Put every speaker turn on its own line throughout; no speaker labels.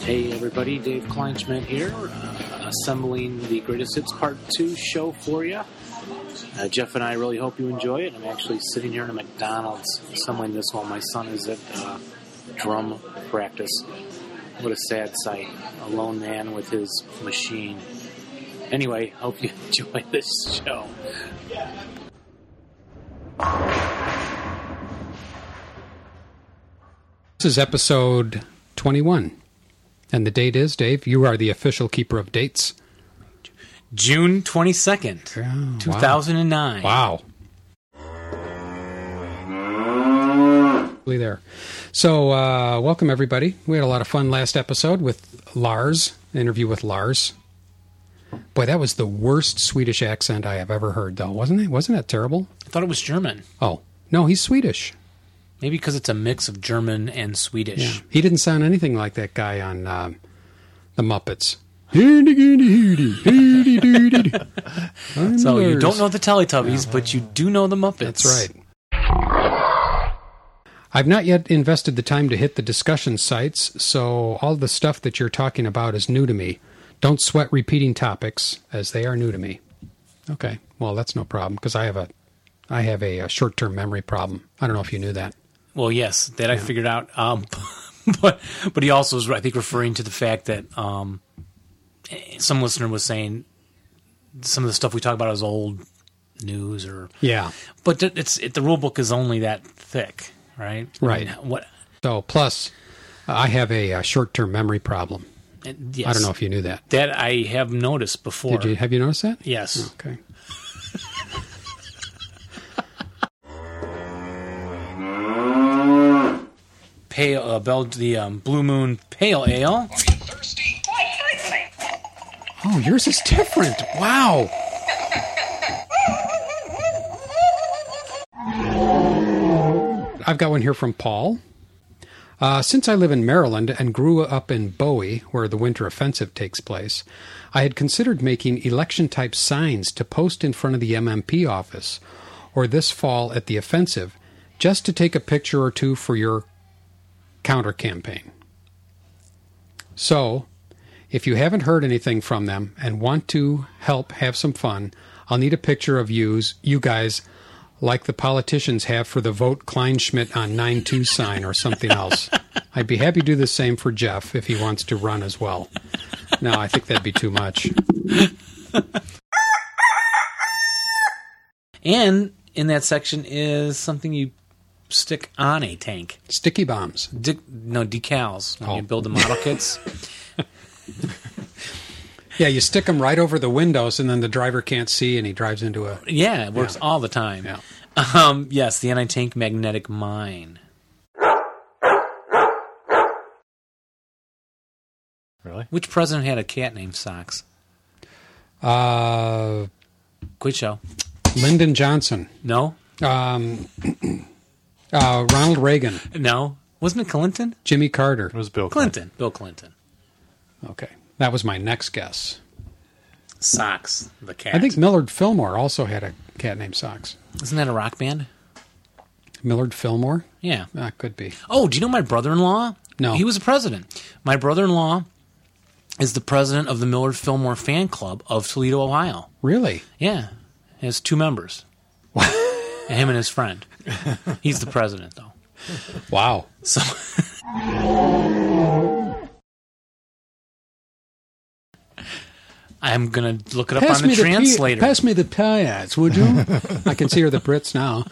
Hey everybody, Dave Kleinschmidt here, uh, assembling the Greatest Hits Part 2 show for you. Uh, Jeff and I really hope you enjoy it. I'm actually sitting here in a McDonald's assembling this while my son is at uh, drum practice. What a sad sight. A lone man with his machine. Anyway, hope you enjoy this show.
This is episode 21. And the date is, Dave, you are the official keeper of dates.
June 22nd,
Oh, wow.
2009.
Wow. Really There. So, uh, welcome everybody. We had a lot of fun last episode with Lars, an interview with Lars. Boy, that was the worst Swedish accent I have ever heard, though, wasn't it? Wasn't that terrible?
I thought it was German.
Oh, no, he's Swedish.
Maybe because it's a mix of German and
Yeah.
Swedish.
He didn't sound anything like that guy on um, The Muppets. so
So you don't know the Teletubbies, but you do know the Muppets.
That's right. I've not yet invested the time to hit the discussion sites, so all the stuff that you're talking about is new to me. Don't sweat repeating topics, as they are new to me. Okay, well that's no problem because I have a, I have a, uh short-term memory problem. I don't know if you knew that.
Well, yes, that I figured out. Um, but but he also is, I think, referring to the fact that um, eh, some listener was saying some of the stuff we talk about is old news, or
Yeah.
but th- it's it, the rule book is only that thick, right? I
Right.
mean, Mm, what?
So plus, I have a, uh short-term memory problem.
and Uh, yes,
I don't know if you knew that.
that I have noticed before.
Did you have you noticed that? Oh,
Yes.
Okay.
Pale uh, Bell, the um, Blue Moon Pale Ale.
Oh, yours is different. Wow. I've got one here from Paul. Uh, since I live in Maryland and grew up in Bowie, where the Winter Offensive takes place, I had considered making election type signs to post in front of the MMP office or this fall at the offensive just to take a picture or two for your counter campaign. So, if you haven't heard anything from them and want to help have some fun, I'll need a picture of yous, you guys, like the politicians have for the vote Kleinschmidt on 9 2 sign or something else. I'd be happy to do the same for Jeff if he wants to run as well. No, I think that'd be too much.
And in that section is something you stick on a tank.
Sticky bombs.
De- no decals when
Oh.
you build the model kits.
Yeah, you stick them right over the windows and then the driver can't see and he drives into a.
Yeah, it works all the time.
Yeah.
Um, yes, the anti-tank magnetic mine.
Really?
Which president had a cat named Socks?
Uh,
Quit show.
Lyndon Johnson.
No,
Um, uh, Ronald Reagan.
no. Wasn't it Clinton?
Jimmy Carter.
It was Bill Clinton.
Clinton. Bill Clinton.
Okay. That was my next guess.
Socks, the cat.
I think Millard Fillmore also had a cat named Socks.
Isn't that a rock band?
Millard Fillmore?
Yeah.
Ah, could be.
Oh, do you know my brother-in-law?
No.
He was a president. My brother-in-law is the president of the Millard Fillmore fan club of Toledo, Ohio.
Really?
Yeah. He has two members. him and his friend. He's the president though.
Wow.
So I'm gonna look it up on the translator.
pass me the piats, would you? I can see her the Brits now.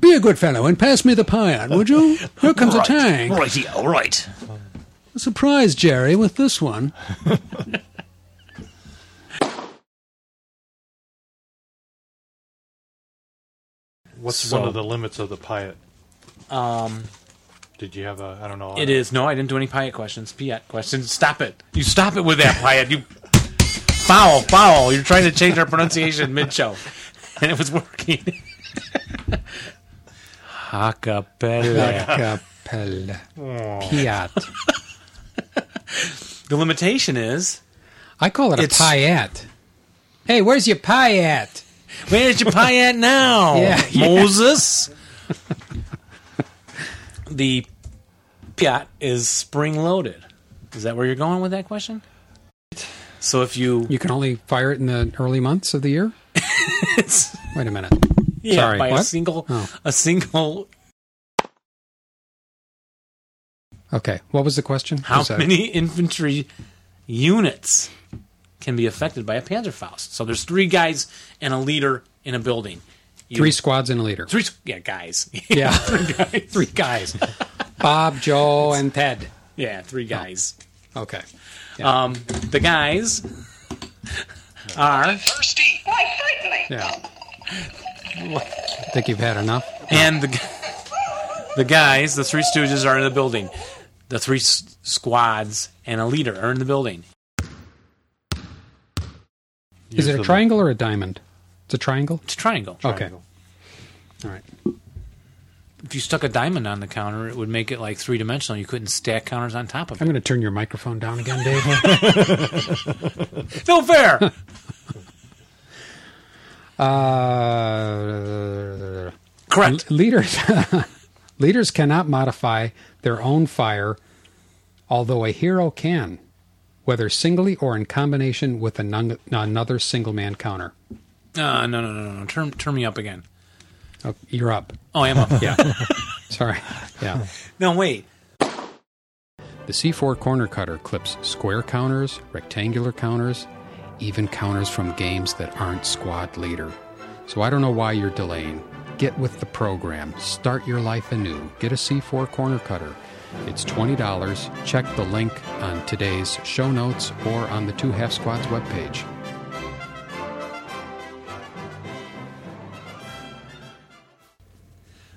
Be a good fellow and pass me the piat, would you? Here comes a tang.
Right, yeah, all right.
Surprise, Jerry, with this one.
What's
So-
one of the limits of the Piat?
Um,
Did you have a? I don't know.
it is no, I didn't do any Piat questions. Piat questions. Stop it! You stop it with that Piat. You foul, foul. You're trying to change our pronunciation mid-show, and it was working. Hakapella.
Acapella. Piat.
The limitation is
I call it a
It's-
piat. Hey, where's your piat?
Where's your pie at now,
Yeah, yeah.
Moses? the piat is spring loaded. Is that where you're going with that question? So if you,
You can only fire it in the early months of the year?
it's,
Wait a minute.
yeah,
Sorry,
by a
what?
single,
Oh.
a single.
Okay. What was the question?
How
Was that-
many infantry units can be affected by a Panzerfaust? So there's three guys and a leader in a building. You-
Three squads and a leader.
three, yeah, guys.
Yeah.
three guys. Three guys.
Bob, Joe, and Ted.
Yeah, three guys.
Okay.
Um, the guys are,
Thirsty? Why, certainly.
Yeah. I think you've had enough.
and the gu- the guys, the three stooges are in the building. The three s- squads and a leader are in the building.
Is it a
Usually-
triangle or a diamond? It's a triangle?
It's a triangle.
Okay.
triangle.
All right.
If you stuck a diamond on the counter, it would make it like three dimensional. You couldn't stack counters on top of
I'm
it.
going to turn your microphone down again, Dave.
No fair.
uh,
Correct.
leaders leaders cannot modify their own fire, although a hero can, whether singly or in combination with anon- another single man counter.
Uh, no, no, no, no, no. Turn, turn me up again.
Oh, you're up.
Oh, I am up.
Yeah. Sorry. Yeah.
No, wait.
The C4 corner cutter clips square counters, rectangular counters, even counters from games that aren't squad leader. So I don't know why you're delaying. Get with the program. Start your life anew. Get a C4 corner cutter. It's $20. Check the link on today's show notes or on the Two Half Squads webpage.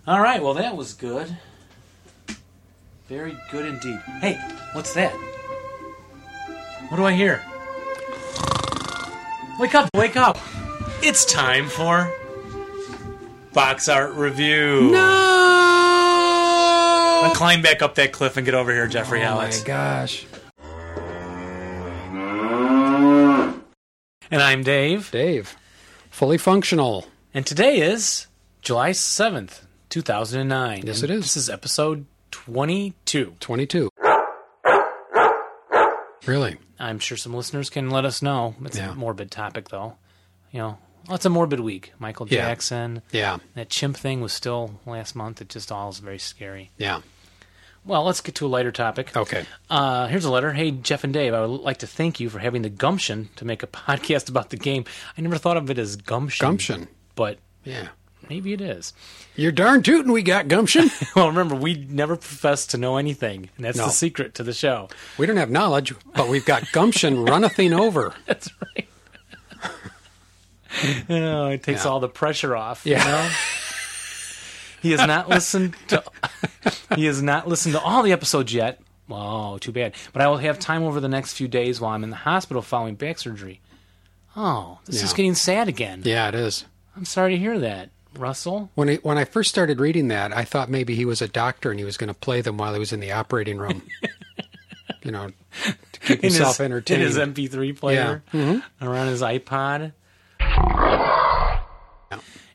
All right. Well, that was good. Very good indeed. Hey, what's that? What do I hear? Wake up! Wake up! It's time for box art review. No. Climb back up that cliff and get over here, Jeffrey Alex.
Oh gosh.
And I'm Dave.
Dave, fully functional.
And today is July 7th, 2009.
Yes,
And
it is.
This is episode 22.
22. Really?
I'm sure some listeners can let us know. It's
Yeah.
a morbid topic, though. You know, well, it's a morbid week. Michael
Yeah.
Jackson,
Yeah.
that chimp thing was still last month. It just all is very scary.
Yeah.
Well, let's get to a lighter topic.
Okay.
Uh, here's a letter. Hey, Jeff and Dave, I would like to thank you for having the gumption to make a podcast about the game. I never thought of it as gumption.
Gumption.
But
Yeah.
maybe it is.
You're darn tootin' we got gumption.
Well, remember, we never profess to know anything, and that's
No.
the secret to the show.
we don't have knowledge, but we've got gumption runnething over.
That's right. oh, it takes
Yeah.
all the pressure off.
Yeah.
He has not listened to he has not listened to all the episodes yet. Oh, too bad. But I will have time over the next few days while I'm in the hospital following back surgery. Oh, this is
Yeah.
getting sad again.
Yeah, it is.
I'm sorry to hear that, Russell.
When I, when I first started reading that, I thought maybe he was a doctor and he was going to play them while he was in the operating room. you know, to keep
In his-
himself
in
entertained. Mm-hmm.
his MP3 player, Uh, around his iPod.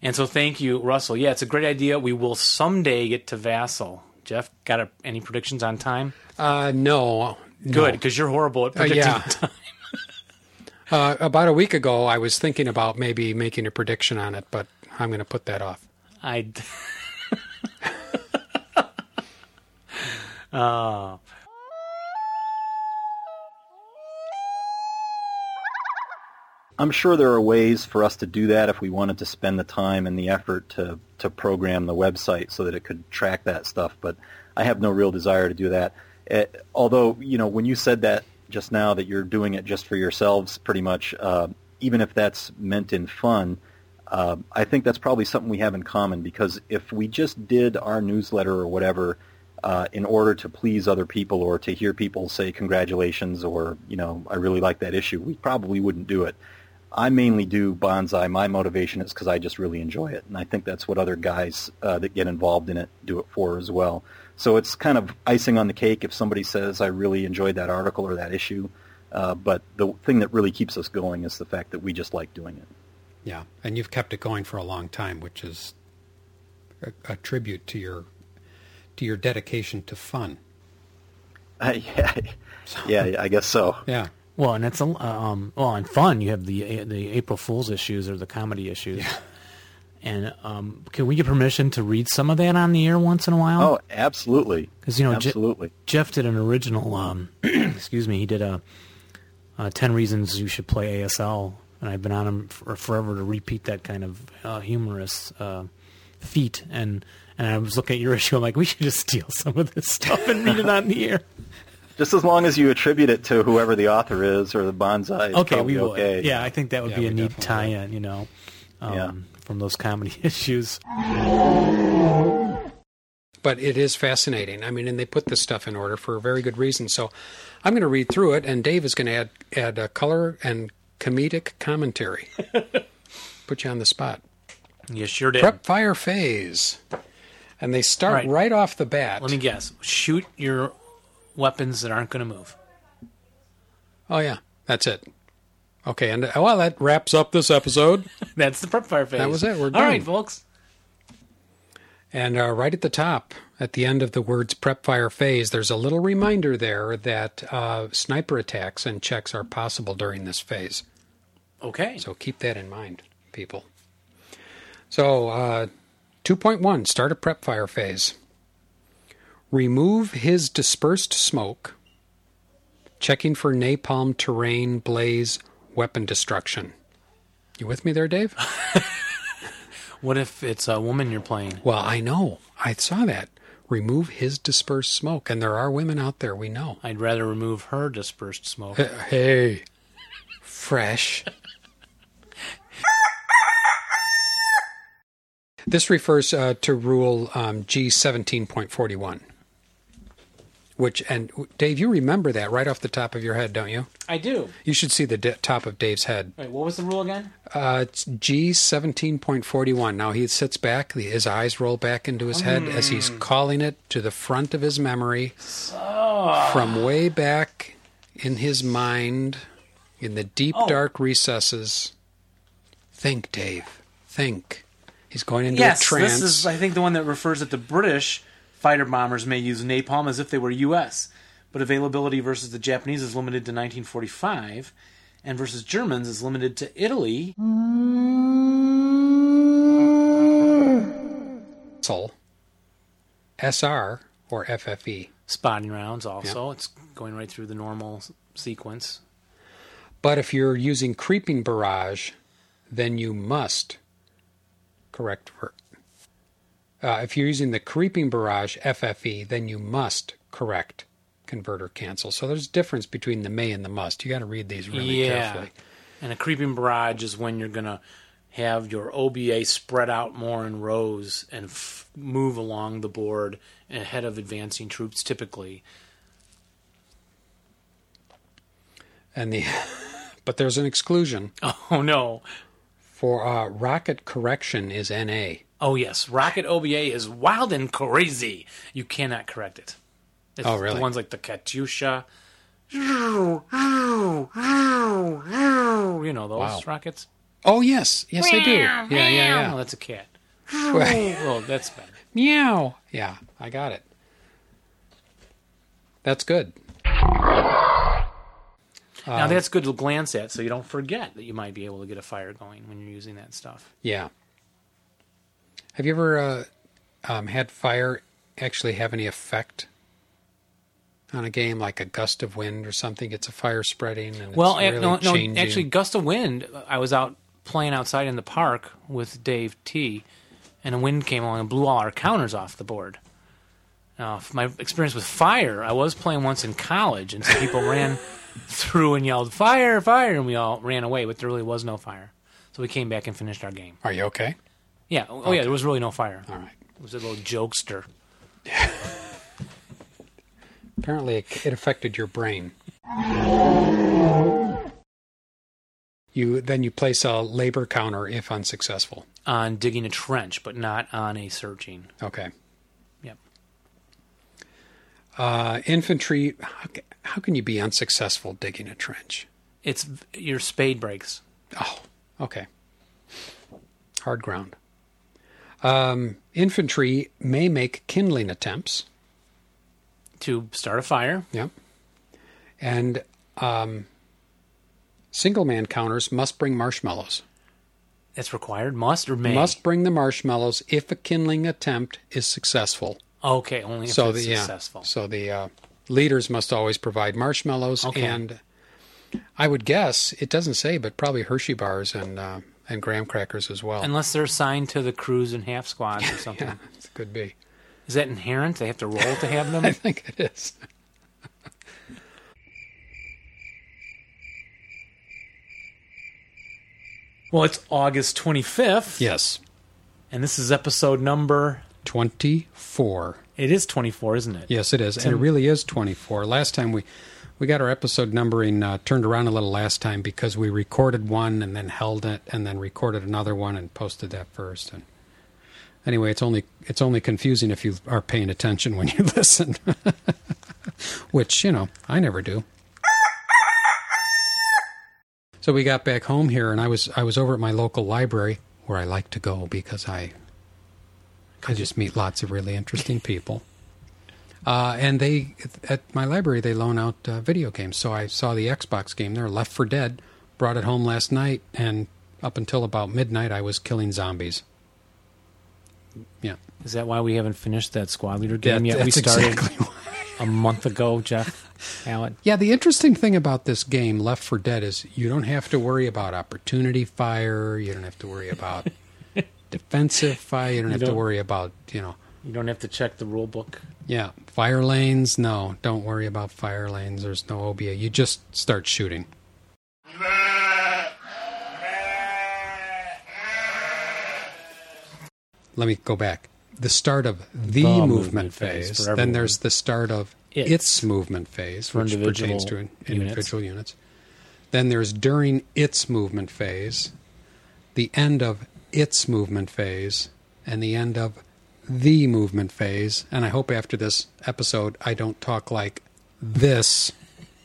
And so, thank you, Russell. Yeah, it's a great idea. We will someday get to Vassal. Jeff, got a, any predictions on time?
uh, no. no.
Good, because you're horrible at
Uh, yeah.
predicting.
uh, about a week ago, I was thinking about maybe making a prediction on it, but I'm going to put that off.
I. d- Uh,
I'm sure there are ways for us to do that if we wanted to spend the time and the effort to, to program the website so that it could track that stuff, but I have no real desire to do that. Eh, although, you know, when you said that just now, that you're doing it just for yourselves pretty much, uh, even if that's meant in fun, uh, I think that's probably something we have in common because if we just did our newsletter or whatever uh, in order to please other people or to hear people say congratulations or, you know, I really like that issue, we probably wouldn't do it. I mainly do bonsai. My motivation is because I just really enjoy it, and I think that's what other guys uh, that get involved in it do it for as well. So it's kind of icing on the cake if somebody says, "I really enjoyed that article or that issue." Uh, but the thing that really keeps us going is the fact that we just like doing it.
Yeah, and you've kept it going for a long time, which is a, a tribute to your to your dedication to fun.
Uh, yeah, yeah, I guess so.
Yeah.
Well, and it's a um, well, and fun. You have the the April Fools issues or the comedy issues. And um, can we get permission to read some of that on the air once in a while?
Oh, absolutely.
because you know, Je-
absolutely.
Jeff did an original. Um, excuse me, he did a, uh ten reasons you should play ASL, and I've been on him for forever to repeat that kind of uh, humorous uh, feat. And and I was looking at your issue, I'm like, we should just steal some of this stuff and read it on the air.
Just as long as you attribute it to whoever the author is or the bonsai. it's
Okay,
probably
we will.
Okay.
Yeah, I think that would
Yeah,
be a
we
neat
definitely
tie-in, you know, um,
Yeah.
from those comedy issues.
but it is fascinating. I mean, and they put this stuff in order for a very good reason. So I'm going to read through it, and Dave is going to add add uh, color and comedic commentary. put you on the spot.
You sure did.
Prep fire phase, and they start right,
Right.
off the bat.
Let me guess. Shoot your weapons that aren't going to move.
oh yeah, that's it. Okay, and uh, well, that wraps up this episode.
That's the prep fire phase.
That was it. We're
All
done.
right, folks.
And uh, right at the top, at the end of the words prep fire phase, there's a little reminder there that uh, sniper attacks and checks are possible during this phase.
Okay.
So keep that in mind, people. So, uh, 2.1 start a prep fire phase. Remove his dispersed smoke, checking for napalm, terrain, blaze, weapon destruction. You with me there, Dave?
What if it's a woman you're playing?
Well, I know. I saw that. Remove his dispersed smoke. And there are women out there, we know.
I'd rather remove her dispersed smoke.
Hey, Hey, fresh. this refers uh, to Rule um, G seventeen point forty one, which and Dave, you remember that right off the top of your head, don't you?
I do.
You should see the di top of Dave's head.
Wait, what was the rule again?
Uh, it's G seventeen point forty one. Now he sits back; the- his eyes roll back into his head as he's
Mm.
calling it to the front of his memory from way back in his mind, in the deep
Oh.
dark recesses. Think, Dave. Think. He's going into a trance.
this is I think the one that refers that the British fighter bombers may use napalm as if they were U.S., but availability versus the Japanese is limited to 1945, and versus Germans is limited to Italy.
Mm. Sol. SR or E. FFE.
Spotting rounds also. It's going right through the normal s- sequence.
But if you're using creeping barrage, then you must correct for. Uh, if you're using the creeping barrage FFE, then you must correct convert or cancel. So there's a difference between the may and the must. You got to read these really
Yeah.
carefully.
And a creeping barrage is when you're going to have your OBA spread out more in rows and f- move along the board ahead of advancing troops typically.
And the but there's an exclusion
Oh no.
for uh, rocket correction is NA.
Oh yes, Rocket OBA is wild and crazy. You cannot correct it. It's
Oh, really?
The ones like the Katyusha. You know those
Wow.
rockets?
Oh yes, yes I do. Yeah, yeah,
Oh,
yeah.
that's a cat.
Right.
Oh, that's better.
Meow. Yeah, I got it. That's good. Um,
now that's good to glance at, so you don't forget that you might be able to get a fire going when you're using that stuff.
Yeah. Have you ever uh, um, had fire actually have any effect on a game, like a gust of wind or something? It's a fire spreading and
well,
it's
ac-
really
no,
changing.
no, actually, gust of wind. I was out playing outside in the park with Dave T, and a wind came along and blew all our counters off the board. Now, f- my experience with fire, I was playing once in college, and some people ran through and yelled "fire, fire," and we all ran away, but there really was no fire. So we came back and finished our game.
Are you okay?
Yeah. Oh, yeah. There was really no fire.
All right.
It was a little jokester.
Apparently, it, it affected your brain. You then you place a labor counter if unsuccessful.
on digging a trench, but not on a searching.
Okay.
Yep.
Uh, infantry. How, ca- how can you be unsuccessful digging a trench?
It's your spade breaks.
Oh, okay. Hard ground. Um, infantry may make kindling attempts.
to start a fire.
Yep. And um, single man counters must bring marshmallows.
That's required. Must or may?
Must bring the marshmallows if a kindling attempt is successful.
Okay, only if
so
it's
the yeah,
successful.
so the uh, leaders must always provide marshmallows
Okay.
and I would guess it doesn't say, but probably Hershey bars and uh, and graham crackers as well.
Unless they're assigned to the crews and half squads or something.
yeah, it could be.
Is that inherent? They have to roll to have
I
them?
think it is.
well, it's August 25th.
Yes,
And this is episode number.
twenty four.
It is 24, isn't it?
Yes, it is, and it really is twenty four. Last time we we got our episode numbering uh, turned around a little last time because we recorded one and then held it and then recorded another one and posted that first. And anyway, it's only it's only confusing if you are paying attention when you listen, which you know I never do. So we got back home here, and I was I was over at my local library where I like to go because I I just meet lots of really interesting people. Uh, and they at my library they loan out uh, video games. So I saw the Xbox game there, Left for Dead. Brought it home last night, and up until about midnight, I was killing zombies. Yeah,
Is that why we haven't finished that squad leader game yet?
That-
We
that's
started
exactly why.
a month ago, Jeff. Allen.
Yeah, the interesting thing about this game, Left for Dead, is you don't have to worry about opportunity fire. You don't have to worry about defensive fire. You don't have to
don't-
worry about you know
You don't have to check the rule book.
Yeah, fire lanes. No, don't worry about fire lanes. There's no OBA. You just start shooting. Let me go back. The start of the, movement,
movement phase
phase.
for
Then
everyone.
there's the start of its,
Its.
movement phase,
For
which pertains to
individual
in-
units.
individual units. Then there's during its movement phase, the end of its movement phase, and the end of the movement phase. And I hope after this episode, I don't talk like this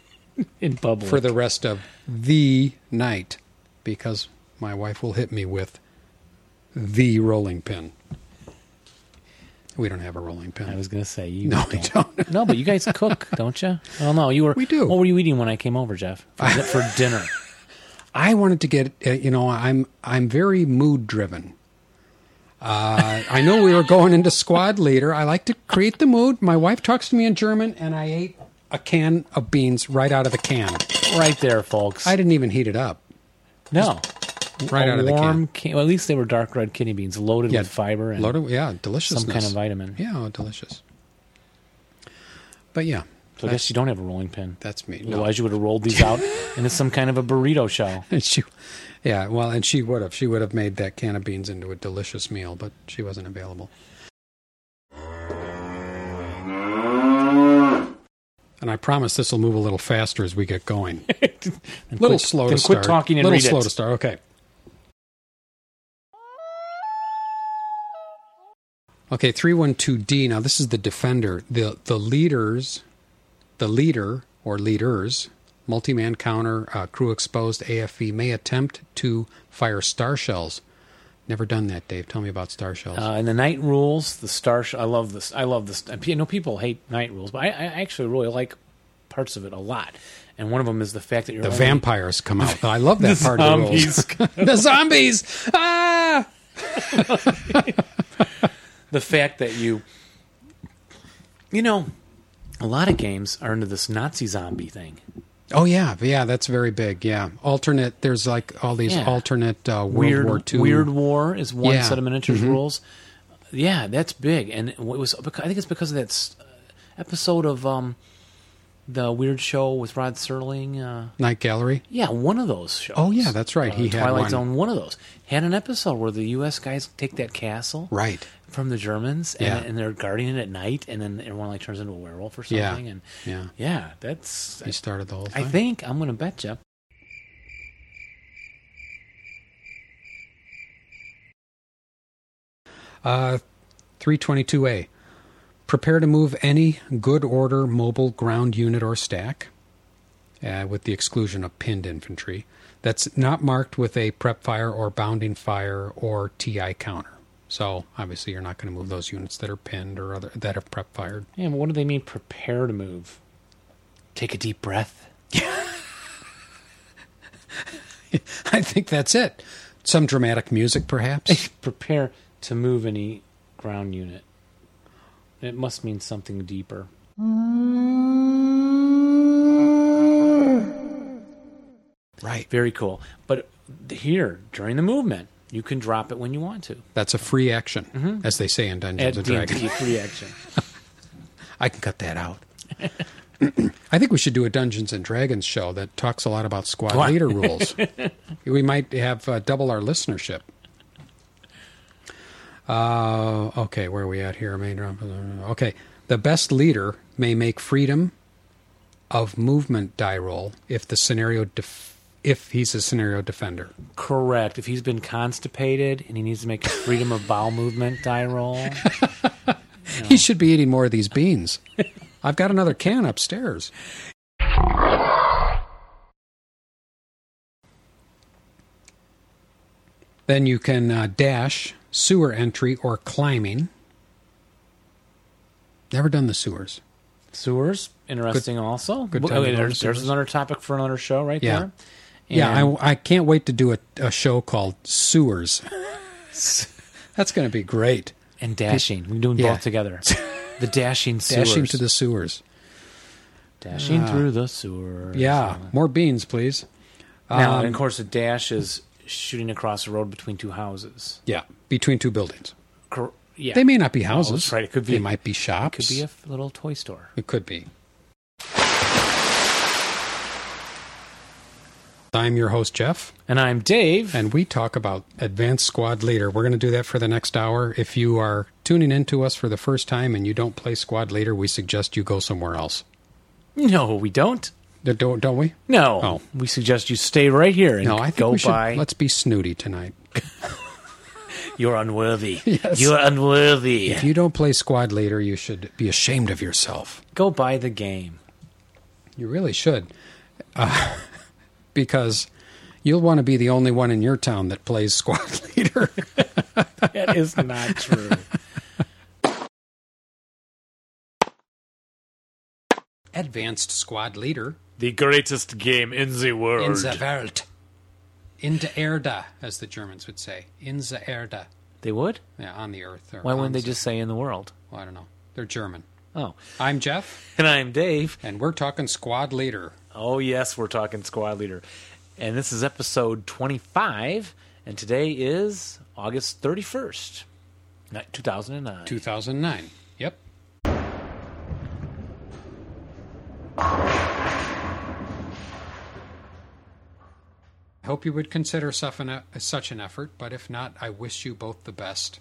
In bubble.
for the rest of the night because my wife will hit me with the rolling pin. We don't have a rolling pin.
I was going to say. You
no, we
don't.
don't.
No, but you guys cook, don't you? Well, no, you were.
We do.
What were you eating when I came over, Jeff? For, di- for dinner.
I wanted to get uh, you know I'm I'm very mood driven. Uh, I know we were going into squad leader. I like to create the mood. My wife talks to me in German, and I ate a can of beans right out of the can.
Right there, folks.
I didn't even heat it up.
no.
Right
A
out of the
warm
can.
can- well, at least they were dark red kidney beans loaded with fiber and
loaded, yeah, delicious.
some kind of vitamin.
Yeah, oh, delicious. But yeah,
So I guess you don't have a rolling pin.
that's me. No,
Otherwise, you would have rolled these out into some kind of a burrito shell.
and she, yeah, well, and she would have. She would have made that can of beans into a delicious meal, but she wasn't available. And I promise this will move a little faster as we get going. A
And
little
quit-
slow
then
to start.
quit talking and
little
read
slow
it.
to start. Okay. Okay, three one two D. Now this is the defender. the The leaders, the leader or leaders, multi man counter, uh, crew exposed, AFE may attempt to fire star shells. Never done that, Dave. Tell me about star shells.
Uh, and the night rules, the star. Sh- I love this. I love this. I know people hate night rules, but I, I actually really like parts of it a lot. And one of them is the fact that you're
the
only-
vampires come out. I love that part
zombies
of the rules. the zombies. Ah.
the fact that you you know a lot of games are into this nazi zombie thing
Oh yeah, yeah. That's very big. Yeah. Alternate. There's like all these
Yeah.
alternate uh, World
weird
War Two.
weird war is one
Yeah. Mm-hmm.
set of miniatures rules yeah that's big and it was i think it's because of that s- episode of um the weird show with rod serling uh
night gallery.
yeah one of those shows
Oh, yeah, that's right.
Uh,
He had
twilight
one.
zone one of those had an episode where the us guys take that castle
Right.
from the Germans, and,
Yeah.
and they're guarding it at night, and then everyone like turns into a werewolf or
Yeah.
something, and
Yeah.
yeah, that's
He started the whole
I
thing.
think I'm going to bet you.
Uh, 322A. Prepare to move any good order mobile ground unit or stack, uh, with the exclusion of pinned infantry, that's not marked with a prep fire or bounding fire or TI counter. So obviously, you're not going to move those units that are pinned or other that have prep fired.
Yeah, but what do they mean prepare to move? Take a deep breath.
I think that's it. Some dramatic music, perhaps.
prepare to move any ground unit. It must mean something deeper.
right.
Very cool. But here, during the movement, you can drop it when you want to.
That's a free action, as they say in Dungeons
Mm-hmm.
and
At D&D
Dragons.
free action.
I can cut that out. I think we should do a Dungeons and Dragons show that talks a lot about squad
What?
leader rules. we might have uh, double our listenership. Uh, okay, where are we at here? Main drum- Okay, the best leader may make freedom of movement die roll if the scenario def- if he's a scenario defender.
Correct. If he's been constipated and he needs to make a freedom of bowel movement die roll,
He should be eating more of these beans. I've got another can upstairs. Then you can uh, dash, sewer entry, or climbing. Never done the sewers.
sewers interesting also.
good
Well,
time to
okay,
go
there's,
to
there's
sewers.
another topic for another show right
Yeah.
there.
yeah,
And
I, I can't wait to do a, a show called Sewers. That's going to be great.
and dashing. We're doing
Yeah.
both together. The dashing sewers.
Dashing to the sewers. Ah.
dashing through the sewers.
Yeah, more beans, please. um,
Now, and of course, a dash is shooting across a road between two houses.
Yeah, between two buildings.
Cor- yeah,
They may not be
that's
houses.
right. It could be-
They might be shops.
could be a f- little toy store.
It could be. I'm your host, Jeff,
And I'm Dave.
and we talk about Advanced Squad Leader. We're going to do that for the next hour. If you are tuning in to us for the first time and you don't play Squad Leader, we suggest you go somewhere else.
no, we don't.
Don't, don't we?
No,
Oh.
we suggest you stay right here and
No, I think
go
we should.
by.
Let's be snooty tonight.
You're unworthy. You're unworthy.
If you don't play Squad Leader, you should be ashamed of yourself.
Go buy the game.
You really should. Uh, because you'll want to be the only one in your town that plays Squad Leader.
That is not true.
Advanced Squad Leader
the greatest game in the world.
In the Welt. In the Erde, as the Germans would say. In the Erde.
they would?
Yeah, on the earth. Or
Why
on
wouldn't they
the-
just say in the world?
Well, I don't know. They're German.
Oh.
I'm Jeff,
And I'm Dave.
and we're talking squad leader.
Oh, yes, we're talking squad leader. And this is episode 25, and today is August 31st, ni- 2009.
2009. Yep. I hope you would consider such an, uh, such an effort, but if not, I wish you both the best.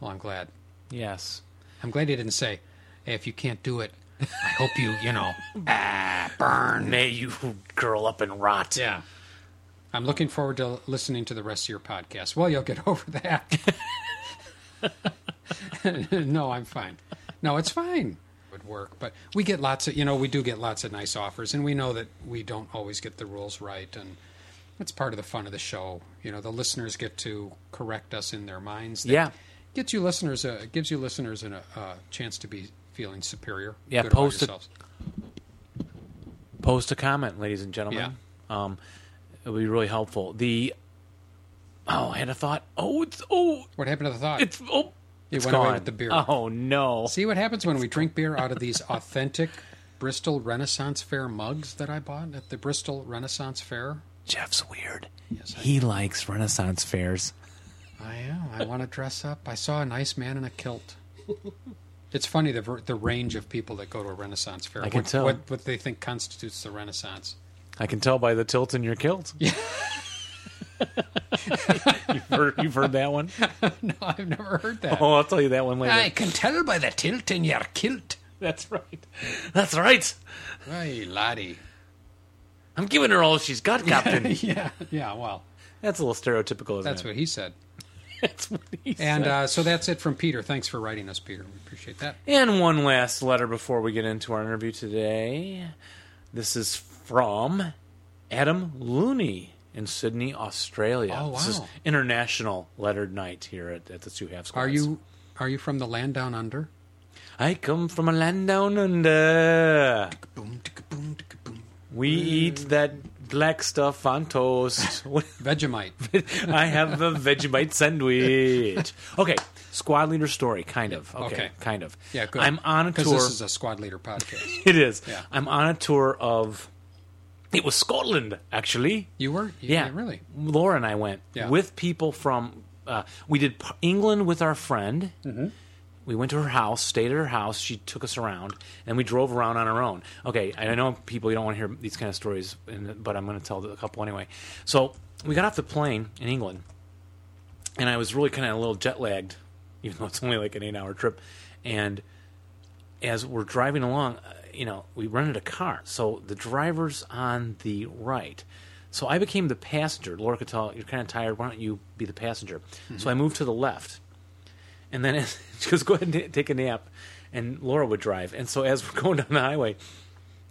Well, I'm glad.
Yes.
I'm glad he didn't say, hey, if you can't do it, I hope you, you know. ah,
May you curl up and rot.
Yeah. I'm looking forward to listening to the rest of your podcast. Well, you'll get over that. no, I'm fine. No, it's fine. It would work, but we get lots of, you know, we do get lots of nice offers and we know that we don't always get the rules right and that's part of the fun of the show. You know, the listeners get to correct us in their minds. That
Yeah.
Gets you listeners a gives you listeners an, a chance to be feeling superior.
Yeah,
good about
post it-
yourselves.
Post a comment, ladies and gentlemen. Um, it would be really helpful. The. Oh, I had a thought. Oh, it's. Oh,
What happened to the thought?
it's. Oh.
It
it's
went away
gone.
with the beer.
Oh, no.
See what happens when we drink beer out of these authentic Bristol Renaissance Fair mugs that I bought at the Bristol Renaissance Fair.
Jeff's weird. he likes Renaissance fairs.
I am. I want to dress up. I saw a nice man in a kilt. It's funny the ver- the range of people that go to a Renaissance fair.
I can
what,
tell.
what what they think constitutes the Renaissance.
I can tell by the tilt in your kilt. you've, heard, you've heard that one?
no, I've never heard that.
Oh, I'll tell you that one later.
can tell by the tilt in your kilt.
That's right. That's right.
Hey, laddie.
I'm giving her all she's got, Captain.
yeah, yeah. Well,
That's a little stereotypical, isn't
that's
it?
what he said.
that's what he
And
said.
uh, so that's it from Peter. Thanks for writing us, Peter. We appreciate that.
and one last letter before we get into our interview today. This is from Adam Looney. in Sydney, Australia.
Oh,
This is
wow.
International Lettered Night here at, at the Two Half Squads.
Are you are you from the land down under?
I come from a land down under.
Boom, ticka, boom, ticka, boom.
We eat that black stuff on toast. What-
Vegemite.
I have a Vegemite sandwich. Okay, squad leader story, kind of. Okay,
Okay.
kind of.
Yeah, good.
I'm on a
because
tour.
this is a squad leader podcast.
it is.
Yeah.
I'm on a tour of. It was Scotland, actually.
You were?
Yeah,
really.
Laura and I went
Yeah.
with people from. Uh, we did P- England with our friend.
Mm-hmm.
We went to her house, stayed at her house. She took us around, and we drove around on our own. Okay, I know people you don't want to hear these kind of stories, and- but I'm going to tell a couple anyway. So we got off the plane in England, and I was really kind of a little jet lagged, even though it's only like an eight-hour trip, and as we're driving along, uh, you know, we rented a car. So the driver's on the right. So I became the passenger. Laura could tell, you're kind of tired. Why don't you be the passenger? So I moved to the left. And then as, she goes, go ahead and t- take a nap. And Laura would drive. And so as we're going down the highway,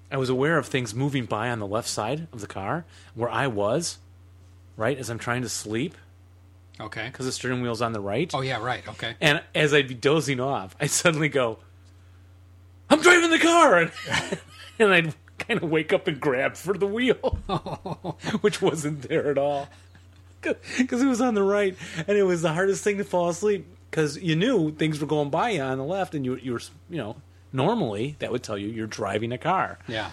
I was aware of things moving by on the left side of the car where I was, right, as I'm trying to sleep
Okay.
because the steering wheel's on the right.
Oh yeah, right. Okay.
And as I'd be dozing off, I suddenly go, I'm driving the car! And, and I'd kind of wake up and grab for the wheel, which wasn't there at all. Because it was on the right, and it was the hardest thing to fall asleep because you knew things were going by you on the left, and you, you were, you know, normally that would tell you you're driving a car.
Yeah.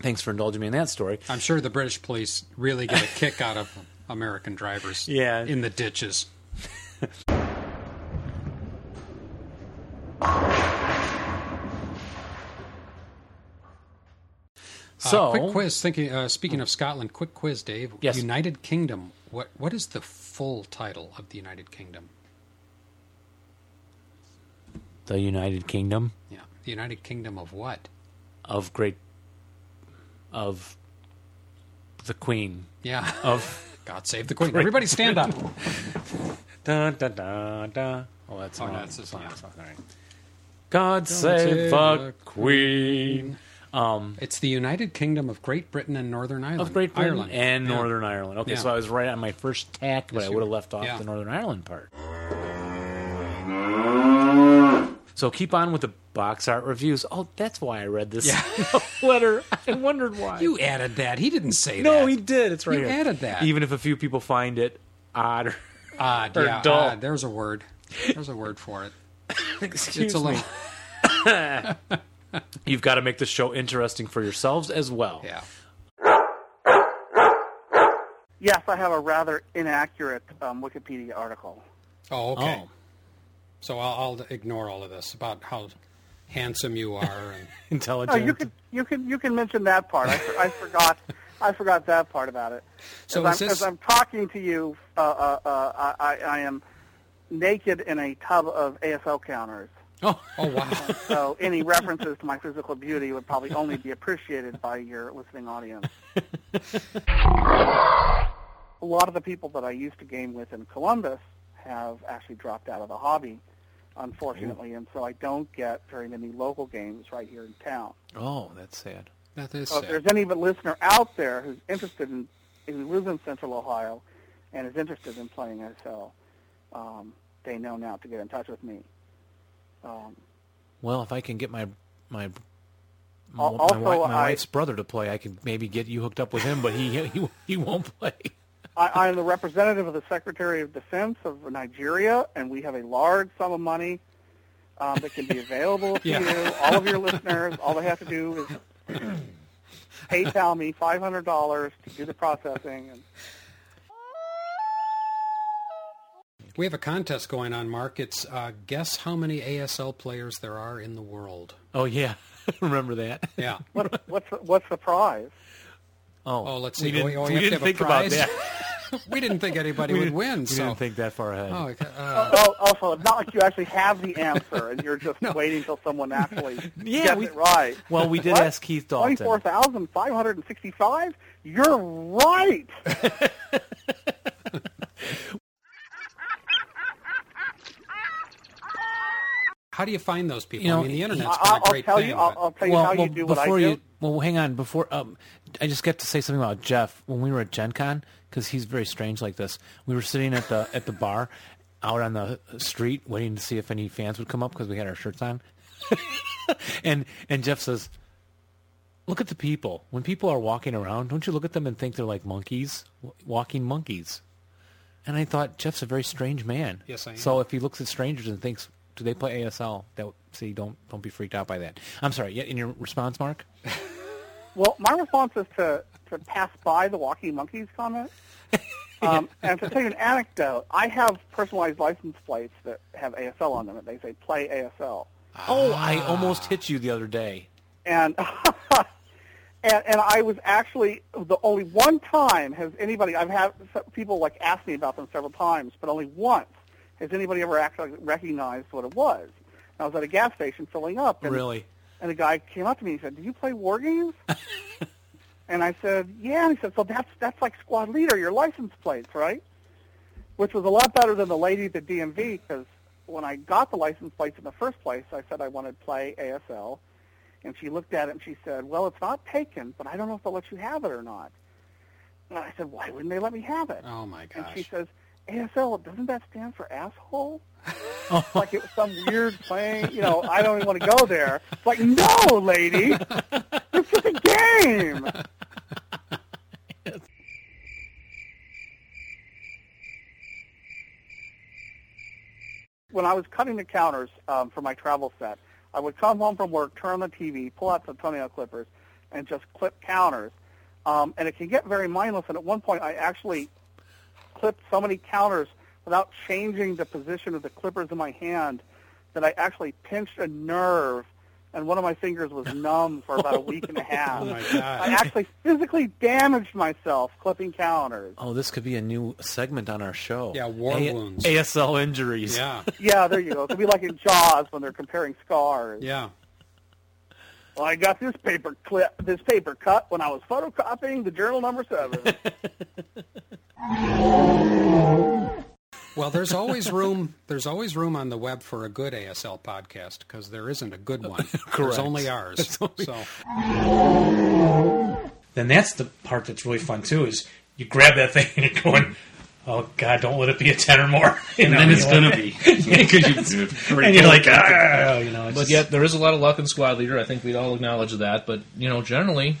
Thanks for indulging me in that story.
I'm sure the British police really get a kick out of American drivers.
Yeah.
In the ditches. Uh,
So,
uh, quick quiz. Thinking. Uh, speaking of Scotland, quick quiz, Dave.
Yes.
United Kingdom. What What is the full title of the United Kingdom?
the United Kingdom
Yeah. The United Kingdom of what?
of Great. of the Queen.
Yeah.
Of.
God save the Queen. Everybody stand up.
Dun, dun, dun, dun. Oh, that's
no,
not
that's just- yeah.
God
save
save
the
the Queen Um,
It's the United Kingdom of Great Britain and Northern Ireland.
of Great Britain
Ireland.
and
Yeah.
Northern Ireland. Okay,
Yeah.
so I was right on my first tack, but I
you
would have
were.
left off
Yeah.
the Northern Ireland part. So keep on with the box art reviews. Oh, that's why I read this letter. I wondered why.
You added that. He didn't say that.
no, he did. It's right
You
here.
added that.
Even if a few people find it odd.
Odd,
Or
yeah,
dull.
odd. There's a word. There's a word for it. It's
Excuse
a little.
You've got to make the show interesting for yourselves as well.
Yeah.
Yes, I have a rather inaccurate um, Wikipedia article.
Oh, okay.
Oh.
So I'll, I'll ignore all of this about how handsome you are. And,
Oh,
Intelligent.
you can you can you can mention that part. I, for- I forgot I forgot that part about it.
So
as,
is
I'm,
this-
as I'm talking to you, uh, uh, uh, I, I- I am naked in a tub of ASL counters.
oh.
oh, wow.
So any references to my physical beauty would probably only be appreciated by your listening audience. a lot of the people that I used to game with in Columbus have actually dropped out of the hobby, unfortunately, and so I don't get very many local games right here in town.
oh, that's sad.
That is
So if
sad.
there's any listener out there who's interested in who lives in Central Ohio and is interested in playing SL, um, they know now to get in touch with me. Um,
Well, if I can get my my my,
al-
wi-
also,
my
I,
wife's brother to play, I can maybe get you hooked up with him. But he he he won't play.
I, I am the representative of the Secretary of Defense of Nigeria, and we have a large sum of money um, that can be available to you, all of your listeners. All they have to do is PayPal me five hundred dollars to do the processing. And
We have a contest going on, Mark. It's uh, guess how many ASL players there are in the world.
Oh yeah, remember that?
Yeah.
what, what's the, what's the prize?
Oh,
Oh, let's see.
We didn't,
Oh, we have
we
to
didn't
have a
think
prize?
about that.
we didn't think anybody
we
would
didn't-
win.
We
so.
didn't think that far ahead.
Oh, okay, uh,
Oh, also, it's not like you actually have the answer, and you're just waiting until someone actually
Yeah,
gets
we-
it right.
Well, we did
What?
ask Keith Dalton.
Twenty-four thousand five hundred and sixty-five. You're right.
how do you find those people?
You know,
I mean, the internet's
I,
been a
I'll
great
tell
thing.
you.
but-
I'll, I'll tell you
well,
how
well,
you do what I
before
do.
you well, hang on. Before um,
I just got to say something about Jeff when we were at Gen Con because he's very strange like this. We were sitting at the at the bar out on the street waiting to see if any fans would come up because we had our shirts on. and and Jeff says, "Look at the people. When people are walking around, don't you look at them and think they're like monkeys, w- walking monkeys?" And I thought Jeff's a very strange man.
Yes, I am.
So if he looks at strangers and thinks, "Do they play ASL?" That see, don't don't be freaked out by that. I'm sorry. Yet in your response, Mark.
Well, my response is to, to pass by the walking monkeys comment. Um, and to tell you an anecdote, I have personalized license plates that have ASL on them, and they say play ASL.
Oh, I almost hit you the other day.
And, and and I was actually the only one time has anybody I've had some people like ask me about them several times, but only once has anybody ever actually recognized what it was. And I was at a gas station filling up, and
Really?
and a guy came up to me and said, "Do you play war games?" and I said, "Yeah." And he said, "So that's that's like squad leader, your license plates, right?" Which was a lot better than the lady at the DMV because when I got the license plates in the first place, I said I wanted to play ASL, and she looked at it and she said, "Well, it's not taken, but I don't know if they'll let you have it or not." And I said, "Why wouldn't they let me have it?"
Oh my
and she
gosh.
says, ASL, doesn't that stand for asshole? like it was some weird thing, you know, I don't even want to go there. It's like, no, lady, it's just a game. When I was cutting the counters um, for my travel set, I would come home from work, turn on the TV, pull out some toenail clippers, and just clip counters. Um, and it can get very mindless. And at one point, I actually clipped so many counters without changing the position of the clippers in my hand that I actually pinched a nerve and one of my fingers was numb for about a week and a half.
Oh my God.
I actually physically damaged myself clipping counters.
Oh, this could be a new segment on our show.
Yeah, war wounds.
ASL injuries.
Yeah,
Yeah, there you go. It'll be like in Jaws when they're comparing scars.
yeah.
Well, I got this paper clip, this paper cut when I was photocopying the journal number seven.
Well, there's always room. There's always room on the web for a good ASL podcast because there isn't a good one. There's only ours. So
Then that's the part that's really fun too. Is you grab that thing and you're going, "Oh God, don't let it be a ten or more." You know,
and then
you
it's
know,
gonna be. 'Cause you-
and you're like, "Ah," you know. It's
But
just-
yet, there is a lot of luck in squad leader. I think we'd all acknowledge that. But you know, generally,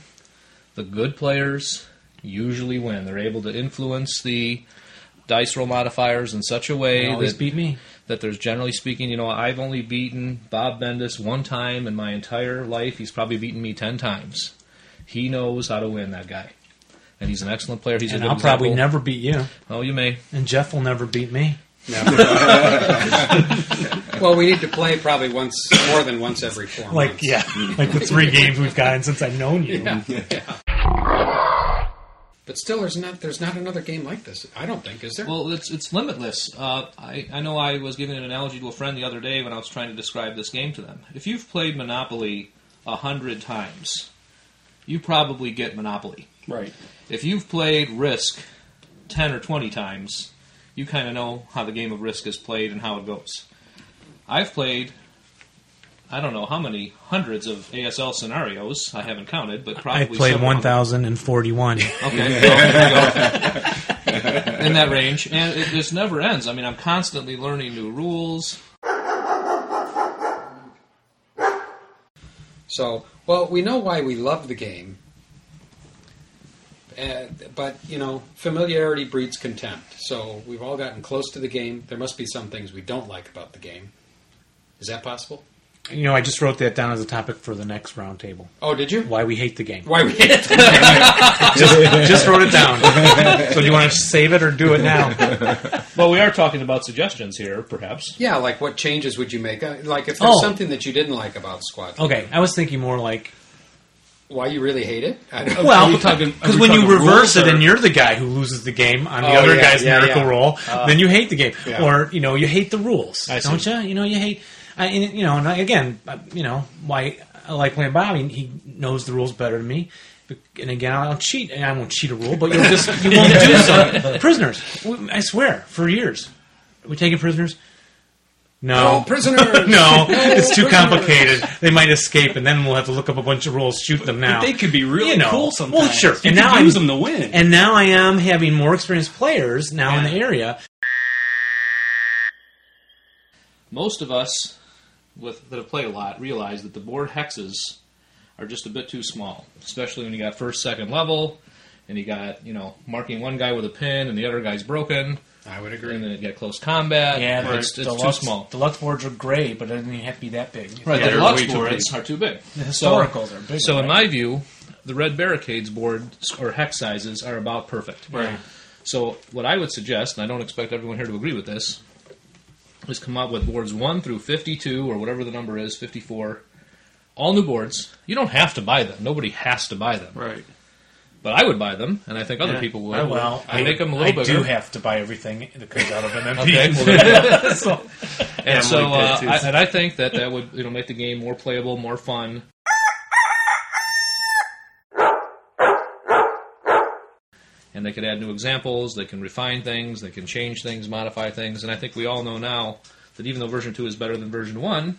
the good players usually win. They're able to influence the dice roll modifiers in such a way
You always
that,
beat me.
that there's generally speaking, you know, I've only beaten Bob Bendis one time in my entire life. He's probably beaten me ten times. He knows how to win. That guy, and he's an excellent player. He's a
And
good
I'll probably
example.
never beat you.
Oh, you may.
And Jeff will never beat me.
Well, we need to play probably once, more than once every four
Like
months.
yeah, like the three games we've gotten since I've known you.
But still, there's not there's not another game like this. I don't think is there.
Well, it's it's limitless. Uh, I I know I was giving an analogy to a friend the other day when I was trying to describe this game to them. If you've played Monopoly a hundred times, you probably get Monopoly.
right.
If you've played Risk ten or twenty times, you kind of know how the game of Risk is played and how it goes. I've played. I don't know how many hundreds of ASL scenarios. I haven't counted, but probably
I played
several
one
hundred.
thousand and forty-one.
Okay. well, there you go. In that range. And it just never ends. I mean, I'm constantly learning new rules.
So, well, we know why we love the game, uh, but you know, familiarity breeds contempt. So we've all gotten close to the game. There must be some things we don't like about the game. Is that possible?
You know, I just wrote that down as a topic for the next roundtable.
Oh, did you?
Why we hate the game.
Why we
just wrote it down. so do you want to save it or do it now?
Well, we are talking about suggestions here, perhaps.
Yeah, like what changes would you make? Uh, Like if there's
Oh.
something that you didn't like about Squad, Leader,
Okay, I was thinking more like
why you really hate it? I don't
well,
we talking- are
because
we
when you
talking
reverse
rules
it
or-
and you're the guy who loses the game on the
Oh,
other
yeah,
guy's
yeah,
miracle
yeah.
roll,
Uh,
Uh,
then you hate the game,
yeah.
or you know you hate the rules,
I see.
don't you? You know you hate, I, and, you know, and I, again, I- you know why I like playing Bobby. He knows the rules better than me. But- And again, I'll cheat, and I won't cheat a rule, but you'll just you won't do something. Prisoners, we- I swear, for years, we taking prisoners.
No.
Oh,
Oh,
No, prisoners!
no, it's too complicated. They might escape, and then we'll have to look up a bunch of rules, shoot them now.
They could be really
You know.
cool
Well,
sometimes.
sure.
You
And
could
now
use
I'm-
them to win.
And now I am having more experienced players now in the area.
Most of us with, that have played a lot realize that the board hexes are just a bit too small, especially when you got first, second level, and you got you know marking one guy with a pin and the other guy's broken,
I would
and then you got close combat.
Yeah, but
it's, it's too
deluxe,
small.
deluxe boards are great, but it doesn't even have to be that big.
Right,
they're
the deluxe
way too
boards are too big.
The
So-
historicals are bigger.
So in
right?
my view, the red barricades board or hex sizes are about perfect.
Right.
So what I would suggest, and I don't expect everyone here to agree with this, is come up with boards one through fifty-two or whatever the number is, fifty-four. All new boards. You don't have to buy them. Nobody has to buy them.
Right.
But I would buy them, and I think other
Yeah,
people would.
I, Oh, well,
I make them a little
I
bigger.
do have to buy everything that comes out of an MP.
Okay, well, there you go.
So-
and
Yeah,
so,
Mike
uh,
did, too.
I, and I think that that would you know make the game more playable, more fun. And they could add new examples. They can refine things. They can change things, modify things. And I think we all know now that even though version two is better than version one,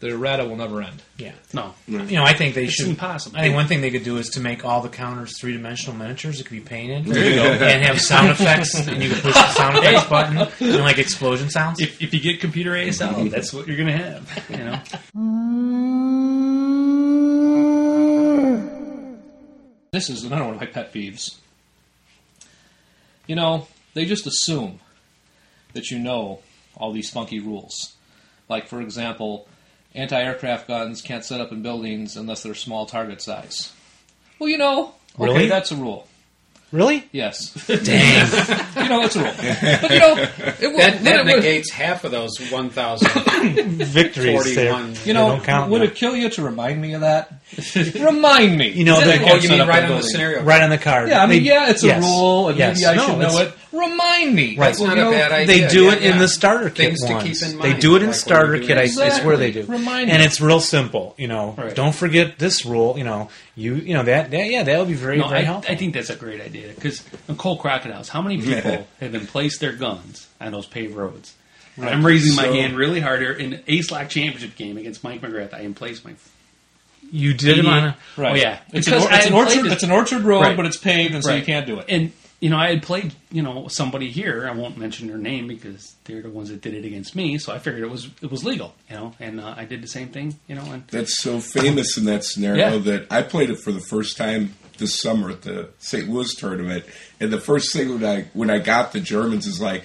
the errata will never end.
yeah,
No.
you know, I think they
It's
should.
impossible.
I think one thing they could do is to make all the counters three dimensional miniatures that could be painted,
There you go.
and have sound effects, and you can push the sound effects button and like explosion sounds.
If, if you get computer ASL, oh, that's what you're going to have. You know.
This is another one of my pet peeves. You know, they just assume that you know all these funky rules. Like, for example, anti aircraft guns can't set up in buildings unless they're small target size. Well, you know, okay,
Really?
that's a rule.
Really?
Yes. Dang. you know, it's a rule. But, you know, it will,
That, that
when it-
negates half of those 1,041.
Victories there.
you know,
don't count
would
now.
it kill you to remind me of that? remind me.
You know,
Is that
they
a
Oh,
rule?
you mean right on the scenario?
Right on the card.
Yeah, I mean,
They-
yeah, it's a
yes.
rule, and
Yes.
maybe I
No,
should know
it's-
it. Remind me.
Right.
That's not a bad idea.
They do
Yeah,
it in
yeah.
the starter kit
Things to keep
ones.
in
They
mind,
do it in
like when
starter
you're doing
kit. I, I
Exactly.
swear they do.
Remind
and
me.
it's real simple. You know,
Right.
don't forget this rule. You know, you you know that, that yeah, that'll be very
No,
very
I,
helpful.
I think that's a great idea because Cold Crocodiles. How many people have been placed their guns on those paved roads? And I'm raising my
So-
hand really hard here in the Ace Lock Championship game against Mike McGrath. I emplaced my
you did it on a-
Oh yeah,
It's,
Because
an, or- it's
I
an
had
orchard.
played it-
It's an orchard road,
Right.
but it's paved, and so you
Right.
can't do it.
And you know, I had played you know somebody here. I won't mention their name because they're the ones that did it against me. So I figured it was it was legal. You know, and uh, I did the same thing. You know, and
That's so famous in that scenario
Yeah.
that I played it for the first time this summer at the St. Louis tournament. And the first thing when I when I got the Germans is like,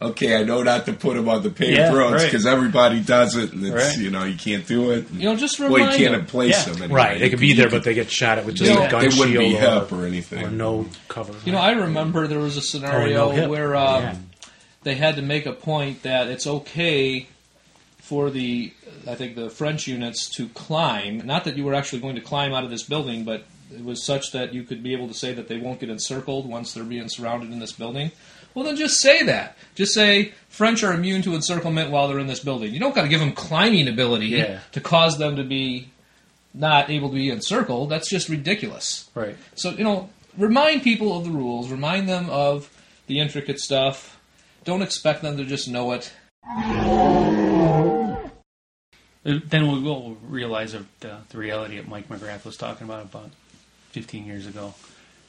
okay, I know not to put them on the paved
Yeah,
roads
right.
because everybody does it, and it's
Right.
you know you can't do it. And,
You know, just
well, you
remind
can't
them.
place
Yeah.
them anyway.
right. They
You
could be
you
there, but they get shot at with just
You know,
a gun
they
shield
wouldn't be up
or,
or anything.
or no cover.
you know, I remember there was a scenario
Oh, no hip.
where uh, they had to make a point that it's okay for the I think the French units to climb. Not that you were actually going to climb out of this building, but it was such that you could be able to say that they won't get encircled once they're being surrounded in this building. Well, then just say that. Just say French are immune to encirclement while they're in this building. You don't got to give them climbing ability
Yeah.
to cause them to be not able to be encircled. That's just ridiculous.
right.
So, you know, remind people of the rules, remind them of the intricate stuff. Don't expect them to just know it.
Then we will realize of the, the reality that Mike McGrath was talking about about 15 years ago.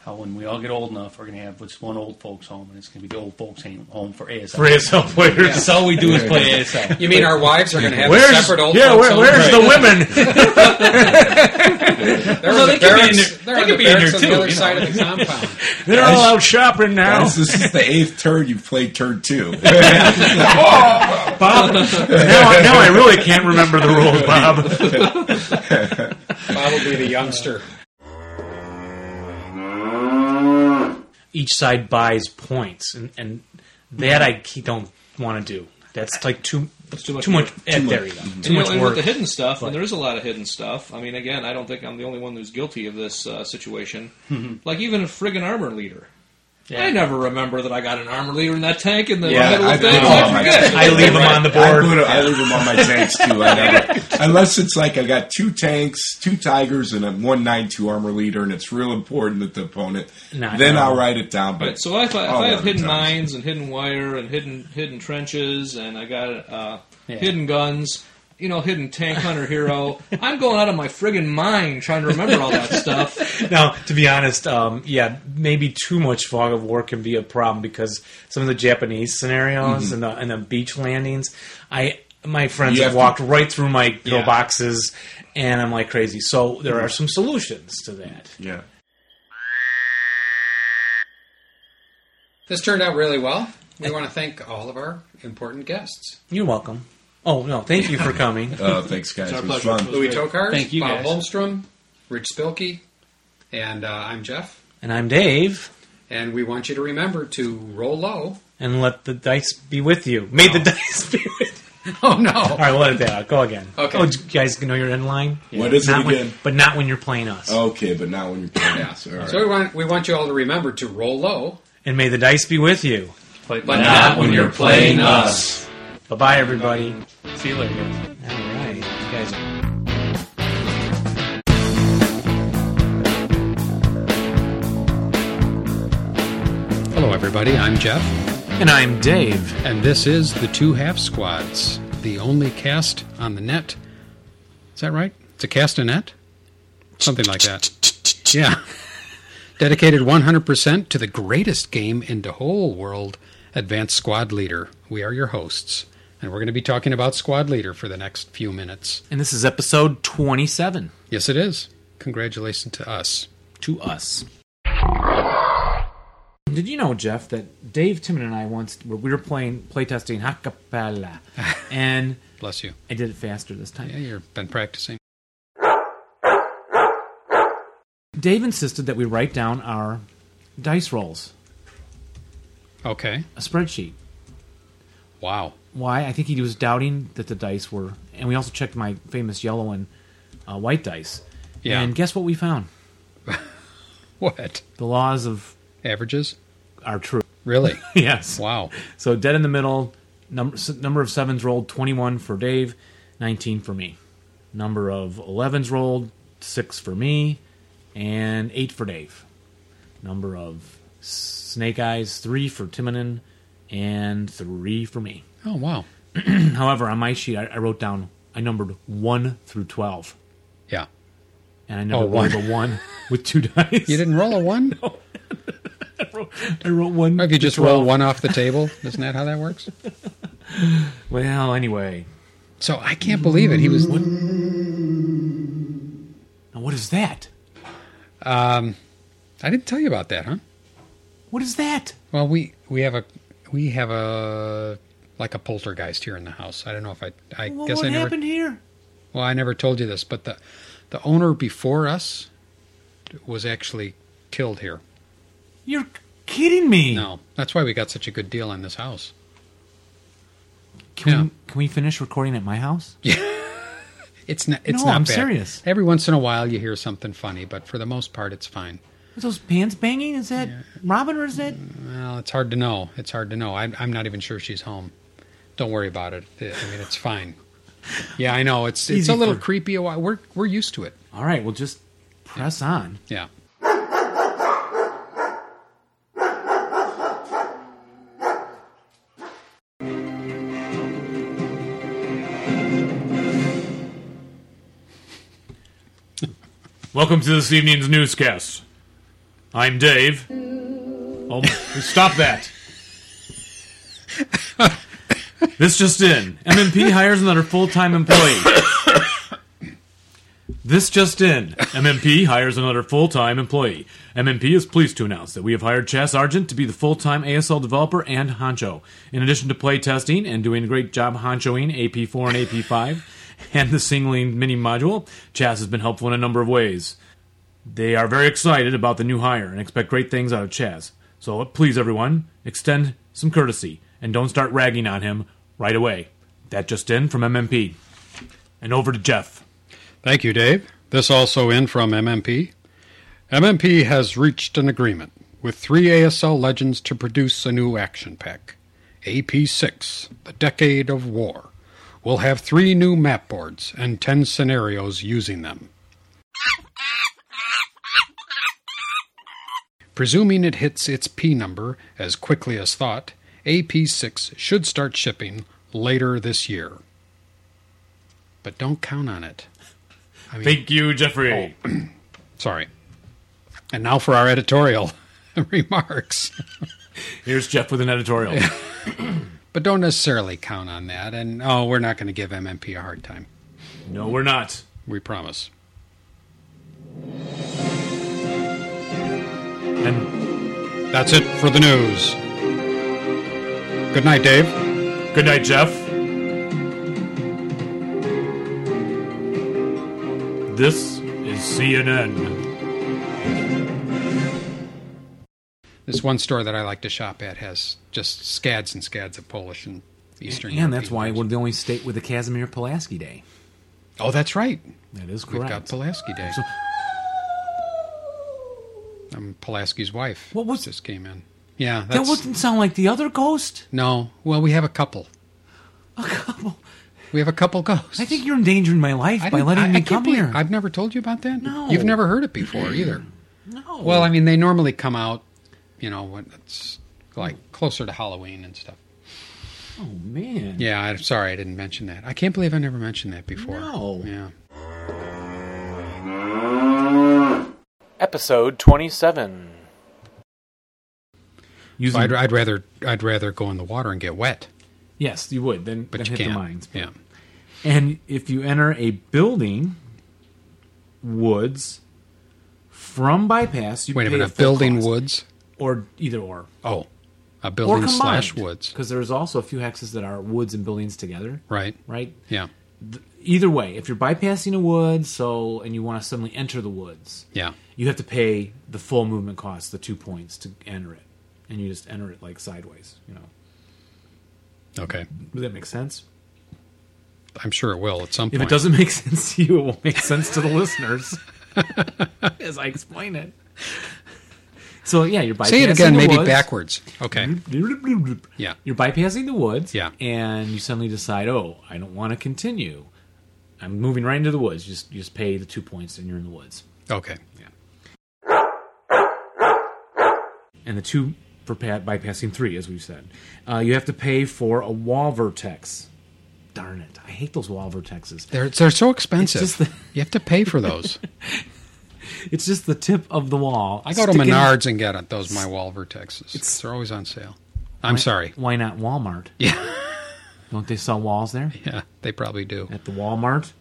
How when we all get old enough, we're going to have this one old folks home, and it's going to be the old folks home home for ASL.
For ASL players.
That's all we do is play ASL.
You mean our wives are going to have a
Where's
separate old
yeah?
folks
Where, where's
home?
the women?
They're
No,
on
they
the
could be in
barracks.
there-
They're
they
on
could
the
be in
barracks on
there
the
too,
other
you
side of the compound.
They're all out shopping now.
Guys, this is the eighth turn you've played turn two.
Oh,
uh,
Bob, now, I- now I really can't remember the rules, Bob.
Bob will be the youngster.
Each side buys points, and, and
Mhm.
that I ke- don't want to do. That's like too
too much
too much.
work.
eh, there you go. Too
Mhm.
You know,
much
and
work.
with the hidden stuff, and there is a lot of hidden stuff. I mean, again,
Mm-hmm.
I don't think I'm the only one who's guilty of this uh, situation. Like even a friggin' armor leader. I never remember that I got an armor leader in that tank in the
Yeah,
middle
I-
of things.
oh,
I
my
forget.
God. I leave 'em on the board. I put 'em- I
Yeah.
leave 'em on my tanks, too. I never- Unless it's like I got two tanks, two tigers, and a one nine two armor leader, and it's real important that the opponent.
Not
then
normal.
I'll write it down. But
Right, so if I, if
all
I have
other
hidden
times.
mines and hidden wire and hidden hidden trenches and I got uh,
Yeah.
hidden guns, you know, hidden tank hunter hero, I'm going out of my friggin' mind trying to remember all that stuff.
now, to be honest, um, yeah, maybe too much fog of war can be a problem because some of the Japanese scenarios
Mhm.
and, the, and the beach landings, I my friends
You
have
have
walked right through my
Yeah.
pillboxes, and I'm like crazy. So there are
Mhm.
some solutions to that.
Yeah.
This turned out really well. We want to thank all of our important guests.
You're welcome. Oh no, thank you for coming.
Oh, thanks, guys. It was fun.
Louis Tokars,
Thank you,
Bob
guys.
Holmstrom, Rich Spilkey, and uh, I'm Jeff.
And I'm Dave,
And we want you to remember to roll low.
and let the dice be with you. May the dice be with you.
Oh, no.
All right, let it down. Go again.
Okay.
Oh, you guys know you're in line?
What is it
Not when-
again? Oh.
but not when you're playing us.
Okay, but not when you're playing us. All right.
So we want we want you all to remember to roll low.
And may the dice be with you.
But not not when when you're you're playing playing us.
Bye bye, everybody.
See you later, guys.
All right. You guys are-
Hello, everybody. I'm Jeff.
And I'm Dave.
And this is the Two Half Squads, the only cast on the net. Is that right? It's a cast a net? Something like that. Yeah. Dedicated 100% to the greatest game in the whole world, Advanced Squad Leader. We are your hosts. And we're going to be talking about Squad Leader for the next few minutes.
And this is episode 27.
Yes, it is. Congratulations to us.
To us.
Did you know, Jeff, that Dave Timon and I once were- we were playing playtesting Hakapala, and
bless you,
I did it faster this time.
Yeah, you've been practicing.
Dave insisted that we write down our dice rolls,
Okay.
a spreadsheet.
Wow.
Why? I think he was doubting that the dice were, and we also checked my famous yellow and uh, white dice.
Yeah.
And guess what we found?
what?
The laws of
averages
are true.
Really?
yes.
Wow.
So dead in the middle. Number s- number of sevens rolled twenty one for Dave, nineteen for me. Number of elevens rolled six for me, and eight for Dave. Number of snake eyes three for Timonin, and three for me.
Oh, wow.
However, on my sheet, I, I wrote down I numbered one through twelve.
Yeah.
And I never
Oh, one.
rolled a one with two dice. You
didn't roll a one?
no. I wrote one.
Or if you just
through
roll
12.
one off the table, isn't that how that works?
Well, anyway.
So I can't believe it. He was.
Now, what is that?
Um, I didn't tell you about that, huh?
What is that?
Well, we we have a we have a like a poltergeist here in the house. I don't know if I I
Well,
guess
what
I never.
happened here?
Well, I never told you this, but the the owner before us was actually killed here.
You're kidding me.
No, that's why we got such a good deal on this house.
Can,
Yeah.
we, can we finish recording at my house?
It's not. It's
No,
not
I'm
bad.
serious.
Every once in a while, you hear something funny, but for the most part, it's fine.
Are those pans banging? Is that Robin or is that?
Well, it's hard to know. It's hard to know. I'm, I'm not even sure she's home. Don't worry about it. I mean, it's fine. Yeah, I know. It's it's
Easy
a little
for-
creepy. A while. We're we're used to it.
All right, well, just press on.
Yeah.
Welcome to this evening's newscast. I'm Dave. Oh, stop that. this just in. MMP hires another full-time employee. This just in. MMP hires another full-time employee. MMP is pleased to announce that we have hired Chas Argent to be the full-time ASL developer and honcho. In addition to play testing and doing a great job honchoing AP4 and AP5 and the singling mini module, Chas has been helpful in a number of ways. They are very excited about the new hire and expect great things out of Chaz. So please, everyone, extend some courtesy and don't start ragging on him right away. That just in from MMP. And over to Jeff.
Thank you, Dave. This also in from MMP. MMP has reached an agreement with three ASL legends to produce a new action pack. AP6, The Decade of War, will have three new map boards and 10 scenarios using them. Presuming it hits its P number as quickly as thought, AP6 should start shipping later this year. But don't count on it. I mean- Oh,
Thank you, Jeffrey.
Sorry. And now for our editorial remarks.
Here's Jeff with an editorial.
but don't necessarily count on that. And oh, we're not going to give MMP a hard time.
No, we're not.
We promise. And that's it for the news. Good night, Dave.
Good night, Jeff. This is CNN.
This one store that I like to shop at has just scads and scads of Polish and Eastern.
And
European
that's why we're the only state with a Casimir Pulaski Day.
Oh, that's right.
That is
We've
correct.
got Pulaski Day. I'm Pulaski's wife. What was just came in? Yeah,
That
that's,
wouldn't sound like the other ghost.
no. Well, we have a couple.
A couple.
We have a couple ghosts.
I think you're endangering my life by
didn't-
letting me
can't
come
believe-
here.
I've never told you about that.
No.
you've never heard it before either.
No.
Well, I mean, they normally come out, you know, when it's like closer to Halloween and stuff.
oh man.
Yeah, I'm sorry I didn't mention that. I can't believe I never mentioned that before.
No.
Yeah.
Episode 27.
So I'd, I'd rather I'd rather go in the water and get wet.
Yes, you would. Then,
But
then
you
hit
can't.
the mines.
Yeah.
And if you enter a building, woods, from bypass, you
Wait a
pay
minute. A
full
building
cost.
woods.
or either or.
Oh, a building slash woods.
Because there's also a few hexes that are woods and buildings together.
Right.
Right.
Yeah.
Th- Either way, if you're bypassing a wood, so and you want to suddenly enter the woods,
Yeah.
you have to pay the full movement cost, the two points to enter it, and you just enter it like sideways. You know,
Okay.
does that make sense?
I'm sure it will at some
If
point.
it doesn't make sense to you, it will make sense to the listeners as I explain it. So yeah, you're bypassing
Say it again,
the
maybe
woods.
backwards. Okay. Yeah.
You're bypassing the woods. Yeah. And you suddenly decide, oh, I don't want to continue. I'm moving right into the woods. You Just you just pay the two points, and you're in the woods.
Okay.
Yeah. And the two for pa- bypassing three, as we've said, uh, you have to pay for a wall vertex. Darn it! I hate those wall vertexes.
They're they're so expensive.
It's just
you have to pay for those.
it's just the tip of the wall.
I go to
Stick in-
Menards and get it. Those my wall vertexes. they're always on sale. I'm
Why-
sorry.
Why not Walmart?
Yeah.
Don't they sell walls there?
Yeah, they probably do.
At the Walmart?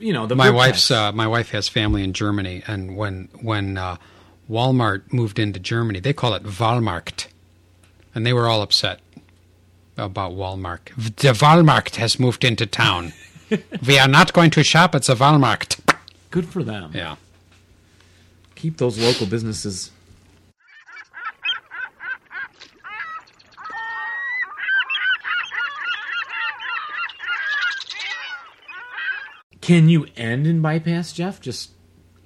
You know, the
my
vertex.
wife's uh, my wife has family in Germany, and when when uh, Walmart moved into Germany, they call it Walmarkt, and they were all upset about Walmart. The Walmart has moved into town. we are not going to shop at the Walmart.
Good for them.
Yeah.
Keep those local businesses. Can you end in bypass, Jeff? Just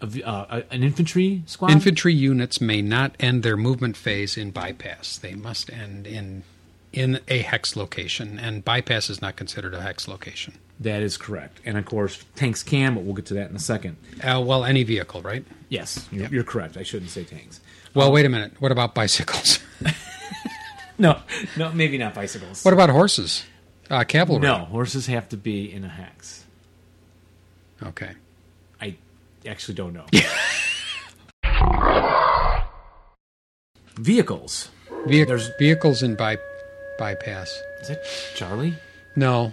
a v uh, a- an infantry squad?
Infantry units may not end their movement phase in bypass. They must end in in a hex location, and bypass is not considered a hex location.
That is correct. And of course, tanks can, but we'll get to that in a second.
Uh, well, any vehicle, right?
Yes, you're,
Yep.
you're correct. I shouldn't say tanks. Um,
Well, wait a minute. What about bicycles?
No, no, maybe not bicycles.
what about horses? Uh, cavalry?
No, horses have to be in a hex.
Okay.
I actually don't know. Vehicles.
Vehic- vehicles in by- bypass.
Is that Charlie?
No.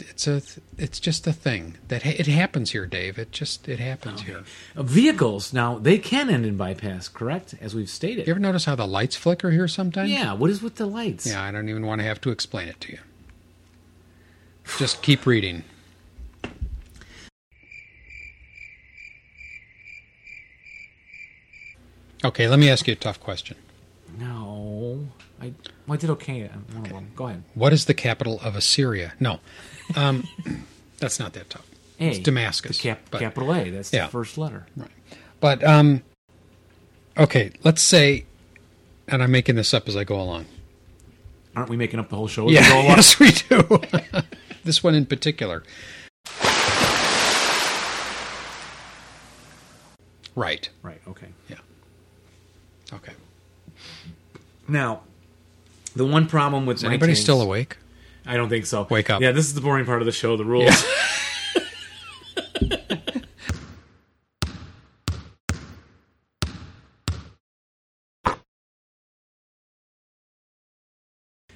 It's a. Th- it's just a thing that ha- it happens here, Dave. It just it happens here.
Uh, vehicles. Now they can end in bypass, correct? As we've stated.
You ever notice how the lights flicker here sometimes?
Yeah. What is with the lights?
Yeah, I don't even want to have to explain it to you. Just keep reading. Okay, let me ask you a tough question.
No. I. Well, I did okay. on one of them. Go ahead.
What is the capital of Assyria? No, um, that's not that tough.
A,
it's Damascus.
the cap-
but-
capital A. That's
yeah.
the first letter.
But um, okay, let's say, and I'm making this up as I go along.
Aren't we making up the whole show? as
Yeah,
we go along?
yes, we do. this one in particular. Right.
Right. Okay.
Yeah. Okay.
Now, the one problem with
Is
my
anybody
tanks-
still awake?
I don't think so.
Wake up.
Yeah, this is the boring part of the show. The rules.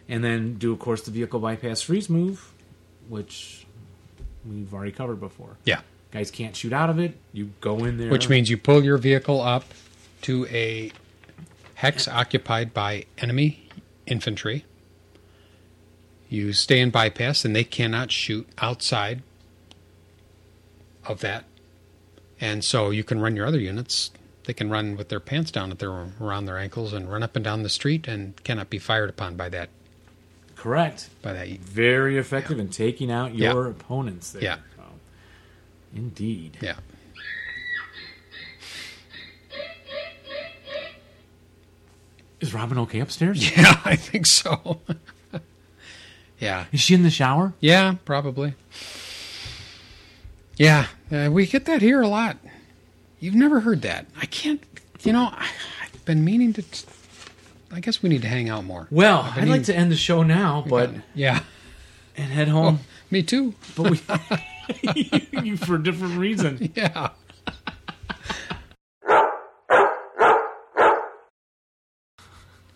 and then do, of course, the vehicle bypass freeze move, which we've already covered before.
Yeah.
Guys can't shoot out of it. You go in there,
Which means you pull your vehicle up to a hex occupied by enemy infantry. You stay in bypass, and they cannot shoot outside of that. And so you can run your other units. They can run with their pants down at their around their ankles and run up and down the street and cannot be fired upon by that.
Correct.
By that.
Very effective in taking out
Yeah.
your opponents. There.
Yeah.
So, indeed.
Yeah.
Is Robin okay upstairs?
Yeah, I think so. yeah.
Is she in the shower?
Yeah, probably. Yeah, uh, we get that here a lot. You've never heard that. I can't, you know, I, I've been meaning to. T- I guess we need to hang out more.
Well,
I've
I'd
been
like
meaning-
to end the show now, but
Yeah. Oh,
and head home.
me too.
But we, you for a different reason.
Yeah.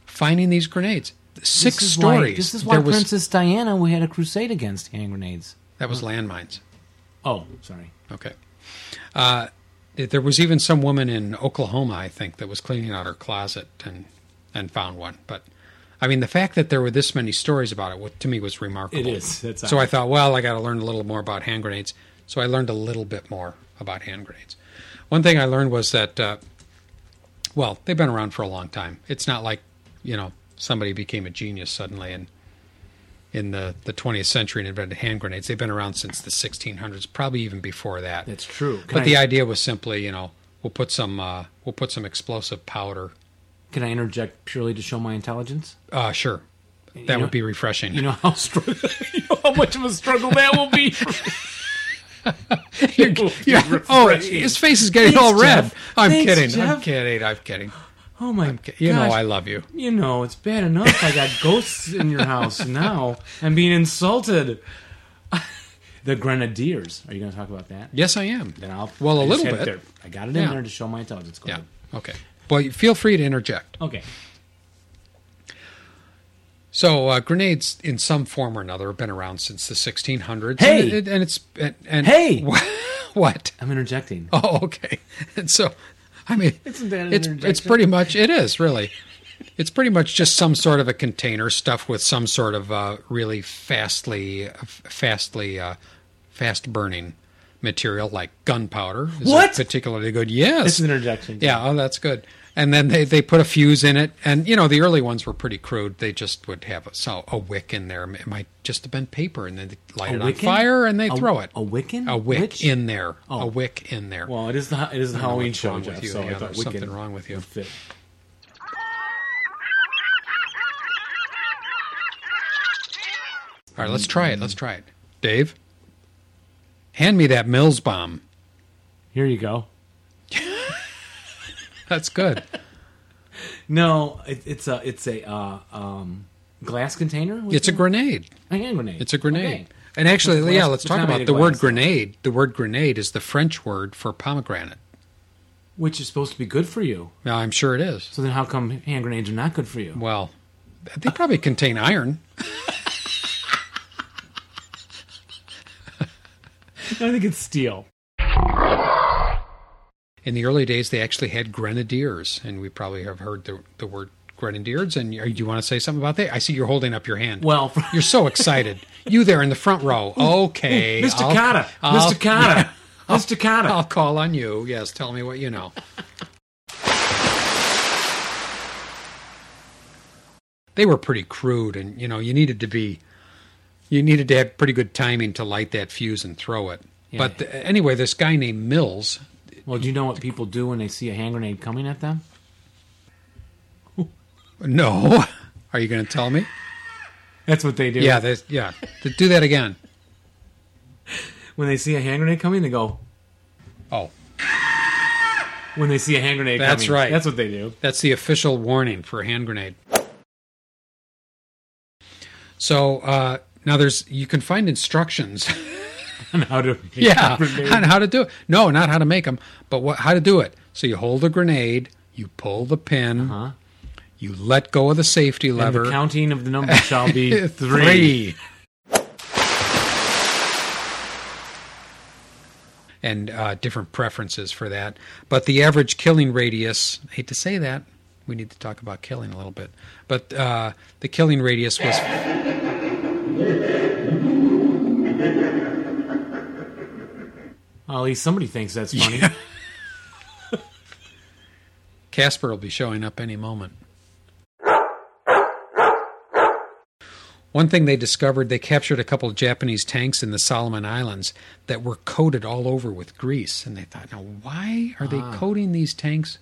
Finding these grenades. Six
This is why-
stories.
this is why
There was-
Princess Diana we had a crusade against hand grenades.
That was landmines.
Oh, sorry.
Okay. Uh, th- there was even some woman in Oklahoma, I think, that was cleaning out her closet and and found one. But I mean, the fact that there were this many stories about it wa- to me was remarkable.
It is. That's
so I
odd.
thought, well, I got to learn a little more about hand grenades. So I learned a little bit more about hand grenades. One thing I learned was that, uh, well, they've been around for a long time. It's not like you know somebody became a genius suddenly and in the, the 20th century and invented hand grenades. They've been around since the 1600s, probably even before that.
That's true. Can
But the
I-
idea was simply, you know, we'll put some uh, we'll put some explosive powder.
Can I interject purely to show my intelligence?
Uh, sure, that
You
would
know-
be refreshing.
You know how struggle, you know how much of a struggle that will be. It will be
Yeah. Oh,
refreshing.
his face is getting
Thanks,
all red.
Jeff.
I'm
Thanks,
kidding. I'm
Jeff.
kidding. I'm kidding.
Oh my
You know
gosh.
I love you.
You know, it's bad enough I got ghosts in your house now. I'm being insulted. the Grenadiers. Are you going to talk about that?
Yes, I am.
Then I'll
Well,
a
a little bit.
I got it in
Yeah.
there to show my intelligence. Go
Yeah.
ahead.
Okay. Well, you- feel free to interject.
Okay.
So uh, grenades, in some form or another, have been around since the 1600s.
Hey!
and, it- and it's and, and
Hey!
what?
I'm interjecting.
Oh, okay. And so, I mean,
Isn't that an
it's it's
interjection?
pretty much it is really. It's pretty much just some sort of a container stuffed with some sort of uh, really fastly, fastly, uh, fast burning material like gunpowder. Is a
What?
particularly good? Yes,
It's an interjection.
yeah, oh, that's good. And then they, they put a fuse in it. And, you know, the early ones were pretty crude. They just would have a, so a wick in there. It might just have been paper. And then they light
A
it
wiccan?
on fire and they
A-
throw it.
a wiccan?
A wick
Witch?
in there. A
Oh.
wick in there.
Well, it is the it is the
I don't know
Halloween
what's
show,
wrong with
Jeff,
you.
so I
Yeah,
thought
there's
Wiccan
something wrong with you.
would fit.
All right, let's try it. Let's try it. Dave, hand me that Mills bomb.
Here you go.
That's good.
No, it, it's a it's a uh, um, glass container. with
it's a
the-
grenade.
a hand grenade.
It's a grenade.
Okay.
And actually,
Which is
yeah,
glass-
let's
which
talk
I made
about
a
the word
glass.
grenade. The word grenade is the French word for pomegranate.
which is supposed to be good for you.
Now, I'm sure it is.
So then, how come hand grenades are not good for you?
Well, they probably contain iron.
I think it's steel.
In the early days, they actually had grenadiers, and we probably have heard the, the word grenadiers. And you, you want to say something about that? I see you're holding up your hand.
Well,
you're so excited. you there in the front row. Okay,
Mr.
I'll-
Cotta.
I'll-
Mr. Cotta.
yeah, I'll-
Mr. Cotta.
I'll call on you. Yes, tell me what you know. They were pretty crude, and you know you needed to be, you needed to have pretty good timing to light that fuse and throw it.
Yeah.
But th- anyway, this guy named Mills,
Well, do you know what people do when they see a hand grenade coming at them?
No. Are you going to tell me?
That's what they do.
Yeah, they, yeah. Th- Do that again.
When they see a hand grenade coming, they go,
"Oh."
When they see a hand grenade,
That's
coming.
right.
That's what they do.
That's the official warning for a hand grenade. So uh, now there's you can find instructions
on how to make
yeah
a grenade.
on how to do it. No, not how to make them, but what how to do it. So you hold a grenade, you pull the pin, you let go of the safety
Uh-huh. And
lever.
the counting of the numbers shall be
Three.
three.
And uh, different preferences for that. But the average killing radius, I hate to say that, we need to talk about killing a little bit. But uh, the killing radius was.
Well, at least somebody thinks that's funny.
Casper will be showing up any moment. One thing they discovered, they captured a couple of Japanese tanks in the Solomon Islands that were coated all over with grease. And they thought, now, why are they
Ah.
coating these tanks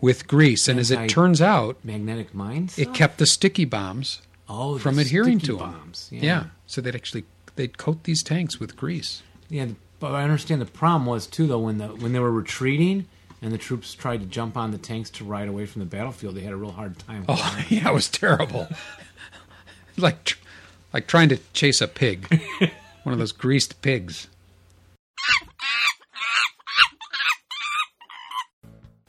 with grease? And as it
Anti-
turns out,
Magnetic mines?
it kept the sticky bombs
Oh, the
from adhering
sticky
to them.
bombs, yeah.
Yeah. So they'd actually they'd coat these tanks with grease.
Yeah, but I understand the problem was too though when the when they were retreating and the troops tried to jump on the tanks to ride away from the battlefield, they had a real hard time.
Oh, yeah, it was terrible. like tr- like trying to chase a pig, one of those greased pigs.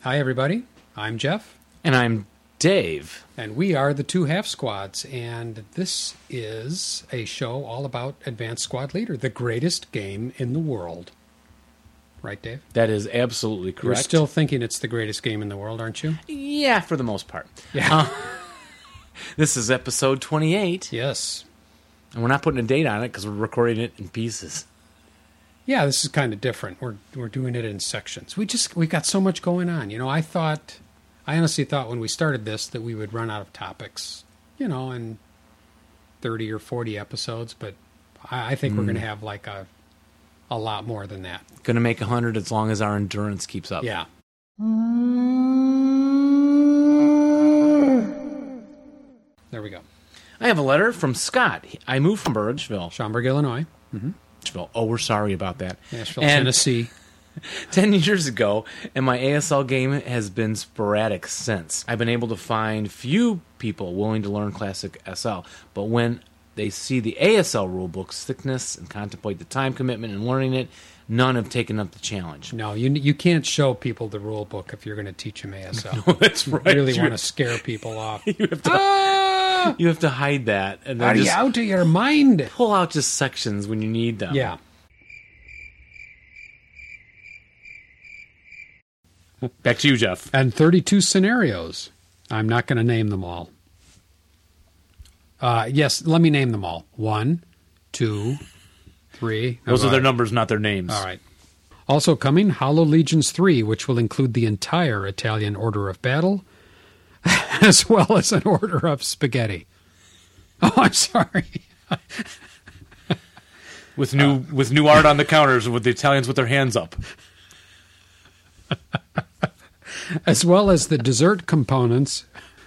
Hi, everybody. I'm Jeff.
And I'm Dave.
And we are the two half squads. And this is a show all about Advanced Squad Leader, the greatest game in the world. Right, Dave?
That is absolutely correct.
You're still thinking it's the greatest game in the world, aren't you?
Yeah, for the most part.
Yeah.
this is episode 28.
Yes.
And we're not putting a date on it because we're recording it in pieces.
Yeah, this is kind of different. We're we're doing it in sections. We just we got so much going on. You know, I thought I honestly thought when we started this that we would run out of topics, you know, in 30 or 40 episodes, but I, I think we're
Mm.
going to have like a a lot more than that.
Going to make 100 as long as our endurance keeps up.
Yeah. There we go.
I have a letter from Scott. I moved from Burridgeville.
Schaumburg, Illinois. Mm-hmm.
Oh, we're sorry about that.
Nashville,
And-
Tennessee.
10 years ago, and my ASL game has been sporadic since. I've been able to find few people willing to learn classic SL, but when they see the ASL rulebook's thickness and contemplate the time commitment in learning it, none have taken up the challenge.
No, you you can't show people the rule book if you're going to teach them ASL.
No, that's
You
right.
really
You-
want to scare people off.
You have to hide that and then
Are you
just
out of your mind?
Pull out just sections when you need them.
Yeah.
Back to you, Jeff.
And 32 scenarios. I'm not going to name them all. Uh, yes, let me name them all. One, two, three.
Those are their
All right.
numbers, not their names.
All right. Also coming, Hollow Legions 3, which will include the entire Italian Order of Battle, as well as an Order of Spaghetti. Oh, I'm sorry.
With
Uh,
new with new art on the counters with the Italians with their hands up.
As well as the dessert components.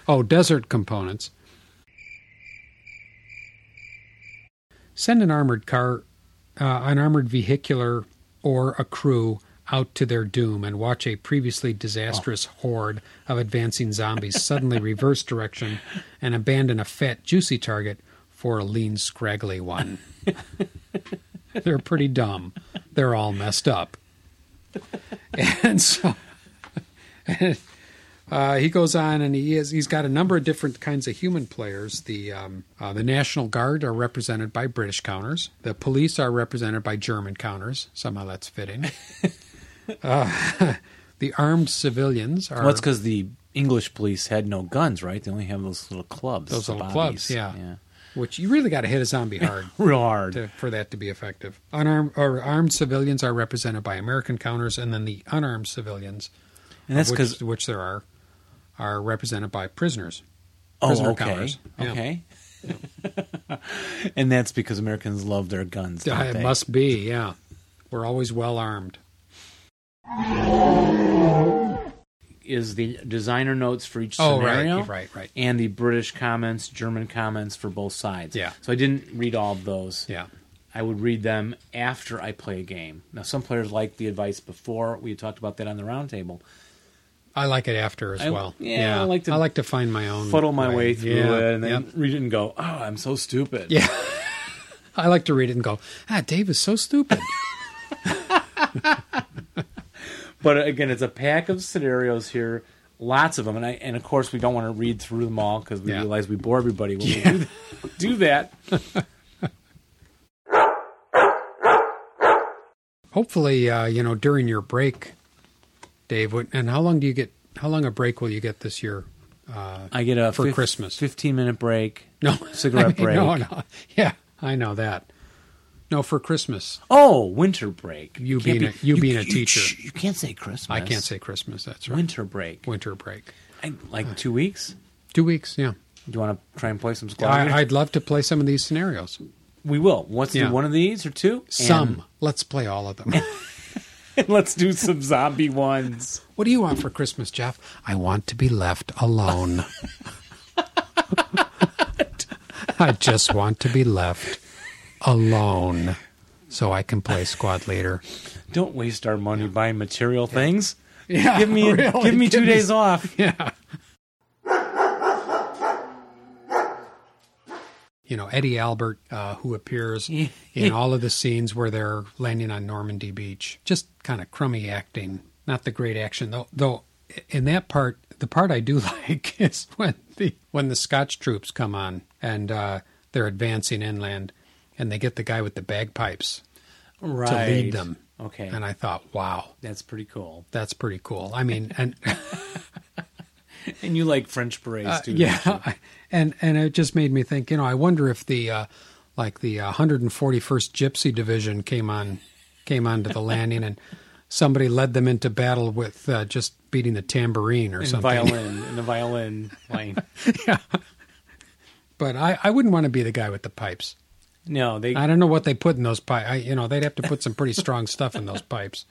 Oh, desert components. Send an armored car, uh, an armored vehicular, or a crew out to their doom and watch a previously disastrous horde of advancing zombies suddenly reverse direction and abandon a fat, juicy target for a lean, scraggly one. They're pretty dumb. They're all messed up. And so uh, he goes on and he is, he's got a number of different kinds of human players. The um, uh, the National Guard are represented by British counters. The police are represented by German counters. Somehow that's fitting. uh, the armed civilians are
Well, that's because the English police had no guns, right? They only have those little clubs.
those
the
little
bobbies.
clubs, yeah. Which you really got to hit a zombie hard,
real hard,
for that to be effective. Unarmed or armed civilians are represented by American counters, and then the unarmed civilians,
And that's
of
'cause-
which, which there are, are represented by prisoners.
Oh,
prisoner
okay.
counters. Yeah.
Okay. and that's because Americans love their guns.
Yeah,
don't
it
they?
must be. Yeah, we're always well armed.
is the designer notes for each
Oh, right,
scenario,
right, right.
and the British comments, German comments for both sides.
Yeah.
So I didn't read all of those.
Yeah.
I would read them after I play a game. Now, some players like the advice before. We talked about that on the roundtable.
I like it after as well.
Yeah, I like to
I like to find my own
fuddle my way through
Yeah,
it and then
yep.
read it and go, "Oh, I'm so stupid."
Yeah. I like to read it and go, ah, Dave is so stupid.
But again, it's a pack of scenarios here, lots of them, and I and of course we don't want to read through them all because we realize we bore everybody when we do, do that.
Hopefully, uh, you know, during your break, Dave. What, and how long do you get? How long a break will you get this year? Uh,
I get a
for
fif-
Christmas.
fifteen minute break.
No
cigarette
I mean,
break.
No, no. Yeah, I know that. No, for Christmas.
Oh, winter break.
You
Can't
being a,
be-
you,
you-
being a
you-
teacher.
shh, you can't say Christmas.
I can't say Christmas. That's right.
Winter break.
Winter break.
I, like two weeks.
Two weeks. Yeah.
Do you want to try and play some squad?
I, I'd love to play some of these scenarios.
we will. Let's
Yeah.
do one of these or two. and-
Some. Let's play all of them.
and let's do some zombie ones.
what do you want for Christmas, Jeff? I want to be left alone. I just want to be left alone so I can play squad leader.
Don't waste our money buying material things.
Yeah,
give me
really,
give me
give
two
me-
days off.
Yeah. You know, Eddie Albert, uh, who appears in all of the scenes where they're landing on Normandy Beach. Just kind of crummy acting, not the great action though. Though in that part, the part I do like is when the when the Scotch troops come on and uh, they're advancing inland, and they get the guy with the bagpipes to lead
Right.
them.
Okay.
and I thought, wow,
That's pretty cool.
that's pretty cool. I mean, and.
And you like French berets
Uh,
too?
yeah, and and it just made me think. You know, I wonder if the uh, like the uh, 141st Gypsy Division came on came onto the landing and somebody led them into battle with uh, just beating the tambourine or
and
something.
violin and the violin playing.
But I, I wouldn't want to be the guy with the pipes.
No, they.
I don't know what they put in those pipes. You know, they'd have to put some pretty strong stuff in those pipes.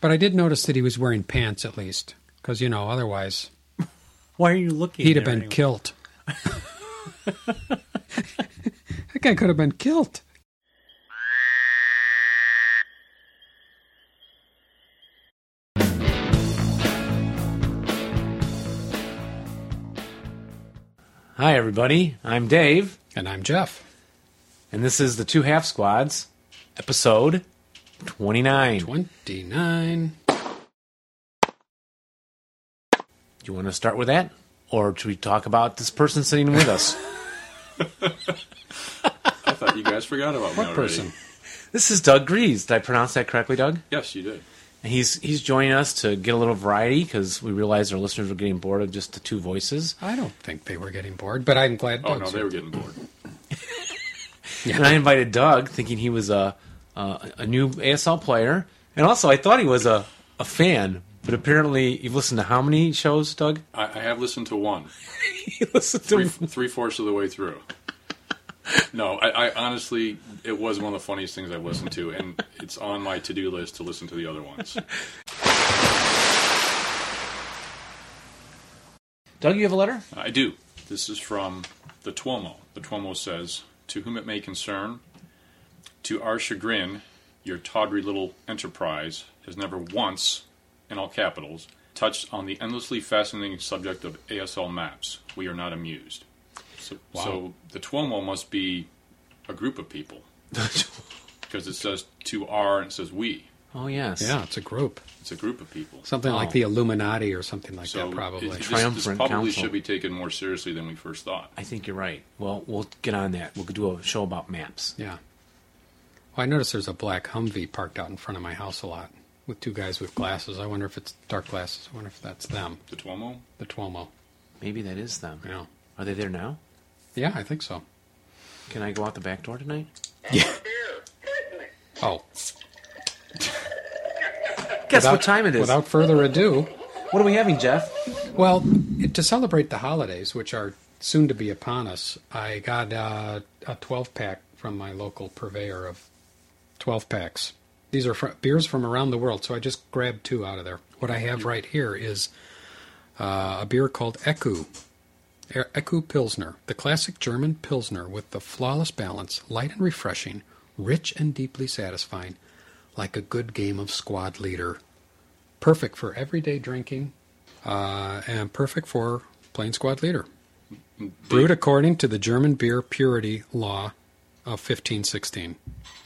But I did notice that he was wearing pants at least, because you know, otherwise
Why are you looking?
he'd have
there
been
anyway?
killed. that guy could have been killed.
Hi, everybody. I'm Dave,
And I'm Jeff.
and this is the Two Half Squads, episode twenty-nine. Do
29.
you want to start with that, or should we talk about this person sitting with us?
I thought you guys forgot about me
What
already.
person?
This is Doug Grease. Did I pronounce that correctly, Doug?
Yes, you did.
And he's he's joining us to get a little variety because we realized our listeners were getting bored of just the two voices.
I don't think they were getting bored, but I'm glad.
Oh
Doug's
no,
here.
they were getting bored.
And I invited Doug, thinking he was a a, a new ASL player, and also I thought he was a, a fan. But apparently, you've listened to how many shows, Doug?
I, I have listened to one,
You listened to
three, three fourths of the way through. No, I, I honestly, it was one of the funniest things I've listened to, and it's on my to-do list to listen to the other ones.
Doug. You have a letter.
I do. This is from the Tuomo. The Tuomo says, To whom it may concern, to our chagrin, your tawdry little enterprise has never once, in all capitals, touched on the endlessly fascinating subject of ASL maps. We are not amused. So,
Wow.
so the Tuomo must be a group of people. Because it says to our and it says we.
Oh yes.
Yeah, it's a group.
It's a group of people.
Something like
Oh.
the Illuminati or something like that, probably.
it- this- this
Triumvirate
probably
council.
should be taken more seriously than we first thought.
I think you're right. Well, we'll get on that. We'll do a show about maps.
yeah. Well, I noticed there's a black Humvee parked out in front of my house a lot with two guys with glasses. I wonder if it's dark glasses. I wonder if that's them,
The Tuomo?
the Tuomo.
Maybe that is them.
Yeah.
Are they there now?
Yeah, I think so.
Can I go out the back door tonight?
Oh,
Guess
Without-
what time it is.
without further ado,
what are we having, Jeff?
Well, to celebrate the holidays, which are soon to be upon us, I got uh, a 12 pack from my local purveyor of 12 packs. These are fr- beers from around the world, so I just grabbed two out of there. What I have right here is uh, a beer called Eku. E- Eku Pilsner, the classic German Pilsner with the flawless balance, light and refreshing, rich and deeply satisfying, like a good game of squad leader. Perfect for everyday drinking uh, and perfect for plain squad leader. Brewed according to the German beer purity law of 1516.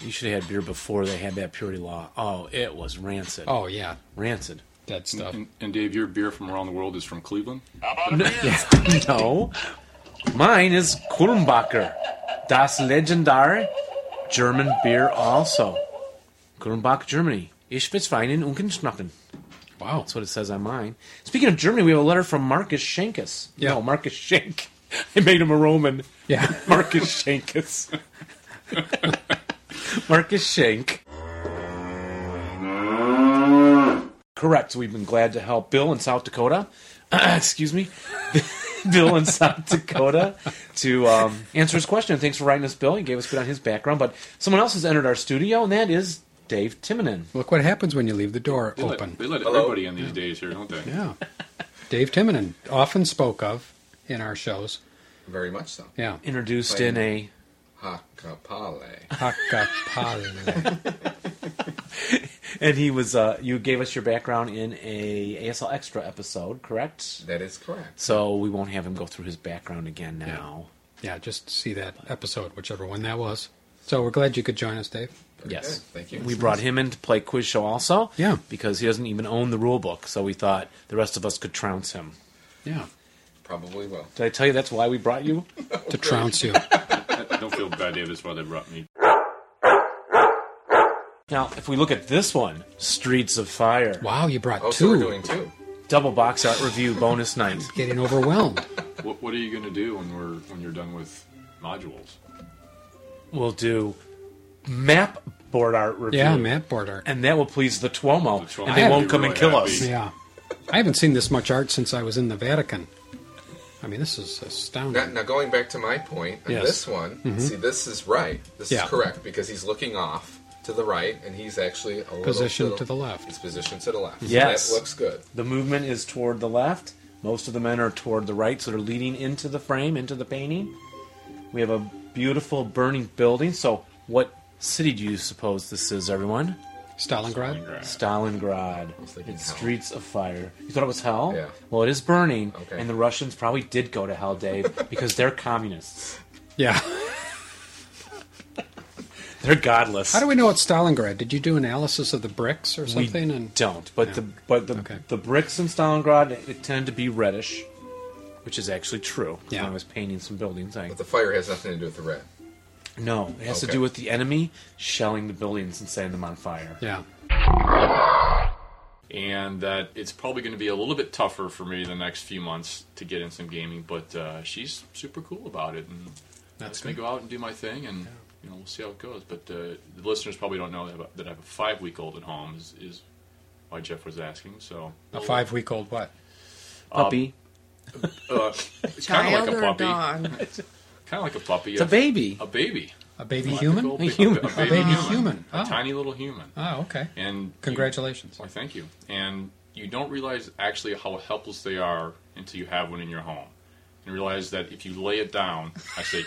You should have had beer before they had that purity law. Oh, it was rancid.
Oh, yeah.
Rancid.
That stuff.
And, and Dave, your beer from around the world is from Cleveland.
no. Mine is Kulmbacher. Das legendary German beer also. Kulmbach, Germany. Ich verzweinen und knacken.
Wow.
That's what it says on mine. Speaking of Germany, we have a letter from Marcus Schenkus.
Yeah.
No, Marcus Schenk. I made him a Roman.
Yeah.
Marcus Schenkus. Marcus Schenk. Correct. We've been glad to help Bill in South Dakota. excuse me. Bill in South Dakota to um, answer his question. Thanks for writing us, Bill. He gave us a bit on his background. But someone else has entered our studio, and that is Dave Timonen.
Look what happens when you leave the door
They
open.
let, they let everybody in these days here, don't they?
Yeah. Dave Timonen, often spoke of in our shows.
Very much so.
Yeah.
Introduced
in
a
Hakapale.
Hakapale.
and he was uh, you gave us your background in a ASL Extra episode, correct?
That is correct.
So we won't have him go through his background again now.
Yeah, just see that episode, whichever one that was. So we're glad you could join us, Dave.
Yes.
good. Thank you.
We brought him in to play quiz show also. Yeah. Because he doesn't even own the rule book, so we thought the rest of us could trounce him.
Yeah.
Probably will.
Did I tell you that's why we brought you?
to trounce you.
I I don't feel bad, Dave. That's why they brought me.
Now, if we look at this one, Streets of Fire.
Wow, you brought
Oh,
two.
so we're doing two.
Double box art review bonus night.
Getting overwhelmed.
What, what are you going to do when we're when you're done with modules?
We'll do map board art review.
Yeah, map board art.
And that will please the Tuomo, and
I
they won't
am
come and kill
really
us.
happy. Yeah. I haven't seen this much art since I was in the Vatican. I mean, this is
Now,
astounding.
now going back to my point, on
Yes.
this one,
Mm-hmm.
Mhm.
see, this is right. This
Yeah.
is correct because he's looking off to the right, and he's actually a little
Positioned
little-
to the left.
He's positioned to the left.
Yes.
so that looks good.
The movement is toward the left. Most of the men are toward the right, so they're leading into the frame, into the painting. We have a beautiful burning building. So, what city do you suppose this is, everyone?
Stalingrad?
Stalingrad. It's streets of fire. You thought it was hell?
Yeah.
Well, it is burning, and the Russians probably did go to hell, Dave, because they're communists.
Yeah.
They're godless.
How do we know it's Stalingrad? Did you do analysis of the bricks or
We
something? and
don't. But
No.
the but the the bricks in Stalingrad it, tend to be reddish, which is actually true. 'cause When I was painting some buildings, I
But the fire has nothing to do with the red.
no, it has to
Okay.
do with the enemy shelling the buildings and setting them on fire.
Yeah.
and that it's probably going to be a little bit tougher for me the next few months to get in some gaming. But uh, she's super cool about it, and
That's
lets me
good.
go out and do my thing, and you know we'll see how it goes. But uh, the listeners probably don't know that I have a- that I have a five week old at home is, is why Jeff was asking. So
A five week old what?
Uh, uh, it's kind of
Child
like a
or a
puppy.
dog?
kind of like a puppy.
It's a baby.
A baby.
A baby
Like
human?
little
A
ba-
human.
A,
A
baby,
baby
human.
human.
A
Oh.
tiny little human.
Oh, okay.
And you-
Congratulations.
why, thank you. And you don't realize actually how helpless they are until you have one in your home. And realize that if you lay it down, I say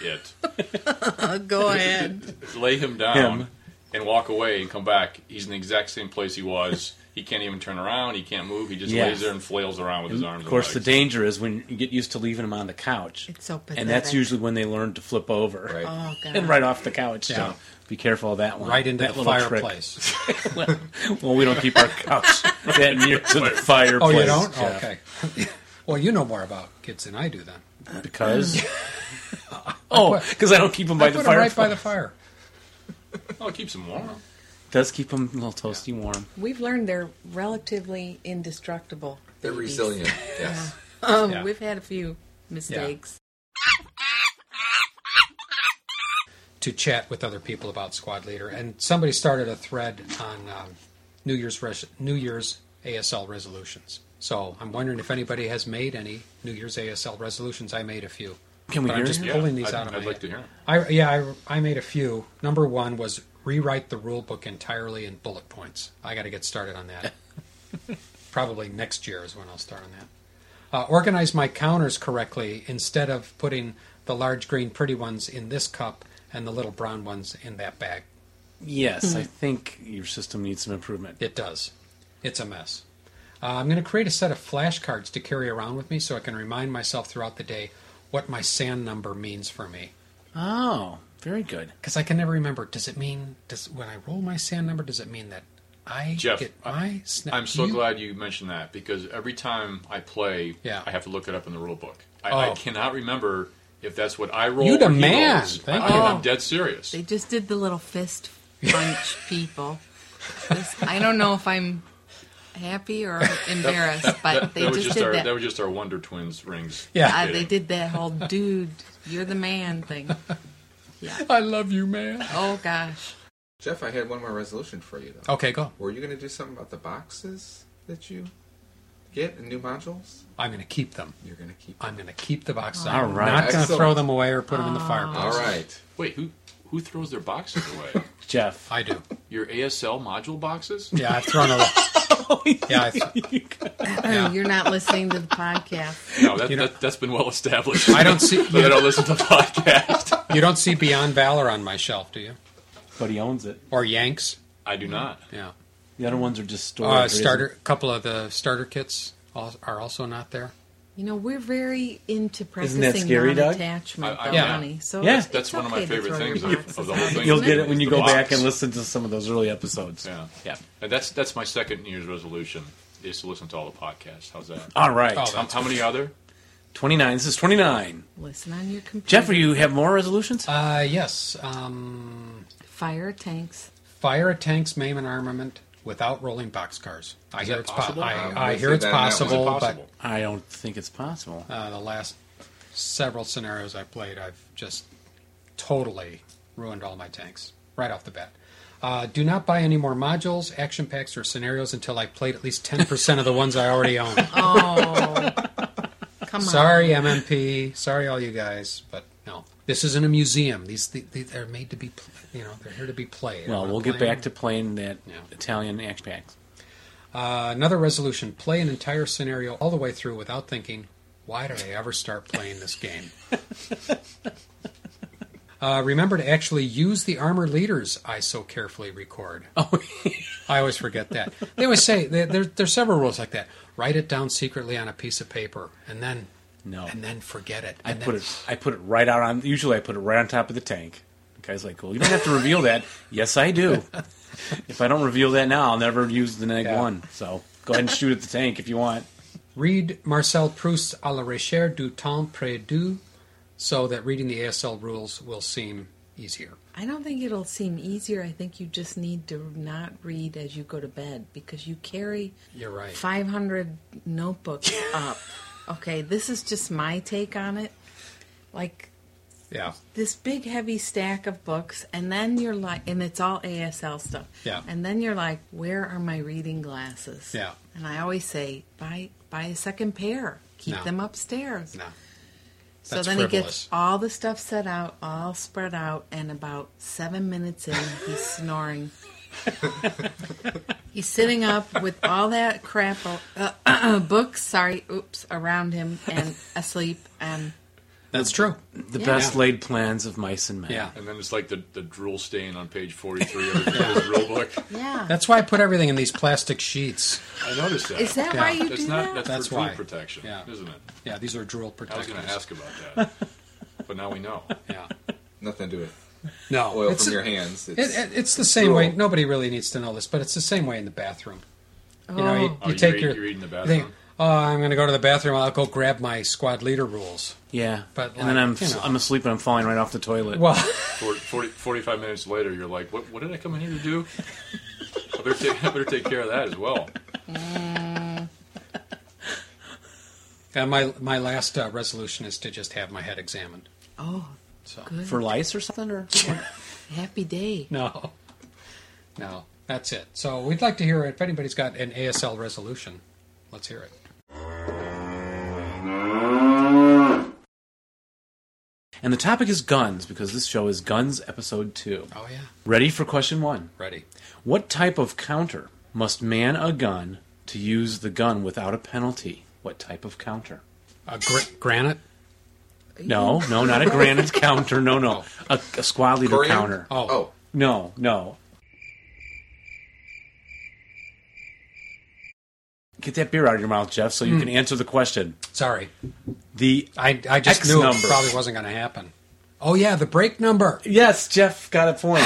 it,
Go ahead.
lay him down
Him.
and walk away and come back, he's in the exact same place he was. he can't even turn around. He can't move. He just
Yes.
lays there and flails around with his
And
arms.
Of course, the
and legs.
danger is when you get used to leaving them on the couch.
It's so
And that's
pathetic.
usually when they learn to flip over. Right.
Oh, God.
And right off the couch.
Yeah.
So be careful of that one.
Right into
that
the
little trick.
fireplace.
well, well, we don't keep our couch that near to the fireplace.
Oh, you don't?
Jeff.
Okay. well, you know more about kids than I do then.
Because- Oh, because I don't keep them by
I put
the
'em
fire.
right by the fire.
Oh, it keeps him warm.
Does keep them a little toasty warm.
We've learned they're relatively indestructible.
They're
babies.
resilient, yes.
Yeah. Um,
Yeah.
We've had a few mistakes.
to chat with other people about Squad Leader. And somebody started a thread on um, New Year's res- New Year's ASL resolutions. So I'm wondering if anybody has made any New Year's ASL resolutions. I made a few.
Can we
But
hear
I'm just
it?
pulling
Yeah,
these
I'd-
out of
I'd
my
like
head.
to hear it.
I, yeah, I, I made a few. Number one was rewrite the rule book entirely in bullet points. I got to get started on that. Probably next year is when I'll start on that. Uh, organize my counters correctly instead of putting the large green pretty ones in this cup and the little brown ones in that bag.
Yes,
Mm-hmm.
I think your system needs some improvement.
It does. It's a mess. Uh, I'm going to create a set of flashcards to carry around with me so I can remind myself throughout the day what my sand number means for me.
Oh, very good.
Because I can never remember. Does it mean does when I roll my sand number? Does it mean that I
Jeff,
get my? Sna-
I'm so
You-
glad you mentioned that because every time I play,
Yeah.
I have to look it up in the rule book. I,
Oh.
I cannot remember if that's what I roll.
You
or
the
he
man.
rolls.
Thank
I,
you.
I'm dead serious.
They just did the little fist punch people. This- I don't know if I'm happy or embarrassed,
That-
but
that-
they
that was
just,
just
did
our,
that.
was just our Wonder Twins rings.
Uh, they did that whole dude, you're the man thing. Yeah.
I love you, man.
Oh gosh.
Jeff, I had one more resolution for you, though.
Okay, go.
Were you going to do something about the boxes that you get and new modules?
I'm going to keep them.
You're going to keep.
I'm going to keep the boxes.
All
I'm
right.
not going to
Excellent.
throw them away or put them in the fireplace.
All right. Wait, who who throws their boxes away?
Jeff,
I do.
Your ASL module boxes?
Yeah, I've thrown a lot. yeah, I've, Yeah.
You're not listening to the podcast.
No, that, that, that's been well established.
I don't see-
But I don't listen to podcasts.
you don't see Beyond Valor on my shelf, do you?
But he owns it.
Or Yanks?
I do not.
Yeah.
The other ones are just stored.
Uh, starter, a couple of the starter kits al- are also not there.
You know, we're very into practicing
scary, Doug?
non-attachment,
I- I-
though,
yeah.
honey. So
Yeah.
it's,
That's
it's
one of my
okay to
favorite
throw your
things of-
Oh,
boxes
of the
out.
whole thing.
You'll get
is
it when you
the
go
box.
back and listen to some of those early episodes.
Yeah. And that's that's my second New Year's resolution is to listen to all the podcasts. How's that?
All
Oh,
right.
how, how many are there?
29. This is 29.
Listen on your computer.
Jeff, you have more resolutions?
Uh, yes. Um,
Fire tanks.
Fire a tank's maim and armament without rolling boxcars. I
Is
hear
that
it's
possible?
I,
Um,
I
let's
hear
see
it's
that now. Is it
possible,
possible?
but
I don't think it's possible.
uh, the last several scenarios I played, I've just totally ruined all my tanks right off the bat. Uh, do not buy any more modules, action packs, or scenarios until I played at least ten percent of the ones I already own.
Oh, come on.
sorry, MMP. Sorry, all you guys, but no, this isn't a museum. These th- th- they're made to be, pl- you know, they're here to be played.
Well,
I'm not
we'll get
playing
back to playing that Italian action packs.
Uh, another resolution play an entire scenario all the way through without thinking, why did I ever start playing this game? Uh, remember to actually use the armor leaders I so carefully record. Oh, I always forget that. They always say there, there, there's several rules like that. Write it down secretly on a piece of paper, and then
No.
and then forget it.
I
And
put
then-
it. I put it right out on. Usually, I put it right on top of the tank. The guy's like, "Well, you don't have to reveal that." yes, I do. if I don't reveal that now, I'll never use the neg one. So go ahead and shoot at the tank if you want.
Read Marcel Proust's A la recherche du temps perdu, so that reading the ASL rules will seem easier.
I don't think it'll seem easier. I think you just need to not read as you go to bed because you carry
You're right.
500 notebooks up. Okay, this is just my take on it. Like
Yeah.
this big heavy stack of books and then you're like and it's all ASL stuff.
Yeah.
And then you're like, "Where are my reading glasses?"
Yeah.
And I always say, "Buy buy a second pair. Keep
No.
them upstairs."
No.
So
That's
then he
frivolous.
gets all the stuff set out, all spread out, and about seven minutes in, he's snoring. he's sitting up with all that crap, uh, books, sorry, oops, around him and asleep. And
That's true.
The
Yeah.
best laid plans of mice and men.
And then it's like the, the drool stain on page 43 of the rule book.
Yeah.
That's why I put everything in these plastic sheets.
I noticed that.
Is that why you
that's
do
not,
that?
That's,
That's
for
why.
drool protection,
Yeah.
isn't it?
Yeah, these are drool
I was going to
protectors.
ask about that, but now we know.
Yeah.
Nothing to do with
No,
oil
it's-
from your hands.
It, it- it's the same way. Nobody really needs to know this, but it's the same way in the bathroom. You know, you,
Oh,
you
you
take
read-
your.
you read in the
you think, oh, I'm going to go to the bathroom. I'll go grab my squad leader rules.
Yeah,
But
and then
like,
I'm
you know.
I'm asleep and I'm falling right off the toilet.
Well,
40, 40, 45 minutes later, you're like, what, what did I come in here to do? I better, take, I better take care of that as well.
Mm. And my my last uh, resolution is to just have my head examined.
Oh,
So
good.
or something, or
happy day.
No, no, that's it. So we'd like to hear if anybody's got an ASL resolution. Let's hear it.
And the topic is guns, because this show is Guns Episode 2.
Oh, yeah.
Ready for question one?
Ready.
What type of counter must man a gun to use the gun without a penalty? What type of counter?
A gr- granite?
No, no, not a granite counter. No, no.
Oh.
A, a squad leader
Corian?
counter.
Oh.
Oh.
No, no. Get that beer out of your mouth, Jeff, so you
Hmm.
can answer the question.
Sorry.
The
I, I just
X
knew
number.
it probably wasn't going to happen. Oh, yeah, the break number.
Yes, Jeff got a point.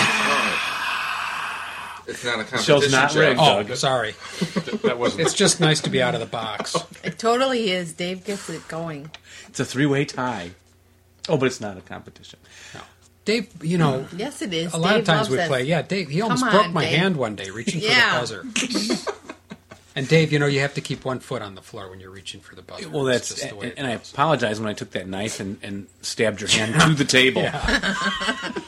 It's not a competition.
Show's not
Jeff.
rigged,
Oh,
Doug.
sorry.
That wasn't.
It's just nice to be out of the box.
It totally is. Dave gets it going.
It's a three-way tie. Oh, but it's not a competition.
Dave, you know,
Yes, it is.
a lot
Dave
of times
loves
we
us.
play. Yeah, Uh, Dave, he almost
Come
broke
on,
my
Dave.
hand one day reaching
Yeah.
for the buzzer. and Dave, you know, you have to keep one foot on the floor when you're reaching for the buzzer.
Well,
It's
that's
just the way.
and, and I apologize when I took that knife and, and stabbed your hand to the table. Yeah,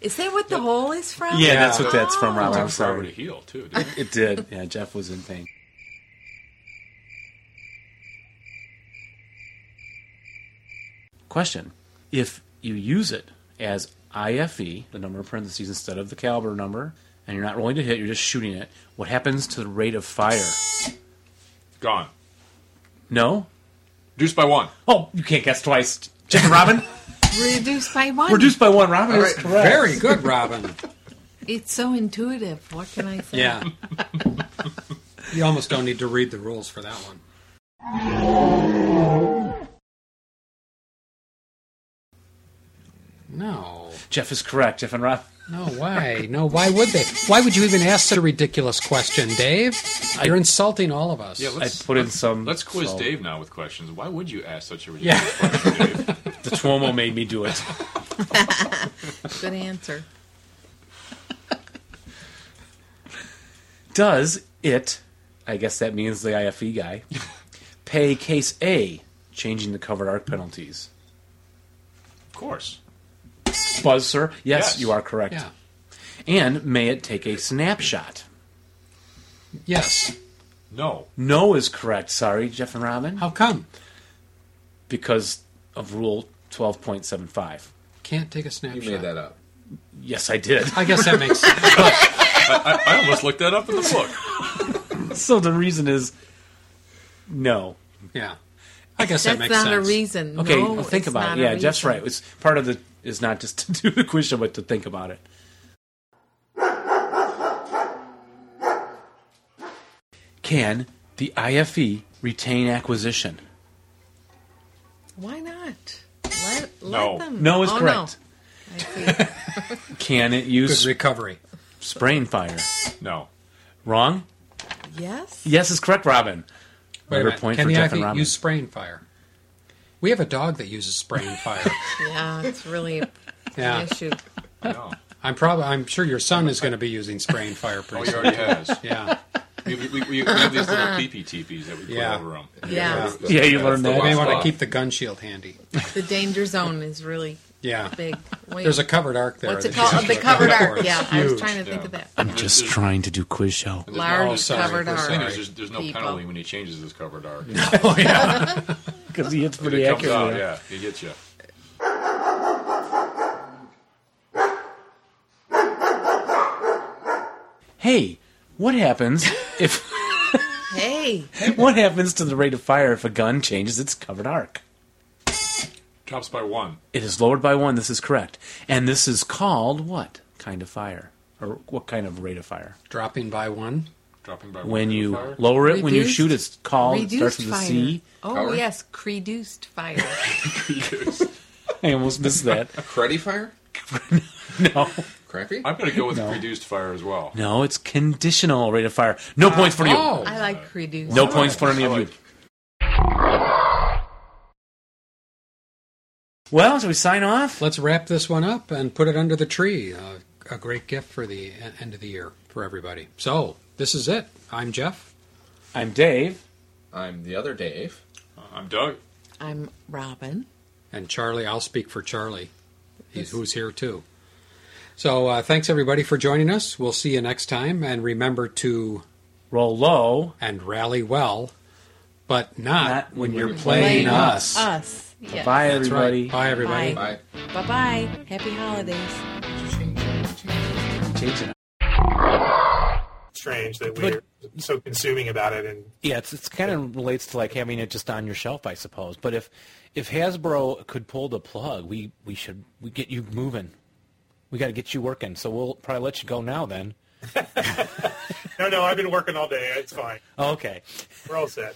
Is that what the hole is from?
that's what that's from, Rob.
It
I'm
took
sorry.
forever to heal, too, didn't
it? It did. Yeah, Jeff was in pain. Question: If you use it as IFE, the number of parentheses instead of the caliber number, and you're not rolling to hit, you're just shooting it. What happens to the rate of fire?
Gone.
No,
reduced by one.
Oh, you can't guess twice, Jeff and Robin.
Reduced by one.
reduced by one. Robin
All
is
right.
correct.
Very good, Robin.
It's so intuitive. What can I say?
Yeah. you almost don't need to read the rules for that one. No.
Jeff is correct. Jeff and Rob.
No, why? No, why would they? Why would you even ask such a ridiculous question, Dave? You're insulting all of us.
Yeah, let's
put in
let's-
some-
Let's quiz
some-
Dave now with questions. Why would you ask such a
Yeah.
ridiculous question, Dave?
The Tuomo made me do it.
Good answer.
Does it, I guess that means the IFE guy, pay case A, changing the covered arc penalties?
Of course.
Buzz, sir? Yes,
Yes.
you are correct.
Yeah.
And may it take a snapshot?
Yes.
No.
No is correct. Sorry, Jeff and Robin. How
come?
Because of rule 12.75.
Can't take a snapshot.
up.
Yes, I did.
I guess that makes sense.
I, I, I almost looked that up in the book.
so the reason is no.
Yeah. I guess
That's
that makes
not
sense.
a reason.
Okay,
No,
well, think
it's
about
not
it.
a
Yeah, Jeff's
reason.
right. It's part of the is not just to do the quiz show, but to think about it. Can the IFE retain acquisition?
Why not? Let, let
No.
them.
No is
oh,
correct.
No. I see.
Can it use
Good recovery?
Sprain fire.
No.
Wrong.
yes.
Yes is correct, Robin.
Wait a
Another
minute.
point
Can
for
the
Jeff and
IV
Robin.
use sprain fire? We have a dog that uses sprain fire.
Yeah, it's really an
Yeah.
issue.
I'm probably. I'm sure your son is going to be using sprain fire
Oh,
pretty
he
soon.
already has.
Yeah.
We, we, we, we have these little peepee teepees that we put
Yeah.
over them.
Yeah.
Yeah, you
learned
You
that.
may want to
Wow.
keep the gun shield handy.
The danger zone is really
Yeah.
big. Wait.
There's a covered arc there.
What's it
that you have
called? Oh,
to
The
look out
covered
for.
arc.
It's
Yeah, I was
huge.
trying to think of that.
I'm just trying to do quiz show.
There's
Large
no-
sorry.
covered
The
arc.
thing is, there's, there's no
people.
penalty when he changes his covered arc.
Oh yeah, because he hits
When
pretty
it comes
accurate.
out, yeah, he gets you.
Hey, what happens if?
Hey,
what happens to the rate of fire if a gun changes its covered arc?
Drops by one.
It is lowered by one. This is correct, and this is called what kind of fire, or what kind of rate of fire?
Dropping by one.
Dropping by
When
one.
you
fire?
lower it, when you
Reduced-
shoot, it's called it
reduced
starts with a
fire.
C.
Oh
Colour?
yes, reduced fire.
I almost missed that.
Cruddy fire?
No,
Crappy?
I'm going to go with
No.
reduced fire as well.
no, it's conditional rate of fire. No points for you.
Oh.
I like reduced.
No
fire.
points for any of you. Well, shall we sign off?
Let's wrap this one up and put it under the tree. Uh, a great gift for the e- end of the year for everybody. So this is it. I'm Jeff.
I'm Dave.
I'm the other Dave.
I'm Doug.
I'm Robin.
And Charlie, I'll speak for Charlie, he's, who's here too. So uh, thanks everybody for joining us. We'll see you next time, and remember to
roll low
and rally well, but not, when, you're playing, us.
Us. Yes.
Bye,
That's right.
everybody.
Bye everybody.
Bye. Bye. Bye bye. Happy holidays.
Changing it.
strange that we're so consuming about it and
Yeah, it's it's kind of relates to like having it just on your shelf, I suppose. But if if Hasbro could pull the plug, we we should we get you moving. We got to get you working. So we'll probably let you go now then.
no no i've been working all day it's fine
Okay.
we're all set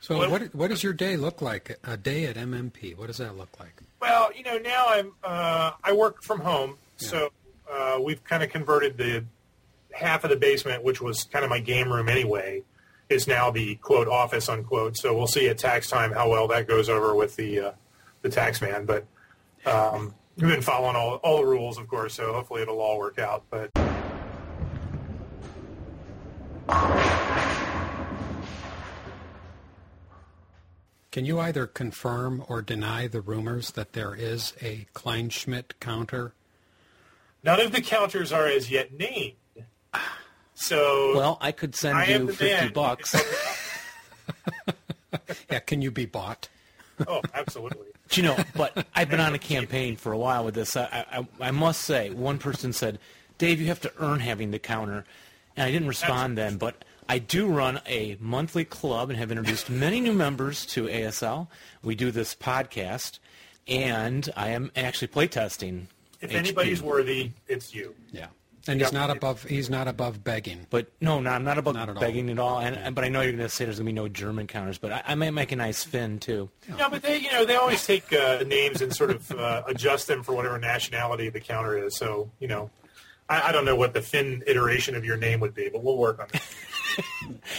So what what does your day look like? A day at MMP. What does that look like?
well you know now i'm uh, i work from home so uh, we've kind of converted the half of the basement which was kind of my game room anyway is now the quote office unquote so we'll see at tax time how well that goes over with the uh, the tax man but um, we've been following all, all the rules of course so hopefully it'll all work out but
Can you either confirm or deny the rumors that there is a Kleinschmidt counter?
None of the counters are as yet named. So
Well, I could send
I am
you
the
50
man.
bucks.
yeah, can you be bought?
oh, absolutely.
Do you know, but I've been on a campaign for a while with this. I, I, I must say, one person said, Dave, you have to earn having the counter. And I didn't respond then, but I do run a monthly club and have introduced many new members to ASL. We do this podcast, and I am actually playtesting.
If
HP.
anybody's worthy, it's you.
Yeah. And he's not above he's not above begging.
But no, no, I'm not about
Not at all.
begging at all. And, and- but I know you're going to say there's going to be no German counters, but I, I might make a nice fin too.
No, but they, you know, they always take uh, names and sort of uh, adjust them for whatever nationality the counter is. So, you know, I, I don't know what the Finn iteration of your name would be, but we'll work on it.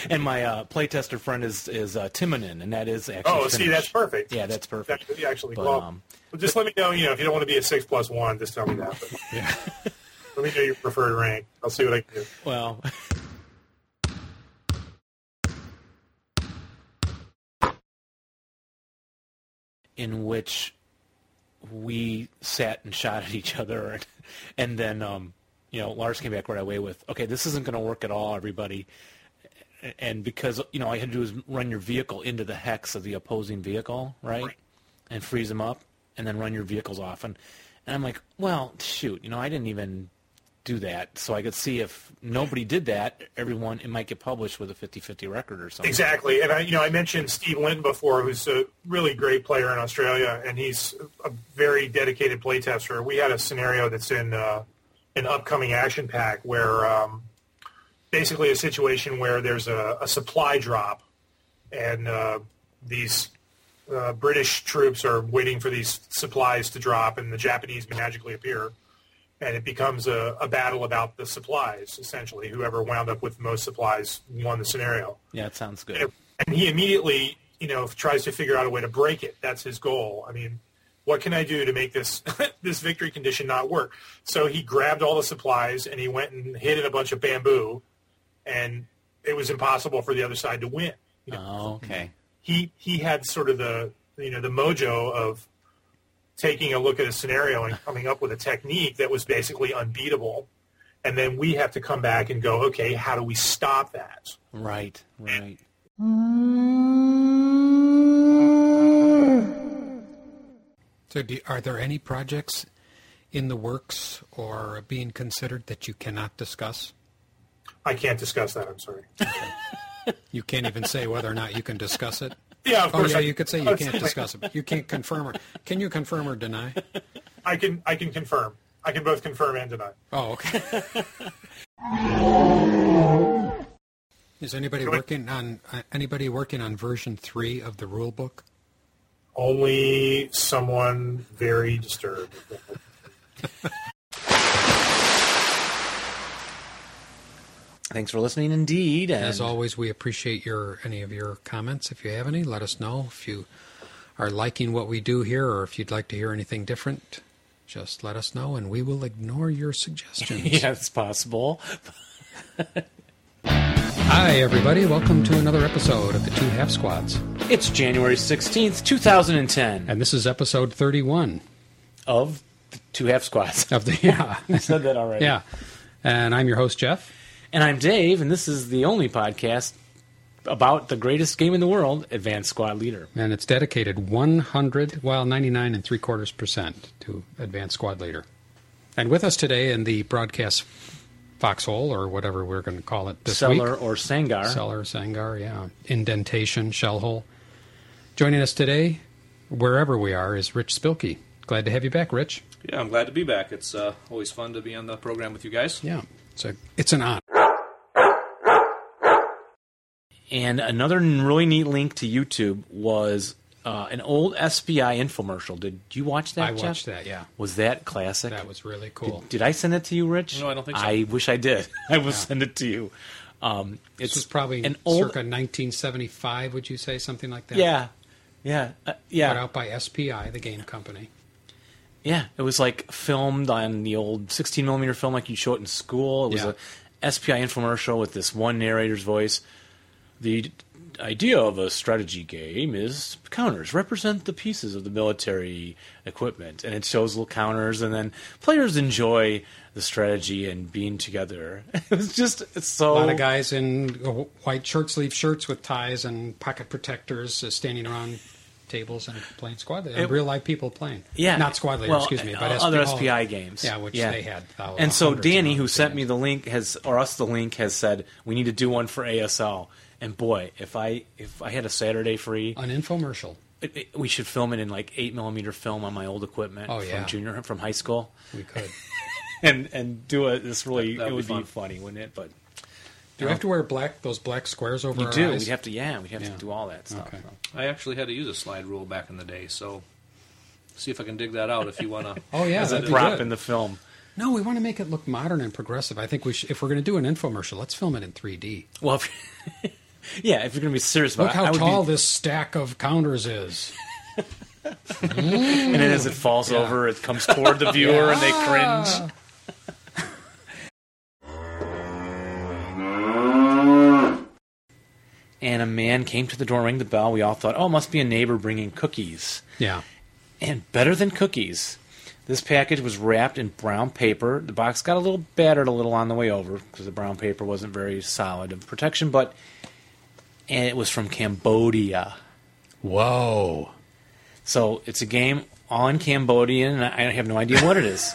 And my uh, playtester friend is is uh, Timonin, and that is actually.
Oh, see,
Finnish.
that's perfect.
Yeah, that's perfect.
That could be actually
But,
well,
um,
well, just let me know. You know, if you don't want to be a six plus one, just tell me that. But, Let me know your preferred rank. I'll see what I can do.
Well, in which we sat and shot at each other, and, and then um, you know Lars came back right away with, "Okay, this isn't going to work at all, everybody." And because you know all you had to do was run your vehicle into the hex of the opposing vehicle, right, and freeze them up, and then run your vehicles off. And and I'm like, well, shoot, you know, I didn't even do that, so I could see if nobody did that, everyone it might get published with a 50-50 record or something.
Exactly, and I, you know, I mentioned Steve Lynn before, who's a really great player in Australia, and he's a very dedicated playtester. We had a scenario that's in uh, an upcoming action pack where um, basically a situation where there's a, a supply drop, and uh, these uh, British troops are waiting for these supplies to drop, and the Japanese magically appear, and it becomes a, a battle about the supplies. Essentially, whoever wound up with the most supplies won the scenario
Yeah, it sounds good.
and he immediately you know tries to figure out a way to break it that's his goal i mean what can i do to make this this victory condition not work so he grabbed all the supplies and he went and hid in a bunch of bamboo and it was impossible for the other side to win
Oh, okay.
he he had sort of the you know the mojo of taking a look at a scenario and coming up with a technique that was basically unbeatable and then we have to come back and go okay how do we stop that
Right, right.
嗯
So do, are there any projects in the works or being considered that you cannot discuss?
I can't discuss that. I'm sorry.
You can't even say whether or not you can discuss it.
Yeah, of
Oh,
course
yeah,
I-
you could say
I
you
was
can't
like-
discuss it. but You can't confirm or can you confirm or deny?
I can I can confirm. I can both confirm and deny.
Oh, okay. Is anybody working on uh, anybody working on version three of the rule book?
Only someone very disturbed.
Thanks for listening, indeed. And
As always, we appreciate your any of your comments. If you have any, let us know. If you are liking what we do here, or if you'd like to hear anything different, just let us know, and we will ignore your suggestions.
yeah, it's possible.
Hi, everybody. Welcome to another episode of the Two Half Squads.
It's January 16th, 2010.
And this is episode 31.
Of the Two Half Squads.
Of the, yeah.
I said that already.
Yeah. And I'm your host, Jeff.
And I'm Dave, and this is the only podcast about the greatest game in the world, Advanced Squad Leader.
And it's dedicated 100, well, 99 and three quarters percent to Advanced Squad Leader. And with us today in the broadcast foxhole, or whatever we're going to call it this week.
Cellar or Sangar.
Cellar, Sangar, yeah. Indentation, shell hole. Joining us today, wherever we are, is Rich Spilkey. Glad to have you back, Rich.
Yeah, I'm glad to be back. It's uh, always fun to be on the program with you guys.
Yeah, it's, a, it's an honor.
And another n- really neat link to YouTube was uh, an old SBI infomercial. Did you watch that?
I
Jeff?
watched that, yeah.
Was that classic?
That was really cool.
Did, did I send it to you, Rich?
No, I don't think so.
I wish I did. I will
Yeah.
send it to you. Um,
This was probably
an old
circa 1975, would you say? Something like that?
Yeah. Yeah. Uh, yeah.
Put out by SPI, the game company.
Yeah, it was like filmed on the old 16 millimeter film, like you'd show it in school. It was
Yeah.
a SPI infomercial with this one narrator's voice. The idea of a strategy game is counters represent the pieces of the military equipment, and it shows little counters, and then players enjoy the strategy and being together. it was just it's so
a lot of guys in uh, white shirt sleeve shirts with ties and pocket protectors uh, standing around tables and playing squad leader.
It-
real life people playing.
Yeah,
not squad leader.
Well,
excuse me,
uh,
but
other
SPI,
SPI games.
Yeah, which they had. Oh, thou-
And so
hundreds of
Danny, who sent me the link, has or us the link, has said we need to do one for ASL. And boy, if I if I had a Saturday free,
an infomercial.
it- it- we should film it in like eight millimeter film on my old equipment
Oh,
from
yeah.
junior from high school.
We could.
and and do a this really
That- that
it
would
would
be
be,
fun.
funny, wouldn't it? But
Do we have to wear black those black squares over?
you
our
do.
eyes?
We'd have to yeah, we'd have
Yeah.
to do all that stuff.
Okay.
I actually had to use a slide rule back in the day, so see if I can dig that out if you want to.
Oh yeah,
As a
that'd be
prop
good.
in the film.
No, we want to make it look modern and progressive. I think we should, if we're going to do an infomercial, let's film it in 3D.
Well, if, yeah, if you're gonna be serious about
Look
it,
how
I would be-
tall this stack of counters is.
and then as it falls
Yeah.
over, it comes toward the
Ah.
viewer, and they cringe. And a man came to the door, rang the bell. We all thought, "Oh, it must be a neighbor bringing cookies."
Yeah.
And better than cookies, this package was wrapped in brown paper. The box got a little battered a little on the way over because the brown paper wasn't very solid of protection, but and it was from Cambodia.
Whoa.
So it's a game all in Cambodian, and I I have no idea what it is.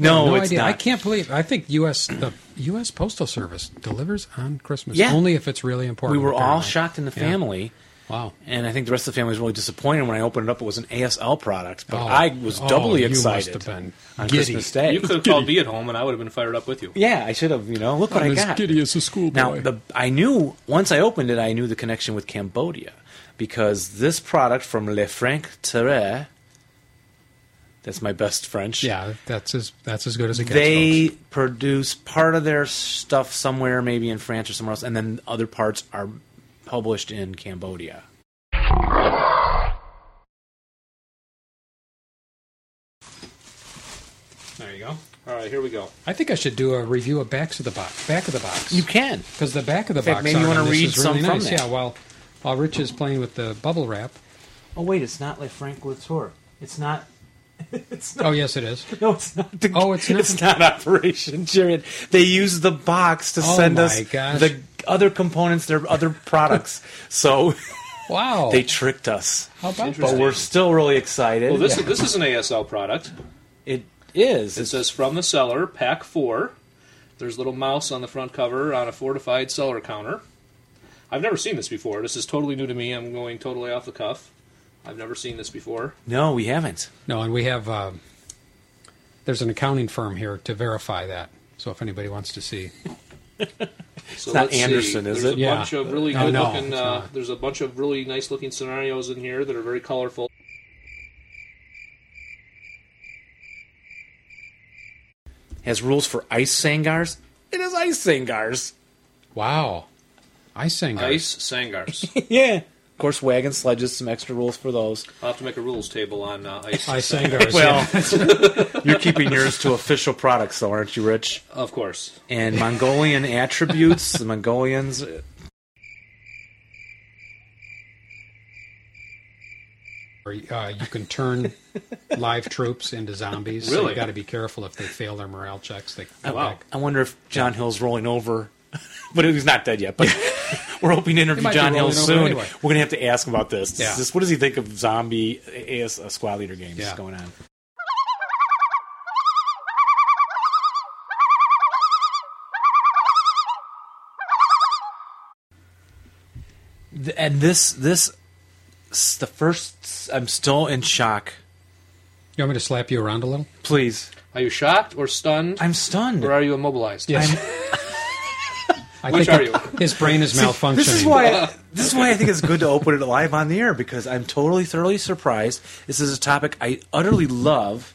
no, it's
idea.
not.
I can't believe. I think U.S. the U.S. Postal Service delivers on Christmas
Yeah.
only if it's really important.
we were all
apparently.
shocked in the
Yeah.
family.
Wow.
And I think the rest of the family was really disappointed when I opened it up. It was an ASL product, but
Oh.
I was
Oh,
doubly
you must
excited
have been
on
giddy.
Christmas Day.
You could have called me at home, and I would have been fired up with you.
Yeah, I should have. You know, look what
I'm
I
as
got.
giddy
as a schoolboy.
Now, the, I knew once I opened it, I knew the connection with Cambodia because this product from Le Franc Terre. That's my best French.
Yeah, that's as that's as good as it gets.
They produce part of their stuff somewhere, maybe in France or somewhere else, and then other parts are published in Cambodia.
There you go. All right, here we go.
I think I should do a review of backs of the box. Back of the box. You
can
because the back of the
In fact,
box.
maybe you
want to
wanna read
is really
some from
nice.
that.
Yeah, while while Rich is playing with the bubble wrap.
Oh wait, it's not Le Franc Latour. It's not. it's not.
Oh yes, it is.
No, it's not. The,
oh, it's not.
It's not Operation Chariot. They use the box to
Oh
send
my
us
gosh.
the other components, their other products. so
wow,
they tricked us.
How about
But
that?
we're still really excited.
Well, this is, this is an ASL product.
It is.
It says from the seller, pack four. There's a little mouse on the front cover on a fortified seller counter. I've never seen this before. This is totally new to me. I'm going totally off the cuff. I've never seen this before.
No, we haven't.
No, and we have. Uh, there's an accounting firm here to verify that. So if anybody wants to see,
So
It's not
let's see.
Anderson, is
there's
it?
A
Yeah.
bunch of really
No,
good
no,
looking.
it's
Uh,
not.
there's a bunch of really nice looking scenarios in here that are very colorful.
has rules for ice sangars. It is ice sangars.
Wow, ice sangars.
Ice sangars.
yeah. Of course, wagon sledges. Some extra rules for those.
I'll have to make a rules table on uh, ice.
Ice sangars.
well, you're keeping yours to official products, though, aren't you, Rich?
Of course.
And Mongolian attributes. The Mongolians. uh,
Or, uh, you can turn live troops into zombies. So
Really? Oh,
you got to be careful if they fail their morale checks. They come
I,
back.
I wonder if John Hill's rolling over but he's not dead yet. But we're hoping to
might
interview
be
John Hill
rolling over
soon.
anyway.
We're gonna have to ask him about this. This-
Yeah.
this- what does he think of zombie AS uh, squad leader games going on? Th- And this this s- the first s- I'm still in shock.
You want me to slap you around a little?
Please.
Are you shocked or stunned?
I'm stunned.
Or are you immobilized?
Yes. I
Which
think
are you?
His brain is
See,
malfunctioning.
This is why this is why I think it's good to open it live on the air because I'm totally thoroughly surprised. This is a topic I utterly love.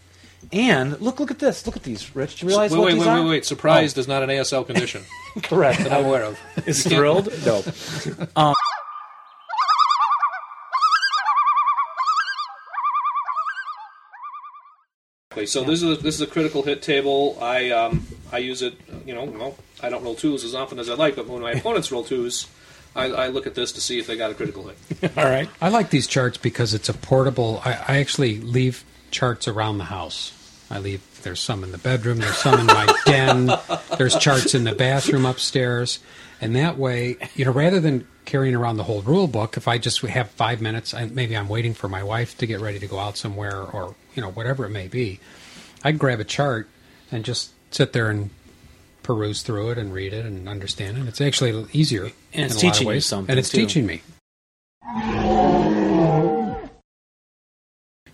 And look look at this. Look at these, Rich. Do you realize
wait,
what
wait,
these
wait,
are?
wait, wait. Surprised is not an ASL condition.
Correct.
That I'm aware of.
Is
You can't-
thrilled? No. Um,
Okay, so this is a, this is a critical hit table. I um, I use it. You know, well, I don't roll twos as often as I like, but when my opponents roll twos, I, I look at this to see if they got a critical hit.
All right.
I like these charts because it's a portable. I, I actually leave charts around the house. I leave. There's some in the bedroom. There's some in my den. There's charts in the bathroom upstairs, and that way, you know, rather than carrying around the whole rule book, if I just have five minutes, and maybe I'm waiting for my wife to get ready to go out somewhere, or you know, whatever it may be, I grab a chart and just sit there and peruse through it and read it and understand it. It's actually easier.
And
in a lot
it's
of
teaching you
ways.
something,
And it's
too.
teaching me.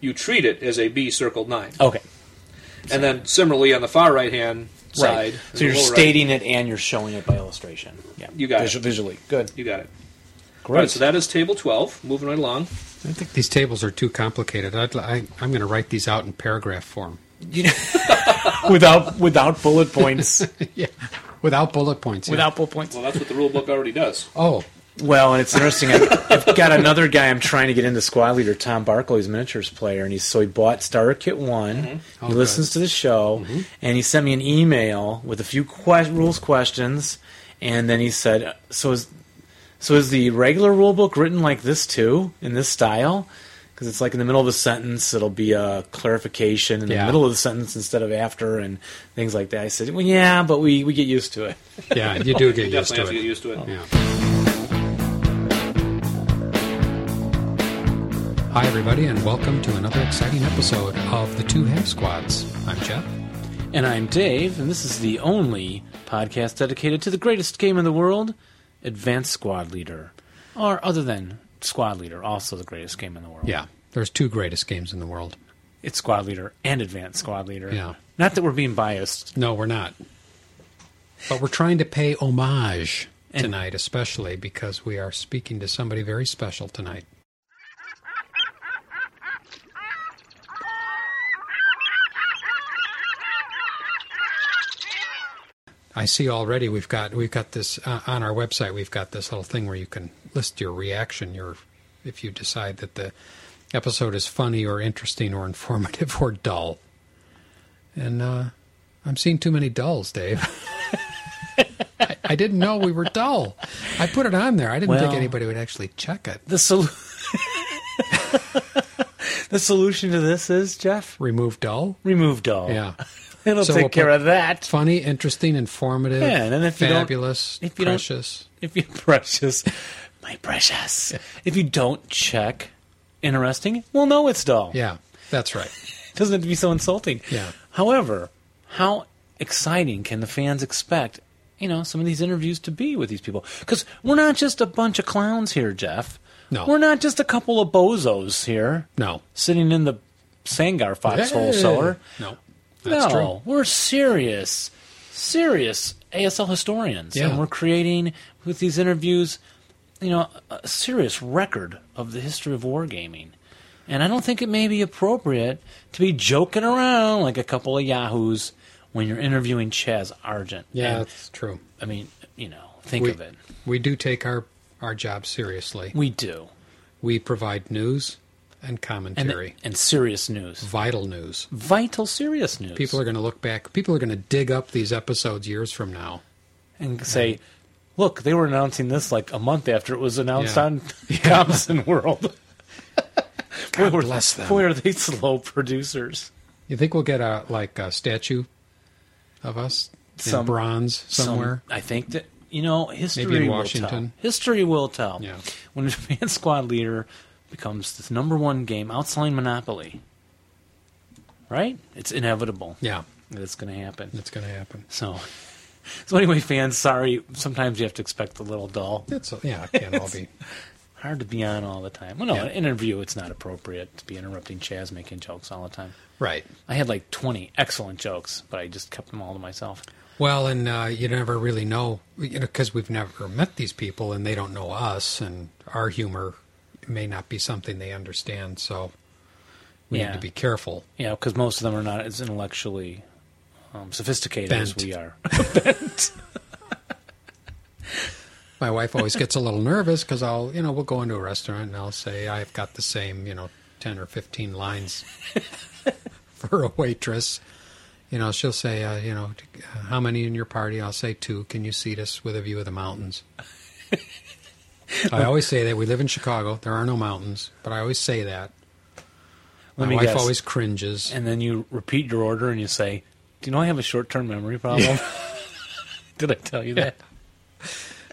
You treat it as a B circled nine.
Okay.
And then similarly on the far right hand side.
Right.
in
So
the
you're
lower right-
stating it and you're showing it by illustration. Yeah.
You got
Visu-
it.
visually. Good.
You got it.
Great.
All right, so that is table 12. Moving right along.
I think these tables are too complicated. I'd, li- I, I'm going to write these out in paragraph form.
without without bullet points.
yeah, without bullet points. yeah.
Without bullet points.
Well, that's what the rule book already does.
Oh.
Well, and it's interesting. I've, I've got another guy I'm trying to get into squad leader, Tom Barkle. He's a miniatures player, and he's so he bought Starter Kit One.
Mm-hmm.
Oh,
he
good.
listens to the show, and he sent me an email with a few que- rules questions, and then he said, "So is so is the regular rule book written like this too, in this style?" Because it's like in the middle of a sentence, it'll be a clarification in the
Yeah.
middle of the sentence instead of after, and things like that. I said, "Well, yeah, but we, we get used to it."
Yeah, you do get
You
used
definitely
to
have
it.
to get used to it.
Hi, everybody, and welcome to another exciting episode of the Two Half Squads. I'm Jeff.
And I'm Dave, and this is the only podcast dedicated to the greatest game in the world, Advanced Squad Leader. Or other than Squad Leader, also the greatest game in the world.
Yeah, there's two greatest games in the world.
It's Squad Leader and Advanced Squad Leader.
Yeah.
Not that we're being biased.
No, we're not. But we're trying to pay homage tonight, especially because we are speaking to somebody very special tonight. I see already we've got we've got this uh, on our website. We've got this little thing where you can list your reaction, your if you decide that the episode is funny or interesting or informative or dull. And uh, I'm seeing too many dulls, Dave. I, I didn't know we were dull. I put it on there. I didn't think
Well-
anybody would actually check it.
The sol- The solution to this is, Jeff?
Remove dull?
Remove dull.
Yeah.
It'll take care
put
of that.
Funny, interesting, informative,
Yeah, and then if you don't-
fabulous,
if you don't-
precious.
If you're precious, my precious. If you don't check interesting, we'll know it's dull.
Yeah, that's right.
Doesn't have to be so insulting.
Yeah.
However, how exciting can the fans expect, you know, some of these interviews to be with these people? Because we're not just a bunch of clowns here, Jeff.
No.
We're not just a couple of bozos here.
No.
Sitting in the Sangar foxhole
Hey.
cellar.
No, that's
no, we're serious, serious ASL historians,
Yeah.
and we're creating with these interviews, you know, a a serious record of the history of wargaming. And I don't think it may be appropriate to be joking around like a couple of yahoos when you're interviewing Chaz Argent.
Yeah,
And,
that's true.
I mean, you know, think
We-
of it.
We do take our, our job seriously.
We do.
We provide news and commentary.
and serious news.
Vital news.
Vital serious news.
People are going to look back. People are going to dig up these episodes years from now.
and say, "Look, they were announcing this like a month after it was announced
Yeah.
on Thompson World."
God
boy, were-
bless them.
Boy, are they slow producers?
You think we'll get a like a statue of us in
Some-
bronze
some-
somewhere?
I think that You know, history
Maybe in
will
Washington.
tell. History will tell. When a Japan squad leader becomes the number one game outside Monopoly, right? It's inevitable.
Yeah.
that it's going to happen.
It's going to happen.
So, so anyway, fans, sorry. Sometimes you have to expect a little dull.
It's yeah, it can't all be.
Hard to be on all the time. Well, no,
Yeah.
an interview, it's not appropriate to be interrupting Chaz making jokes all the time.
Right.
I had like 20 excellent jokes, but I just kept them all to myself.
Well, and uh, you never really know, you know, because we've never met these people and they don't know us, and our humor may not be something they understand. So we
Yeah.
need to be careful.
Yeah, because most of them are not as intellectually um, sophisticated as
Bent.
we are.
My wife always gets a little nervous because I'll, you know, we'll go into a restaurant and I'll say I've got the same, you know, ten or fifteen lines for a waitress. You know, she'll say, uh, you know, how many in your party? I'll say two. Can you seat us with a view of the mountains? I always say that we live in Chicago. There are no mountains, but I always say that. My
Let me
wife
guess.
always cringes.
And then you repeat your order and you say, Do you know I have a short term memory problem? Did I tell you that?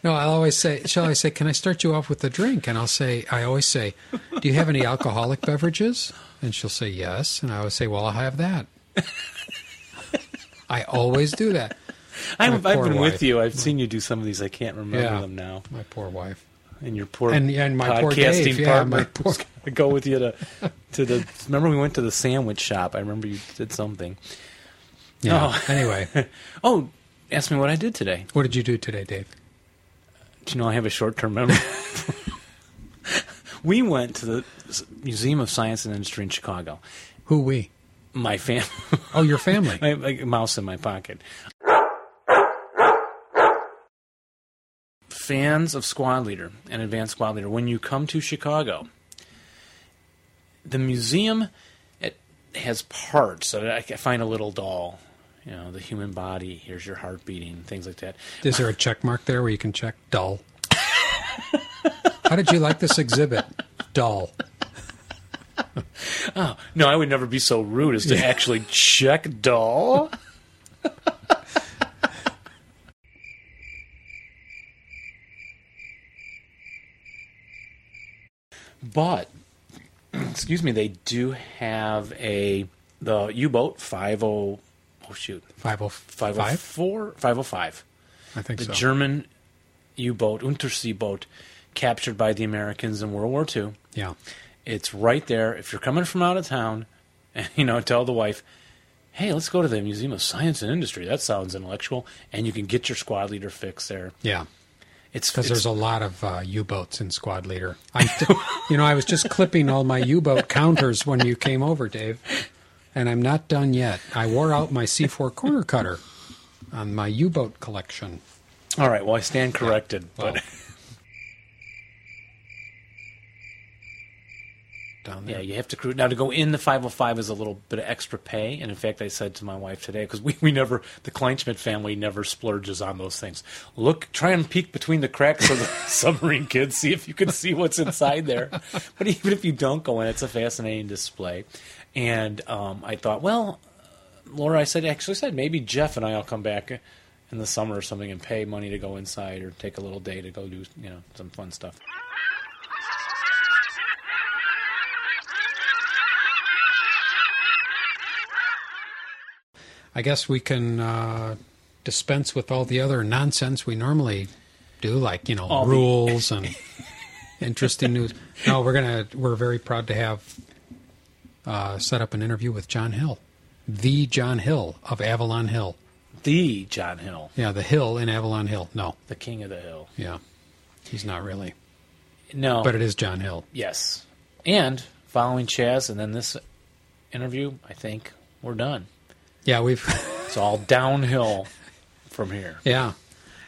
No, I'll always say, shall I say, can I start you off with a drink? And I'll say, I always say, do you have any alcoholic beverages? And she'll say, yes. And I always say, well, I'll have that. I always do that.
I'm,
My
I've
poor
been
wife.
with you. I've seen you do some of these. I can't remember
Yeah.
them now.
My poor wife.
And your poor
And- and my poor
podcasting
Dave, yeah,
partner
my poor-
who's gonna go with you to to the. Remember, we went to the sandwich shop. I remember you did something.
Yeah.
Oh.
Anyway.
oh, ask me what I did today.
What did you do today, Dave?
Do you know I have a short term memory? we went to the S- Museum of Science and Industry in Chicago.
Who we?
My family.
Oh, your family.
I, I- a mouse in my pocket. Fans of Squad Leader and Advanced Squad Leader, when you come to Chicago, the museum it has parts. So I I find a little doll, you know, the human body. Here's your heart beating, things like that.
Is there a check mark there where you can check dull? How did you like this exhibit? Dull.
Oh no, I would never be so rude as to
Yeah.
actually check doll. but excuse me, they do have a the U boat five oh oh shoot 504 505.
I think so.
the German U boat Unterseeboot captured by the Americans in World War II.
Yeah.
It's right there. If you're coming from out of town, and you know, tell the wife, "Hey, let's go to the Museum of Science and Industry. That sounds intellectual." And you can get your squad leader fix there.
Yeah.
It's
because
it's-
there's a lot of uh, U-boats in Squad Leader. I, you know, I was just clipping all my U-boat counters when you came over, Dave, and I'm not done yet. I wore out my C4 corner cutter on my U-boat collection.
All right. Well, I stand corrected, but
down
Yeah, you have to crew. Now, to go in the 505 is a little bit of extra pay. And in fact, I said to my wife today, because we, we never, the Kleinschmidt family never splurges on those things. Look, try and peek between the cracks of the submarine kids, see if you can see what's inside there. But even if you don't go in, it's a fascinating display. And um, I thought, well, Laura, I said, actually said, maybe Jeff and I will come back in the summer or something and pay money to go inside or take a little day to go do, you know, some fun stuff.
I guess we can uh, dispense with all the other nonsense we normally do, like you know
All the-
rules and interesting news. No, we're gonna we're very proud to have uh, set up an interview with John Hill, the John Hill of Avalon Hill.
The John Hill.
Yeah, the Hill in Avalon Hill. No,
The king of the hill.
yeah, he's not really.
No.
but it is John Hill.
Yes. And following Chaz and then this interview, I think we're done.
Yeah, we've
It's all downhill from here.
yeah,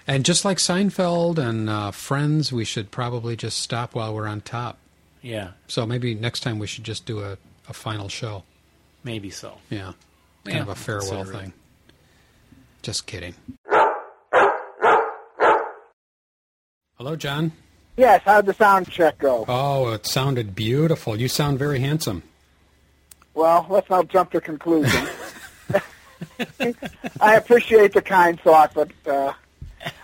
and just like Seinfeld and uh, Friends, we should probably just stop while we're on top.
Yeah,
So maybe next time we should just do a, a final show.
maybe so.
Yeah. Kind
Yeah,
of a farewell
consider it.
thing. Just kidding. Hello, John.
Yes, how'd the sound check go?
Oh, it sounded beautiful. You sound very handsome.
Well, let's not jump to conclusions. I appreciate the kind thought, but uh,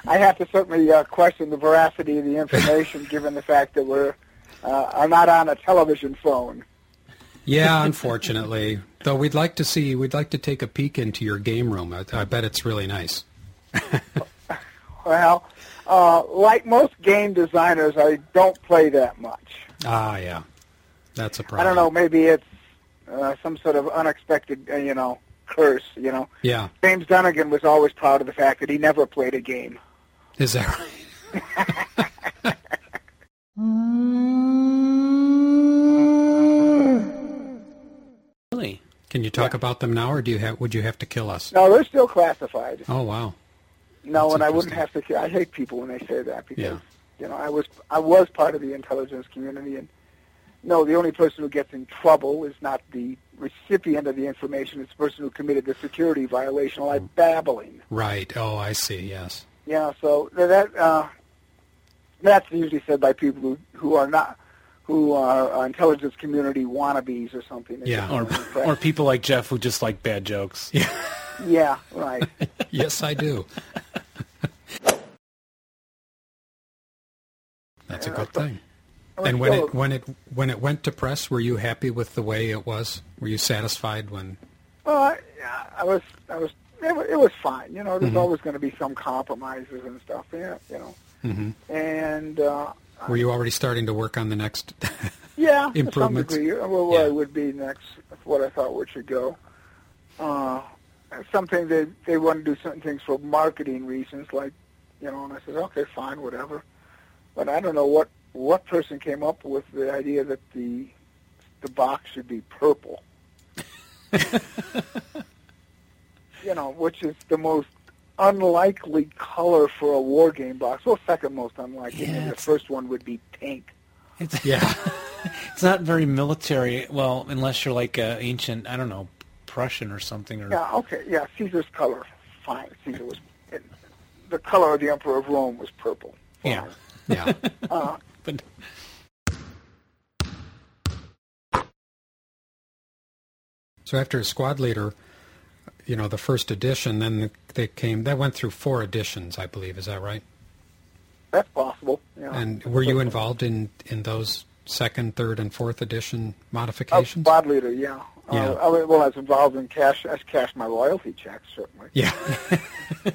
I have to certainly uh, question the veracity of the information, given the fact that we're uh, are not on a television phone.
Yeah, unfortunately. Though we'd like to see, we'd like to take a peek into your game room. I, I bet it's really nice.
Well, uh, like most game designers, I don't play that much.
Ah, yeah, that's a
I
problem.
don't know. Maybe it's uh, some sort of unexpected, uh, you know, curse. You know,
Yeah,
James Dunnigan was always proud of the fact that he never played a game.
is that right?
Really?
Can you talk about them now, or do you have? Would you have to kill us?
No, they're still classified.
Oh wow.
No, and I wouldn't have to. say- I hate people when they say that because
Yeah.
you know I was I was part of the intelligence community, and no, the only person who gets in trouble is not the recipient of the information; it's the person who committed the security violation, like babbling.
Right. Oh, I see. Yes.
Yeah, so that uh, that's usually said by people who, who are not who are uh, intelligence community wannabes or something. They
Yeah.
just
Or
don't impress-
or people like Jeff who just like bad jokes. Yeah.
yeah, right.
yes, I do. That's a good thing. And when it when it when it went to press, were you happy with the way it was? Were you satisfied when?
Well, I, yeah, I was I was it, wa- it was fine. You know, there's
Mhm.
always going to be some compromises and stuff. Yeah, you know,
hmm
and uh,
Were you already starting to work on the next?
yeah, to some
Improvements.
degree, uh, well, what would be next? What I thought would should go. Uh, something they they want to do certain things for marketing reasons, like you know. And I said, okay, fine, whatever. But I don't know what what person came up with the idea that the the box should be purple. you know, which is the most unlikely color for a war game box. Well, second most unlikely.
Yeah,
Maybe the
it's-
first one would be pink.
It's,
yeah.
it's not very military. Well, unless you're like uh, ancient, I don't know, Prussian or something. Or
Yeah, okay, yeah, Caesar's color. Fine, Caesar was. It, the color of the Emperor of Rome was purple.
yeah.
Yeah.
Uh,
but
So after Squad Leader, you know the first edition, then they came. That went through four editions, I believe. Is that right?
that's possible. You know.
And were you involved in in those second, third, and fourth edition
Oh,
modifications?
squad leader, yeah.
Yeah.
Uh, I, was- well, I was involved in cash. I cashed my royalty checks certainly.
Yeah.
Oh,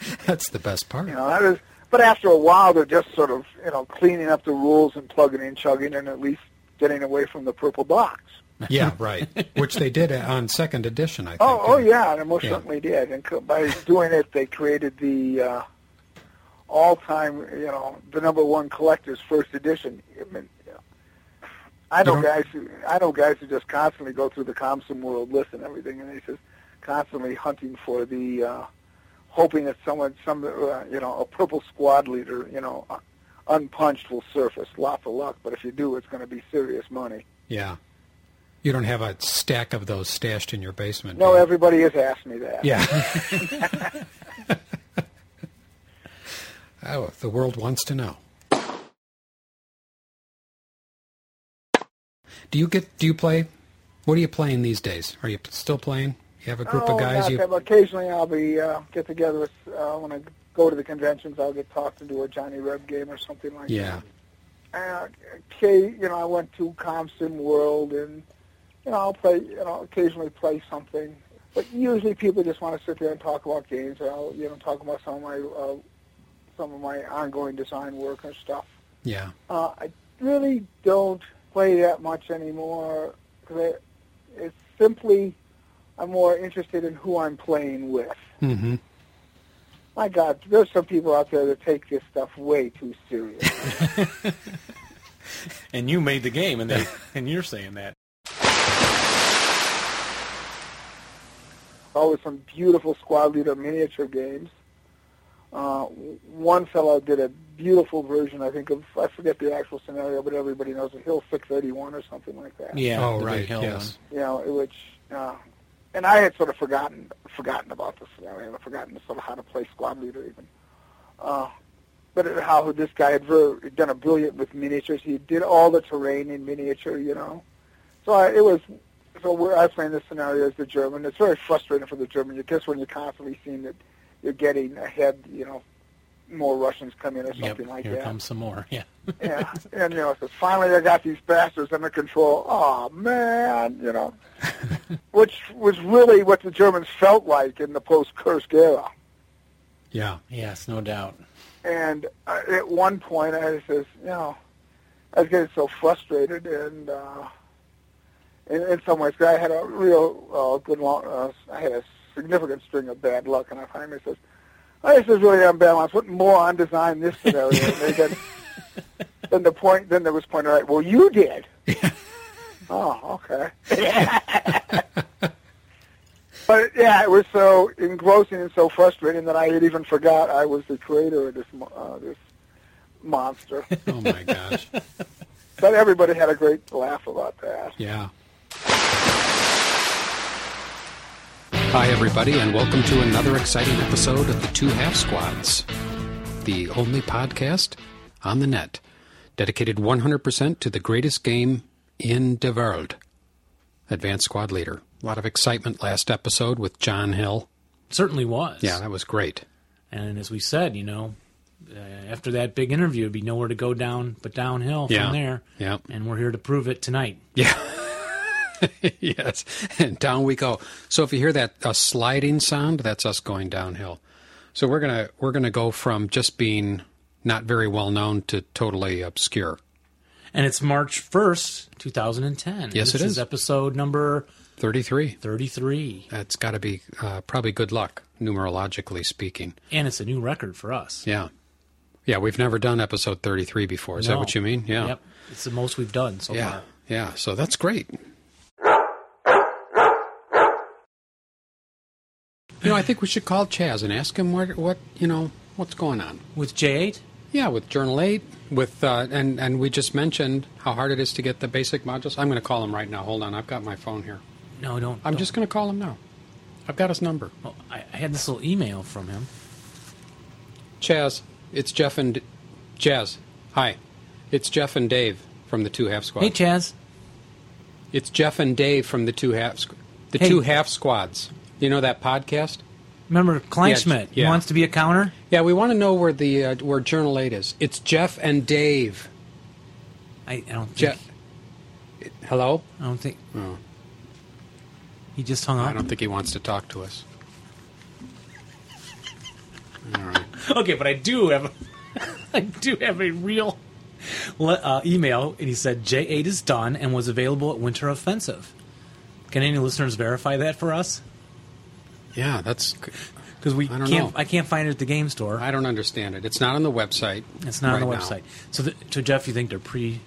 That's the best part.
You know, that is, but after a while, they're just sort of you know cleaning up the rules and plugging and chugging, and at least getting away from the purple box.
Yeah, right. Which they did on second edition, I think.
Oh, oh yeah, they most
Yeah.
certainly did. And co- by doing it, they created the uh, all-time, you know, the number one collector's first edition. I, mean, you know, I know
You
guys who I know guys who just constantly go through the Comsum World list and everything, and they just constantly hunting for the, uh, hoping that someone, some, uh, you know, a purple squad leader, you know, uh, unpunched will surface. Lots of luck, but if you do, it's going to be serious money.
Yeah. You don't have a stack of those stashed in your basement.
No,
do you?
everybody has asked me that.
Yeah. oh, the world wants to know. Do you get? Do you play? What are you playing these days? Are you still playing? You have a group
oh,
of guys.
not
You
that- occasionally I'll be uh, get together with uh, when I go to the conventions. I'll get talked into a Johnny Reb game or something like
yeah.
that. Uh, okay, you know I went to ComSim World and you know I'll play you know occasionally play something, but usually people just want to sit there and talk about games. Or I'll you know talk about some of my uh, some of my ongoing design work and stuff.
Yeah.
Uh, I really don't play that much anymore because it's simply I'm more interested in who I'm playing with.
Mm-hmm.
My God, there's some people out there that take this stuff way too serious.
and you made the game, and they and you're saying that.
Always some beautiful squad leader miniature games. Uh, w- one fellow did a beautiful version, I think of I forget the actual scenario, but everybody knows it, Hill 681 or something like that.
Oh,
the big
right.
hill
Yes.
you know, which, uh, and I had sort of forgotten forgotten about this scenario. I'd forgotten sort of how to play squad leader even. Uh, but it- how this guy had ver- had done a brilliant with miniatures. He did all the terrain in miniature, you know. So I, it was. So where I was playing this scenario as the German. It's very frustrating for the German. You guess when you're constantly seeing that you're getting ahead, you know, more Russians come in or
Yep,
something like
here
that.
comes some more. Yeah.
yeah, and you know, so finally I got these bastards under control. Oh man, you know, which was really what the Germans felt like in the post-Kursk era.
Yeah.
Yes, no doubt.
And uh, at one point, I says, you know, I was getting so frustrated, and uh, in, in some ways, 'cause I had a real uh, good long. Uh, I had a significant string of bad luck, and I finally says, oh, "This is really unbalanced. What moron designed this scenario?" and they then, then the point, then there was pointed out, "Well, you did." oh, okay. but yeah, it was so engrossing and so frustrating that I had even forgot I was the creator of this mo- uh, this monster.
Oh my gosh.
But everybody had a great laugh about that.
Yeah. Hi, everybody, and welcome to another exciting episode of the Two Half Squads, the only podcast on the net dedicated 100% to the greatest game in the world. Advanced Squad Leader. A lot of excitement last episode with John Hill.
Certainly was.
Yeah, that was great.
And as we said, you know, uh, after that big interview, it'd be nowhere to go down but downhill
Yeah.
from there.
Yeah.
And we're here to prove it tonight.
yes. And down we go. So if you hear that a sliding sound, that's us going downhill. So we're gonna we're gonna go from just being not very well known to totally obscure.
And it's March first, two thousand and ten.
Yes,
this
it
is
is.
episode number
Thirty-three.
Thirty-three.
That's got to be uh, probably good luck, numerologically speaking.
and it's a new record for us.
Yeah, yeah. We've never done episode thirty-three before. Is that
No.
what you mean? Yeah.
Yep. It's the most we've done so
yeah.
far.
Yeah. So that's great. You know, I think we should call Chaz and ask him what, what you know, what's going on
with J eight.
Yeah, with Journal eight. With uh, and and we just mentioned how hard it is to get the basic modules. I'm going to call him right now. Hold on, I've got my phone here.
No, don't.
I'm
don't.
just going to call him now. I've got his number.
Well, I, I had this little email from him.
Chaz, it's Jeff and Chaz. Hi, it's Jeff and Dave from the Two Half Squad.
Hey, Chaz.
It's Jeff and Dave from the Two Half Squ- the
Hey.
Two Half Squads. You know that podcast?
Remember Klein
Yeah,
Schmidt? He
yeah.
wants to be a counter.
Yeah, we want to know where the uh, where Journal Eight is. It's Jeff and Dave.
I, I don't think.
Jeff. Hello.
I don't think.
Oh.
He just hung up.
I don't think he wants to talk to us. All right.
okay, but I do have, I do have a real le- uh, email, and he said J eight is done and was available at Winter Offensive. Can any listeners verify that for us?
Yeah, that's
because we
I don't
can't.
know.
I can't find it at the game store.
I don't understand it. It's not on the website.
It's not on the
right
website.
now.
So, the, so Jeff, you think they're pre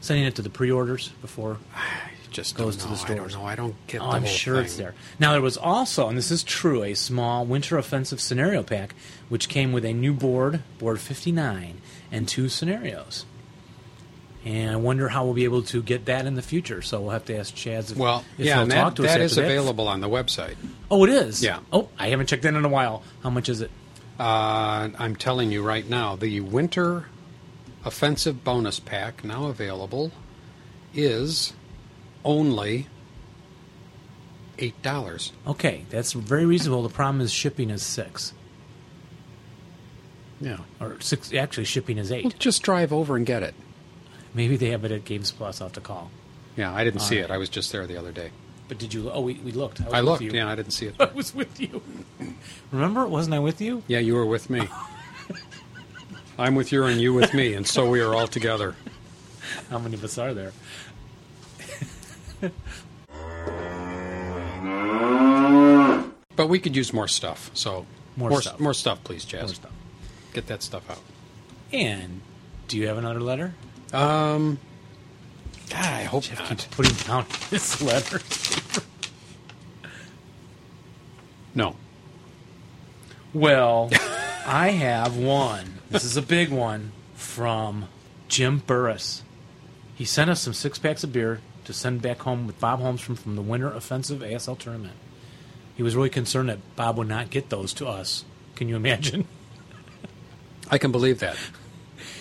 sending it to the pre-orders before
just
goes
don't
to
know. I
the
don't
stores?
know. I don't get
Oh,
the
I'm
whole
sure it's
thing.
there. Now there was also, and this is true, a small winter offensive scenario pack which came with a new board, board 59, and two scenarios. And I wonder how we'll be able to get that in the future. So we'll have to ask Chaz if,
Well,
if
yeah,
he'll
and
talk
that,
to us
that
after
is
that.
available on the website.
Oh, it is.
Yeah.
Oh, I haven't checked that in a while. How much is it?
Uh, I'm telling you right now, the winter offensive bonus pack now available is only eight dollars.
Okay, that's very reasonable. The problem is shipping is six.
Yeah.
Or six. Actually, shipping is eight.
Well, just drive over and get it.
Maybe they have it at Games Plus. I'll have to call.
Yeah, I didn't
All
see
right.
it. I was just there the other day.
But did you? Oh, we, we looked. I, was
I
with
looked.
you.
Yeah, I didn't see it.
I was with you. Remember, wasn't I with you?
Yeah, you were with me. I'm with you and you with me, and so we are all together.
How many of us are there?
But we could use more stuff. So
More
more
stuff.
more stuff, please, Jazz.
More stuff.
Get that stuff out.
And do you have another letter?
Um, God, I hope not.
Keeps putting down this letter.
No.
Well, I have one. This is a big one from Jim Burris. He sent us some six packs of beer to send back home with Bob Holmes from, from the Winter Offensive ASL tournament. He was really concerned that Bob would not get those to us. Can you imagine?
I can believe that.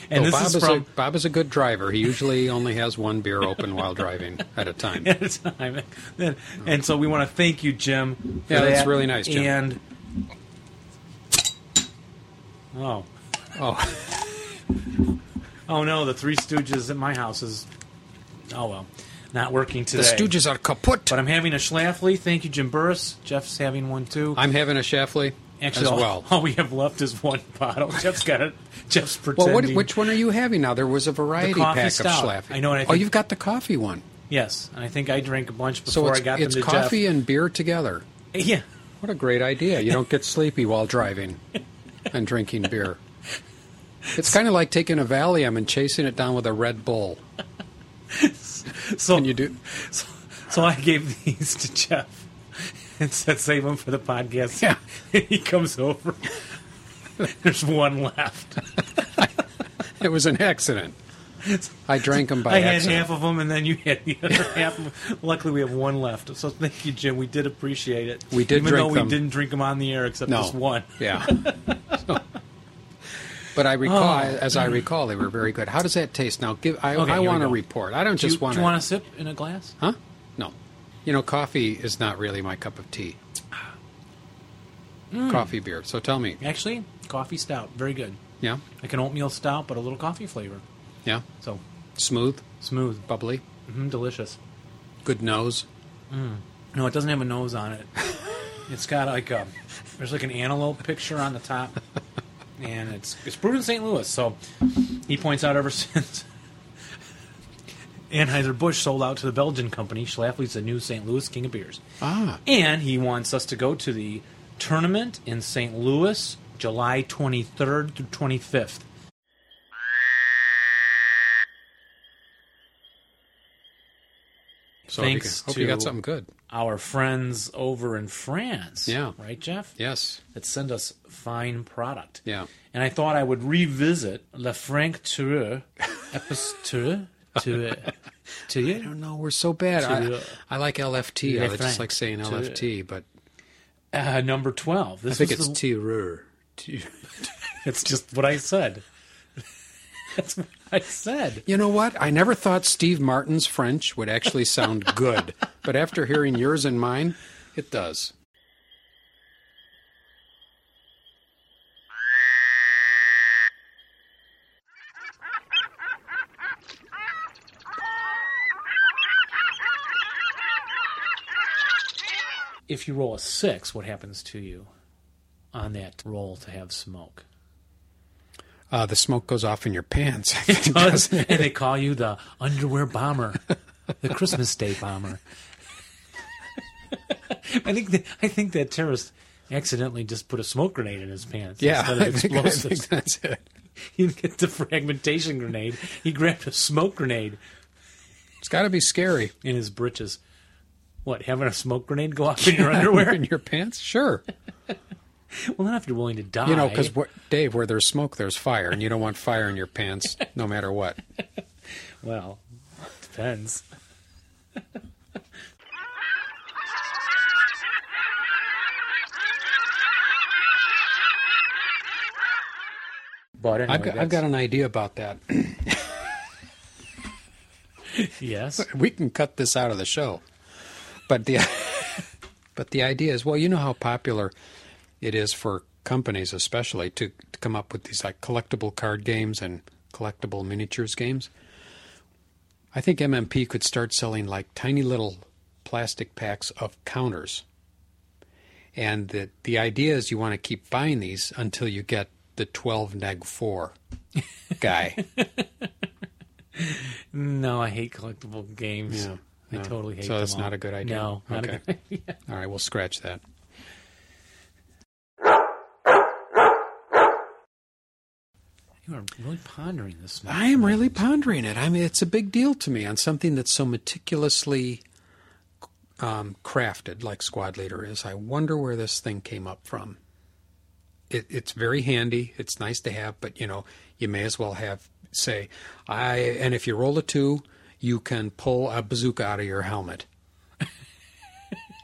And
Though
this
Oh, Bob
is
a-
from
Bob is a good driver. He usually only has one beer open while driving at a time.
at a time. And, and so we want to thank you, Jim. for
Yeah, that's
that.
really nice, Jim.
And Oh.
Oh.
oh no, the Three Stooges at my house is. Oh well, not working today.
Stooges are kaput.
But I'm having a Schlafly. Thank you, Jim Burris. Jeff's having one too.
I'm having a Schlafly
Actually,
as
all-
well.
All, we have left is one bottle. Jeff's got it. Jeff's
Well,
pretending.
what, which one are you having now? There was a variety
coffee
pack
stout.
of Schlafly.
I know, and I
oh,
think-
you've got the coffee one.
Yes, and I think I drank a bunch
so
before
it's,
I got
it's
them to
coffee
Jeff.
and beer together.
Yeah.
What a great idea. You don't get sleepy while driving and drinking beer. It's kind of like taking a Valium and chasing it down with a Red Bull.
So
you do.
So, so I gave these to Jeff and said, "Save them for the podcast."
Yeah.
he comes over. There's one left.
It was an accident. I drank them by
I had
accident.
half of them, and then you had the other half. Of, luckily, we have one left. So thank you, Jim. We did appreciate it.
We did
even
drink
though
them.
we didn't drink them on the air, except
No.
this one.
Yeah. But I recall,
Oh.
as I recall, they were very good. How does that taste? Now, give. I,
Okay,
I
here we
want a
go.
report. I don't
Do you-
just want.
Do you want to sip in a glass?
Huh? No. You know, coffee is not really my cup of tea.
Mm.
Coffee beer. So tell me.
Actually, coffee stout, very good.
Yeah.
Like an oatmeal stout, but a little coffee flavor.
Yeah.
So
smooth,
smooth,
bubbly,
hmm delicious.
Good nose.
Mm. No, it doesn't have a nose on it. it's got like a there's like an antelope picture on the top, and it's it's brewed in St. Louis. So he points out ever since Anheuser Busch sold out to the Belgian company, Schlafly's the new St. Louis king of beers.
Ah.
And he wants us to go to the tournament in St. Louis, July 23rd through 25th.
So hope you
Thanks
got- hope
to
you got something good.
Our friends over in France.
Yeah.
Right, Jeff?
Yes.
That send us fine product.
Yeah.
And I thought I would revisit Le Franc Toureux episode. To, to you? I
don't know. We're so bad. I, I like LFT. I
Le
just like
Franc
saying
Toureux.
LFT, but
Uh, number 12. This
I think
was
it's
the-
Tirur.
It's just what I said. That's what I said.
You know what? I never thought Steve Martin's French would actually sound good, but after hearing yours and mine, it does.
If you roll a six, what happens to you on that roll to have smoke?
Uh, the smoke goes off in your pants. It doesn't
and they call you the underwear bomber, the Christmas Day bomber. I think that, I think that terrorist accidentally just put a smoke grenade in his pants.
Yeah,
instead
I
of
think- I think
explosives.
that's it.
He didn't get the fragmentation grenade. He grabbed a smoke grenade.
It's got to be scary
in his britches. What having a smoke grenade go off in your underwear?
in your pants? Sure.
well, not if you're willing to die.
You know, because Dave, where there's smoke, there's fire, and you don't want fire in your pants, no matter what.
Well, depends. But anyway,
I've got, I've
that's-
got an idea about that.
yes,
we can cut this out of the show. But the but the idea is well, you know how popular it is for companies, especially, to, to come up with these like collectible card games and collectible miniatures games. I think MMP could start selling like tiny little plastic packs of counters. And the, the idea is you want to keep buying these until you get the 12 neg 4 guy.
no, I hate collectible games.
Yeah,
I
no.
totally hate
So
them
that's
all.
not a good idea.
No, not
okay.
a good idea.
All right, we'll scratch that.
You are really pondering this. Smoke.
I am really pondering it. I mean, it's a big deal to me on something that's so meticulously um, crafted, like Squad Leader is. I wonder where this thing came up from. It, it's very handy. It's nice to have, but you know, you may as well have say, I. And if you roll a two, you can pull a bazooka out of your helmet,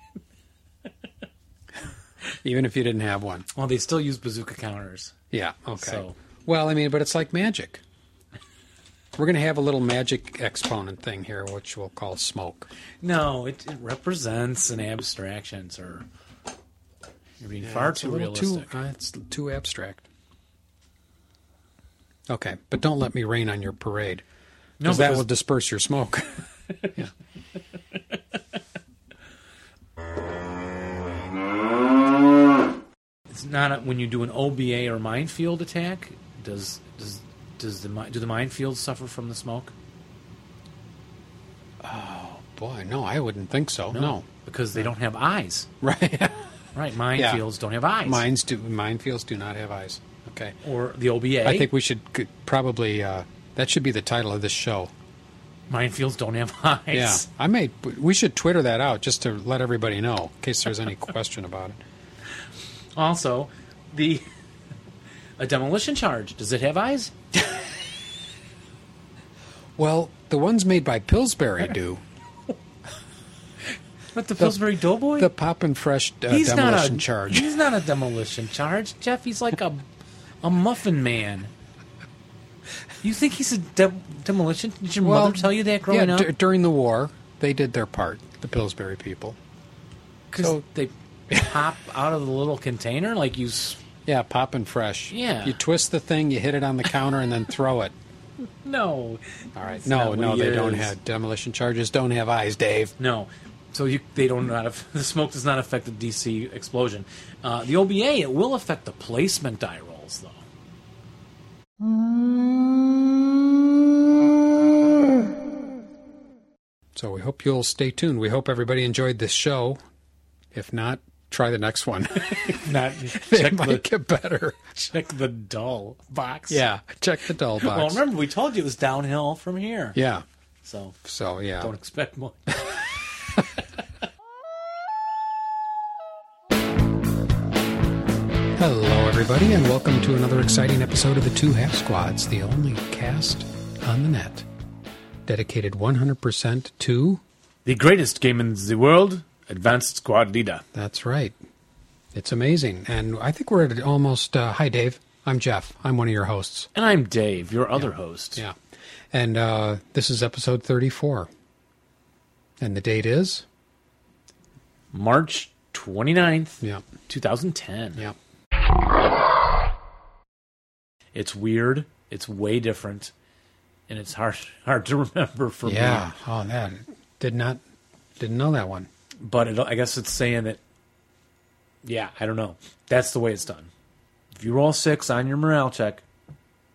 even if you didn't have one.
Well, they still use bazooka counters.
Yeah. Okay.
So-
Well, I mean, but it's like magic. We're going to have a little magic exponent thing here, which we'll call smoke.
No, it, it represents an abstraction, sir. You're being far
it's a
too
little
realistic.
Too, uh, it's too abstract. Okay, but don't let me rain on your parade.
No,
Because that
because-
will disperse your smoke.
It's not a, when you do an OBA or minefield attack. Does does does the mi- do the minefields suffer from the smoke?
Oh boy, no, I wouldn't think so. No,
because they don't have eyes.
Right,
right. Minefields don't have eyes.
Mines do. Minefields do not have eyes. Okay.
Or the OBA.
I think we should could probably. Uh, that should be the title of this show.
Minefields don't have eyes.
Yeah, I may. We should Twitter that out just to let everybody know in case there's any question about it.
Also, the a demolition charge. Does it have eyes?
Well, the ones made by Pillsbury do.
But the Pillsbury Doughboy?
The Pop and Fresh uh,
he's not
demolition
a
charge.
He's not a demolition charge, Jeff. He's like a a muffin man. You think he's a de- demolition? Did your mother tell you that growing
yeah,
up?
d- during the war, they did their part. The Pillsbury people.
Because they pop out of the little container like you. s-
Yeah, Pop and Fresh.
Yeah.
You twist the thing, you hit it on the counter, and then throw it.
No.
All right.
That's not
no,
what
no,
he
they don't
is.
have demolition charges. Don't have eyes, Dave.
No. So you, they don't not aff- the smoke does not affect the DC explosion. Uh, the OBA it will affect the placement die rolls though.
So we hope you'll stay tuned. We hope everybody enjoyed this show. If not, try the next one.
Not
They
check
might
the,
get better.
Check the dull box.
yeah, check the doll box.
Well, remember we told you it was downhill from here.
Yeah.
So
So yeah.
don't expect much.
Hello, everybody, and welcome to another exciting episode of the Two Half Squads, the only cast on the net dedicated 100% to.
The greatest game in the world, Advanced Squad Leader.
That's right. It's amazing. And I think we're at almost. Uh, hi, Dave. I'm Jeff. I'm one of your hosts.
And I'm Dave, your other host.
Yeah. And uh, this is episode 34. And the date is?
March 29th,
yeah.
2010.
Yep.
It's weird. It's way different. And it's hard hard to remember for
yeah.
me.
Oh, that did not didn't know that one.
But it, I guess it's saying that, yeah, I don't know. That's the way it's done. If you roll six on your morale check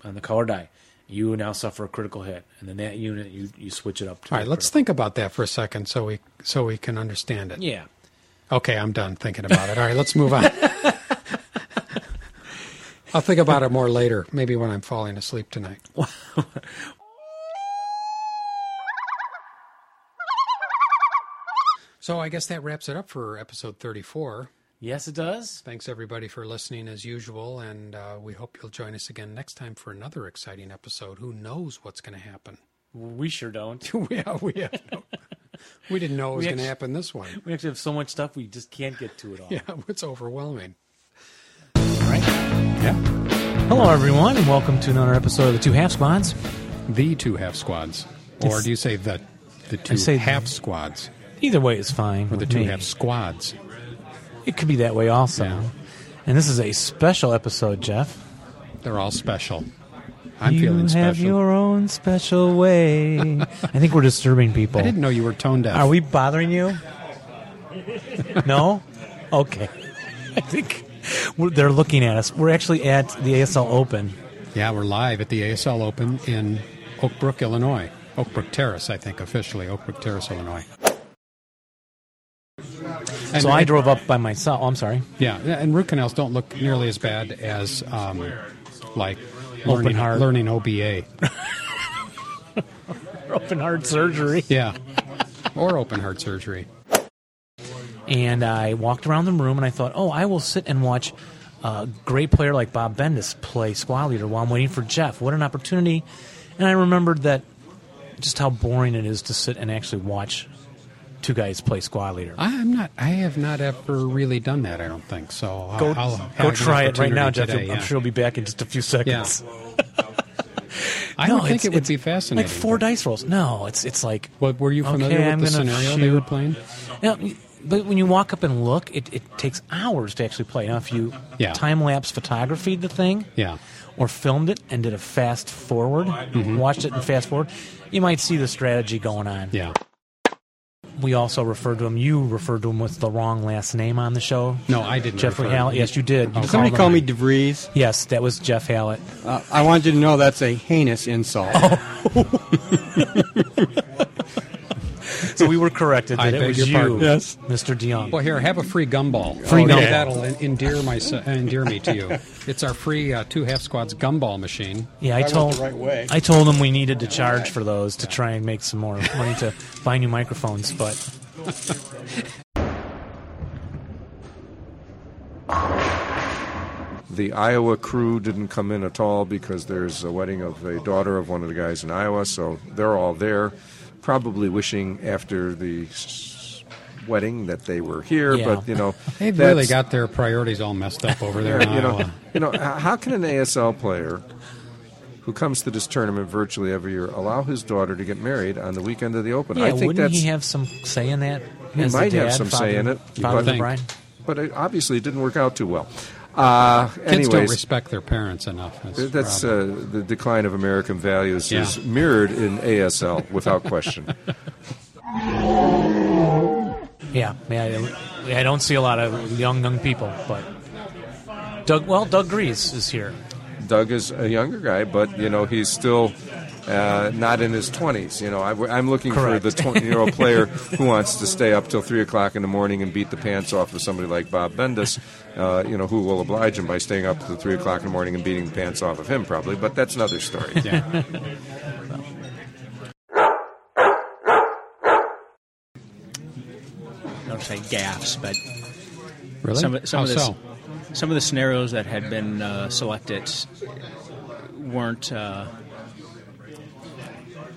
on the color die, you now suffer a critical hit. And then that unit, you, you switch it up to.
All right, let's think about that for a second so we so we can understand it.
Yeah.
Okay, I'm done thinking about it. All right, let's move on. I'll think about it more later, maybe when I'm falling asleep tonight. so I guess that wraps it up for episode 34.
Yes, it does.
Thanks everybody for listening as usual, and uh, we hope you'll join us again next time for another exciting episode. Who knows what's going to happen?
We sure don't.
yeah, we have no, we didn't know it was
We
going to
actu-
happen this one.
We actually have so much stuff, we just can't get to it all.
Yeah, it's overwhelming.
Hello, everyone, and welcome to another episode of the Two Half Squads.
The two half squads, or do you say the the two
say
half squads,
Either way is fine.
or the
with
two
me.
half squads?
It could be that way also. And this is a special episode, Jeff.
They're all special. I'm
you
feeling
have
special.
your own special way. I think we're disturbing people.
I didn't know you were tone deaf.
Are we bothering you? no? Okay. I think we're, they're looking at us. We're actually at the ASL Open.
Yeah, we're live at the ASL Open in Oak Brook, Illinois. Oak Brook Terrace, I think, officially Oak Brook Terrace, Illinois. And-
so I drove up by myself. Oh, I'm sorry.
Yeah, and root canals don't look nearly as bad as um, like
Open
learning,
heart.
learning OBA.
Open heart surgery.
Yeah, or open heart surgery.
and I walked around the room and I thought, oh, I will sit and watch a great player like Bob Bendis play Squad Leader while I'm waiting for Jeff. What an opportunity! And I remembered that just how boring it is to sit and actually watch two guys play Squad Leader.
I'm not. I have not ever really done that. I don't think so. I'll-
Go,
I'll
go
have an
try it right now, Jeff.
opportunity today,
I'm
yeah.
sure he'll be back in just a few seconds.
I
No,
would think
it's-
it would
it's
be fascinating.
Like four dice rolls. No, it's it's like.
What were you familiar
okay,
with
I'm
the
gonna
scenario they were
shoot-
playing?
Yeah, But when you walk up and look, it, it takes hours to actually play. Now, if you
Yeah.
time lapse photography the thing,
Yeah. Mm-hmm.
or filmed it and did a fast forward, watched it and fast forward, you might see the strategy going on.
Yeah.
We also referred to him. You referred to him with the wrong last name on the show.
No, I didn't
Jeffrey
refer-
Hallett. Yes, you did. You
Did somebody
called
call
him-
me DeVries?
Yes, that was Jeff Hallett.
Uh, I wanted you to know that's a heinous insult.
Oh. So we were corrected that
I
it
beg
was
your
you,
pardon. Yes.
Mr. DeYoung.
Well, here, have a free gumball. Oh,
Free gumball.
That'll en- endear, my, endear me to you. It's our free uh, two half squads gumball machine.
Yeah, I, told I told them we needed to charge for those to try and make some more money to buy new microphones, but
The Iowa crew didn't come in at all because there's a wedding of a daughter of one of the guys in Iowa, so they're all there, probably wishing after the s- wedding that they were here.
Yeah.
But you know,
They've
that's-
really got their priorities all messed up over there in
you know,
Iowa.
you know, h- how can an ASL player who comes to this tournament virtually every year allow his daughter to get married on the weekend of the Open?
yeah,
I think
wouldn't
that's
he have some say in that?
he
as the
might have
dad,
some
father-
say in it,
Father
but,
Brian.
but it obviously didn't work out too well. Uh,
Kids
anyways,
don't respect their parents enough. That's the
that's
problem.
uh, the decline of American values
Yeah.
is mirrored in ASL without question.
Yeah, yeah, I, I don't see a lot of young young people, but Doug. Well, Doug Grease is here.
Doug is a younger guy, but you know he's still uh, not in his twenties. You know, I, am looking
Correct.
for the 20 year old player who wants to stay up till three o'clock in the morning and beat the pants off of somebody like Bob Bendis. Uh, you know, who will oblige him by staying up till three o'clock in the morning and beating the pants off of him, probably. But that's another story.
I don't say gaffes, but
Really?
some of, some,
How
of the,
so?
some of the scenarios that had been uh, selected weren't. Uh,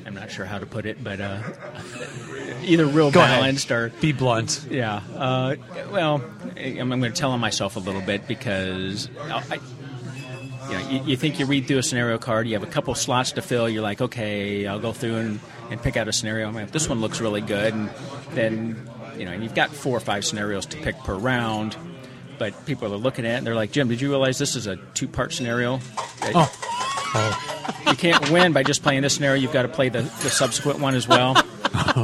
I'm not sure how to put it, but uh, either real
Go ahead.
balanced or
be blunt.
Yeah. Uh, well, I'm, I'm going to tell on myself a little bit because uh, I, you, know, you, you think you read through a scenario card, you have a couple slots to fill, you're like, okay, I'll go through and, and pick out a scenario. I'm like, this one looks really good. And then, you know, and you've got four or five scenarios to pick per round, but people are looking at it and they're like, Jim, did you realize this is a two part scenario? That-
Oh.
Oh.
You can't win by just playing this scenario, you've got to play the, the subsequent one as well. or,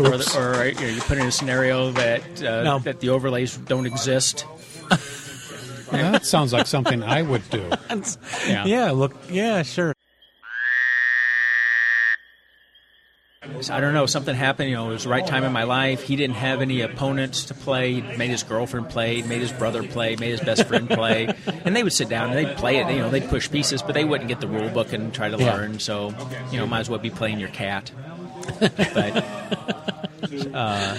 the, or you, know, you put in a scenario that uh,
No.
that the overlays don't exist.
Well, that sounds like something I would do.
Yeah.
look, yeah, sure.
So I don't know. Something happened. You know, it was the right time in my life. He didn't have any opponents to play. He made his girlfriend play. Made his brother play. Made his best friend play. And they would sit down and they'd play it. You know, they'd push pieces, but they wouldn't get the rule book and try to
Yeah.
learn. So, you know, might as well be playing your cat. but uh,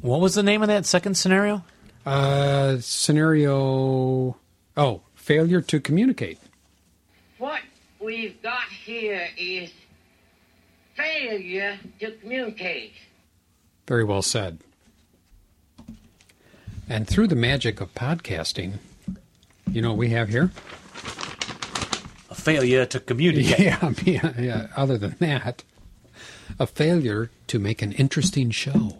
What was the name of that second scenario?
Uh, scenario. Oh, failure to communicate.
What we've got here is failure to communicate.
Very well said. And through the magic of podcasting, you know what we have here?
A failure to communicate.
Yeah, yeah, yeah. Other than that, a failure to make an interesting show.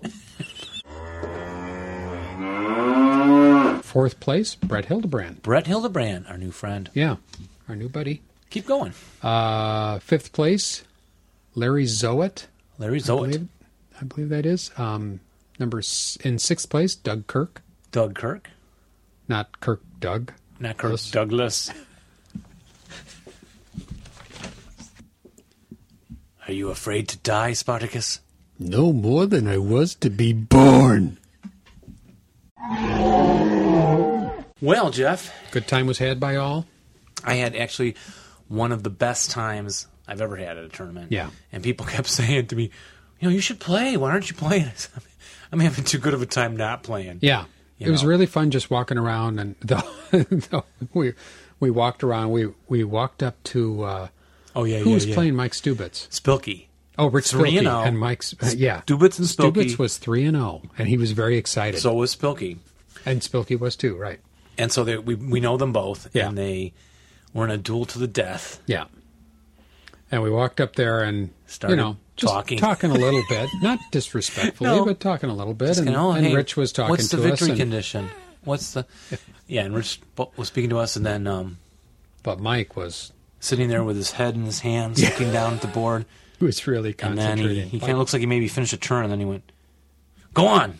Fourth place, Brett Hildebrand.
Brett Hildebrand, our new friend.
Yeah, our new buddy.
Keep going.
Uh, fifth place, Larry Zoet.
Larry Zoet.
I believe, I believe that is. Um, number s- in sixth place, Doug Kirk.
Doug Kirk.
Not Kirk Doug.
Not Kirk Douglas. Are you afraid to die, Spartacus?
No more than I was to be born.
Well, Jeff.
Good time was had by all.
I had actually one of the best times I've ever had at a tournament.
Yeah.
And people kept saying to me, you know, you should play. Why aren't you playing? I said, I'm having too good of a time not playing.
Yeah.
You
it was
know.
really fun just walking around and the, the- we we walked around. We we walked up to uh
Oh, yeah,
Who
yeah,
was
yeah.
playing Mike Stubitz?
Spilky.
Oh, Rick
Three
Spilkey
and oh.
and Mike S- uh, yeah.
Stubitz and Spilkey.
Stubitz was 3 and 0 and he was very excited.
So was Spilky.
and Spilkey was too, right?
And so they, we, we know them both. And they were in a duel to the death.
Yeah. And we walked up there and
Started
you know just
talking.
a little bit, not disrespectfully,
No.
but talking a little bit.
Just
and
kinda, oh,
and
hey,
Rich was talking
what's
to
the victory
us. and-
condition? What's the yeah? And Rich bo- was speaking to us, and then um,
but Mike was
sitting there with his head in his hands, looking down at the board.
He was really
And then he,
concentrating.
he kind of looks like he maybe finished a turn, and then he went, "Go on,"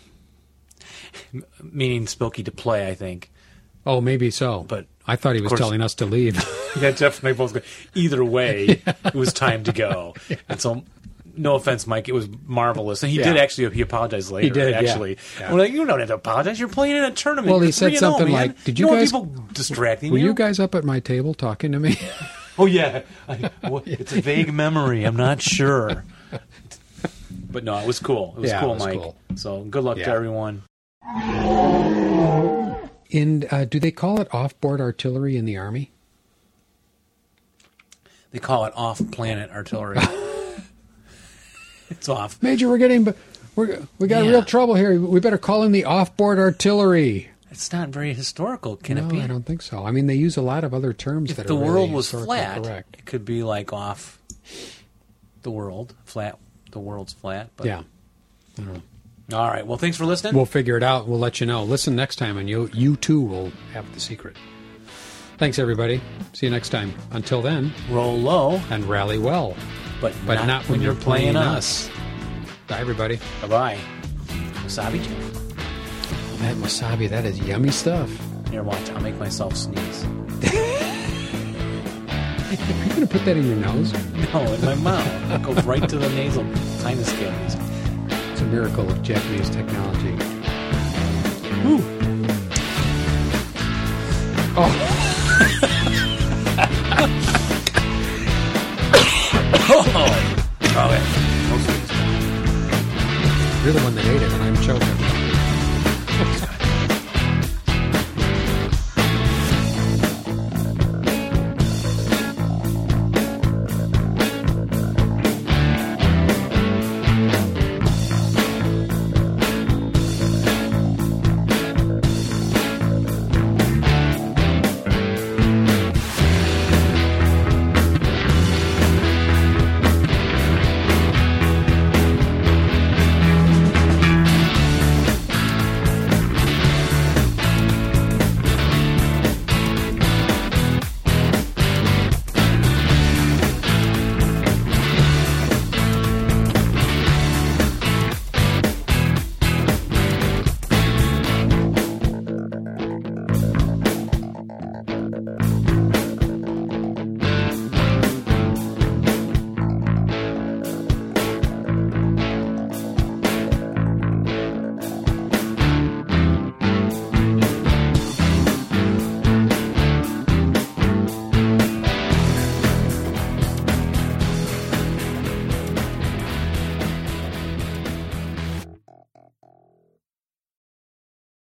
M- meaning Spilky to play, I think.
Oh, maybe so.
But
I thought he
of
was
course-
telling us to leave.
yeah, Jeff and I both. Go, Either way, it was time to go. And so, no offense, Mike, it was marvelous. And he
Yeah.
did actually. He apologized later.
did, yeah.
actually.
Yeah.
We're like, you don't have to apologize. You're playing in a tournament.
well, he
You're
said
3 and 0,
something
man.
like, "Did you,
know what
guys
people distracting
Were
you?
you guys up at my table talking to me?"
Oh yeah, I, well, it's a vague memory. I'm not sure, but no, it was cool. It was
Yeah, it
cool,
was
Mike.
cool.
So good luck to
Yeah.
everyone.
And uh, do they call it off-board artillery in the army?
They call it off-planet artillery. it's off.
Major, we're getting we're, we got
Yeah.
real trouble here. We better call in the off-board artillery.
It's not very historical, can
no,
it be?
I don't think so. I mean, they use a lot of other terms that
If the
are really
world was
historically
flat,
correct.
it could be like off the world, flat. The world's flat. But
Yeah. I don't know.
All right. Well, thanks for listening.
We'll figure it out. We'll let you know. Listen next time, and you you too will have the secret. Thanks, everybody. See you next time. Until then,
roll low
and rally well,
but
but not, when, you're playing,
us.
Bye, everybody.
Bye bye. Wasabi.
That wasabi, that is yummy stuff.
Here, watch. I'll make myself sneeze.
Are you going to put that in your nose?
No, in my mouth. It goes right to the nasal sinus cavities.
It's a miracle of Japanese technology.
Oh, okay.
You're the one that ate it, and I'm choking.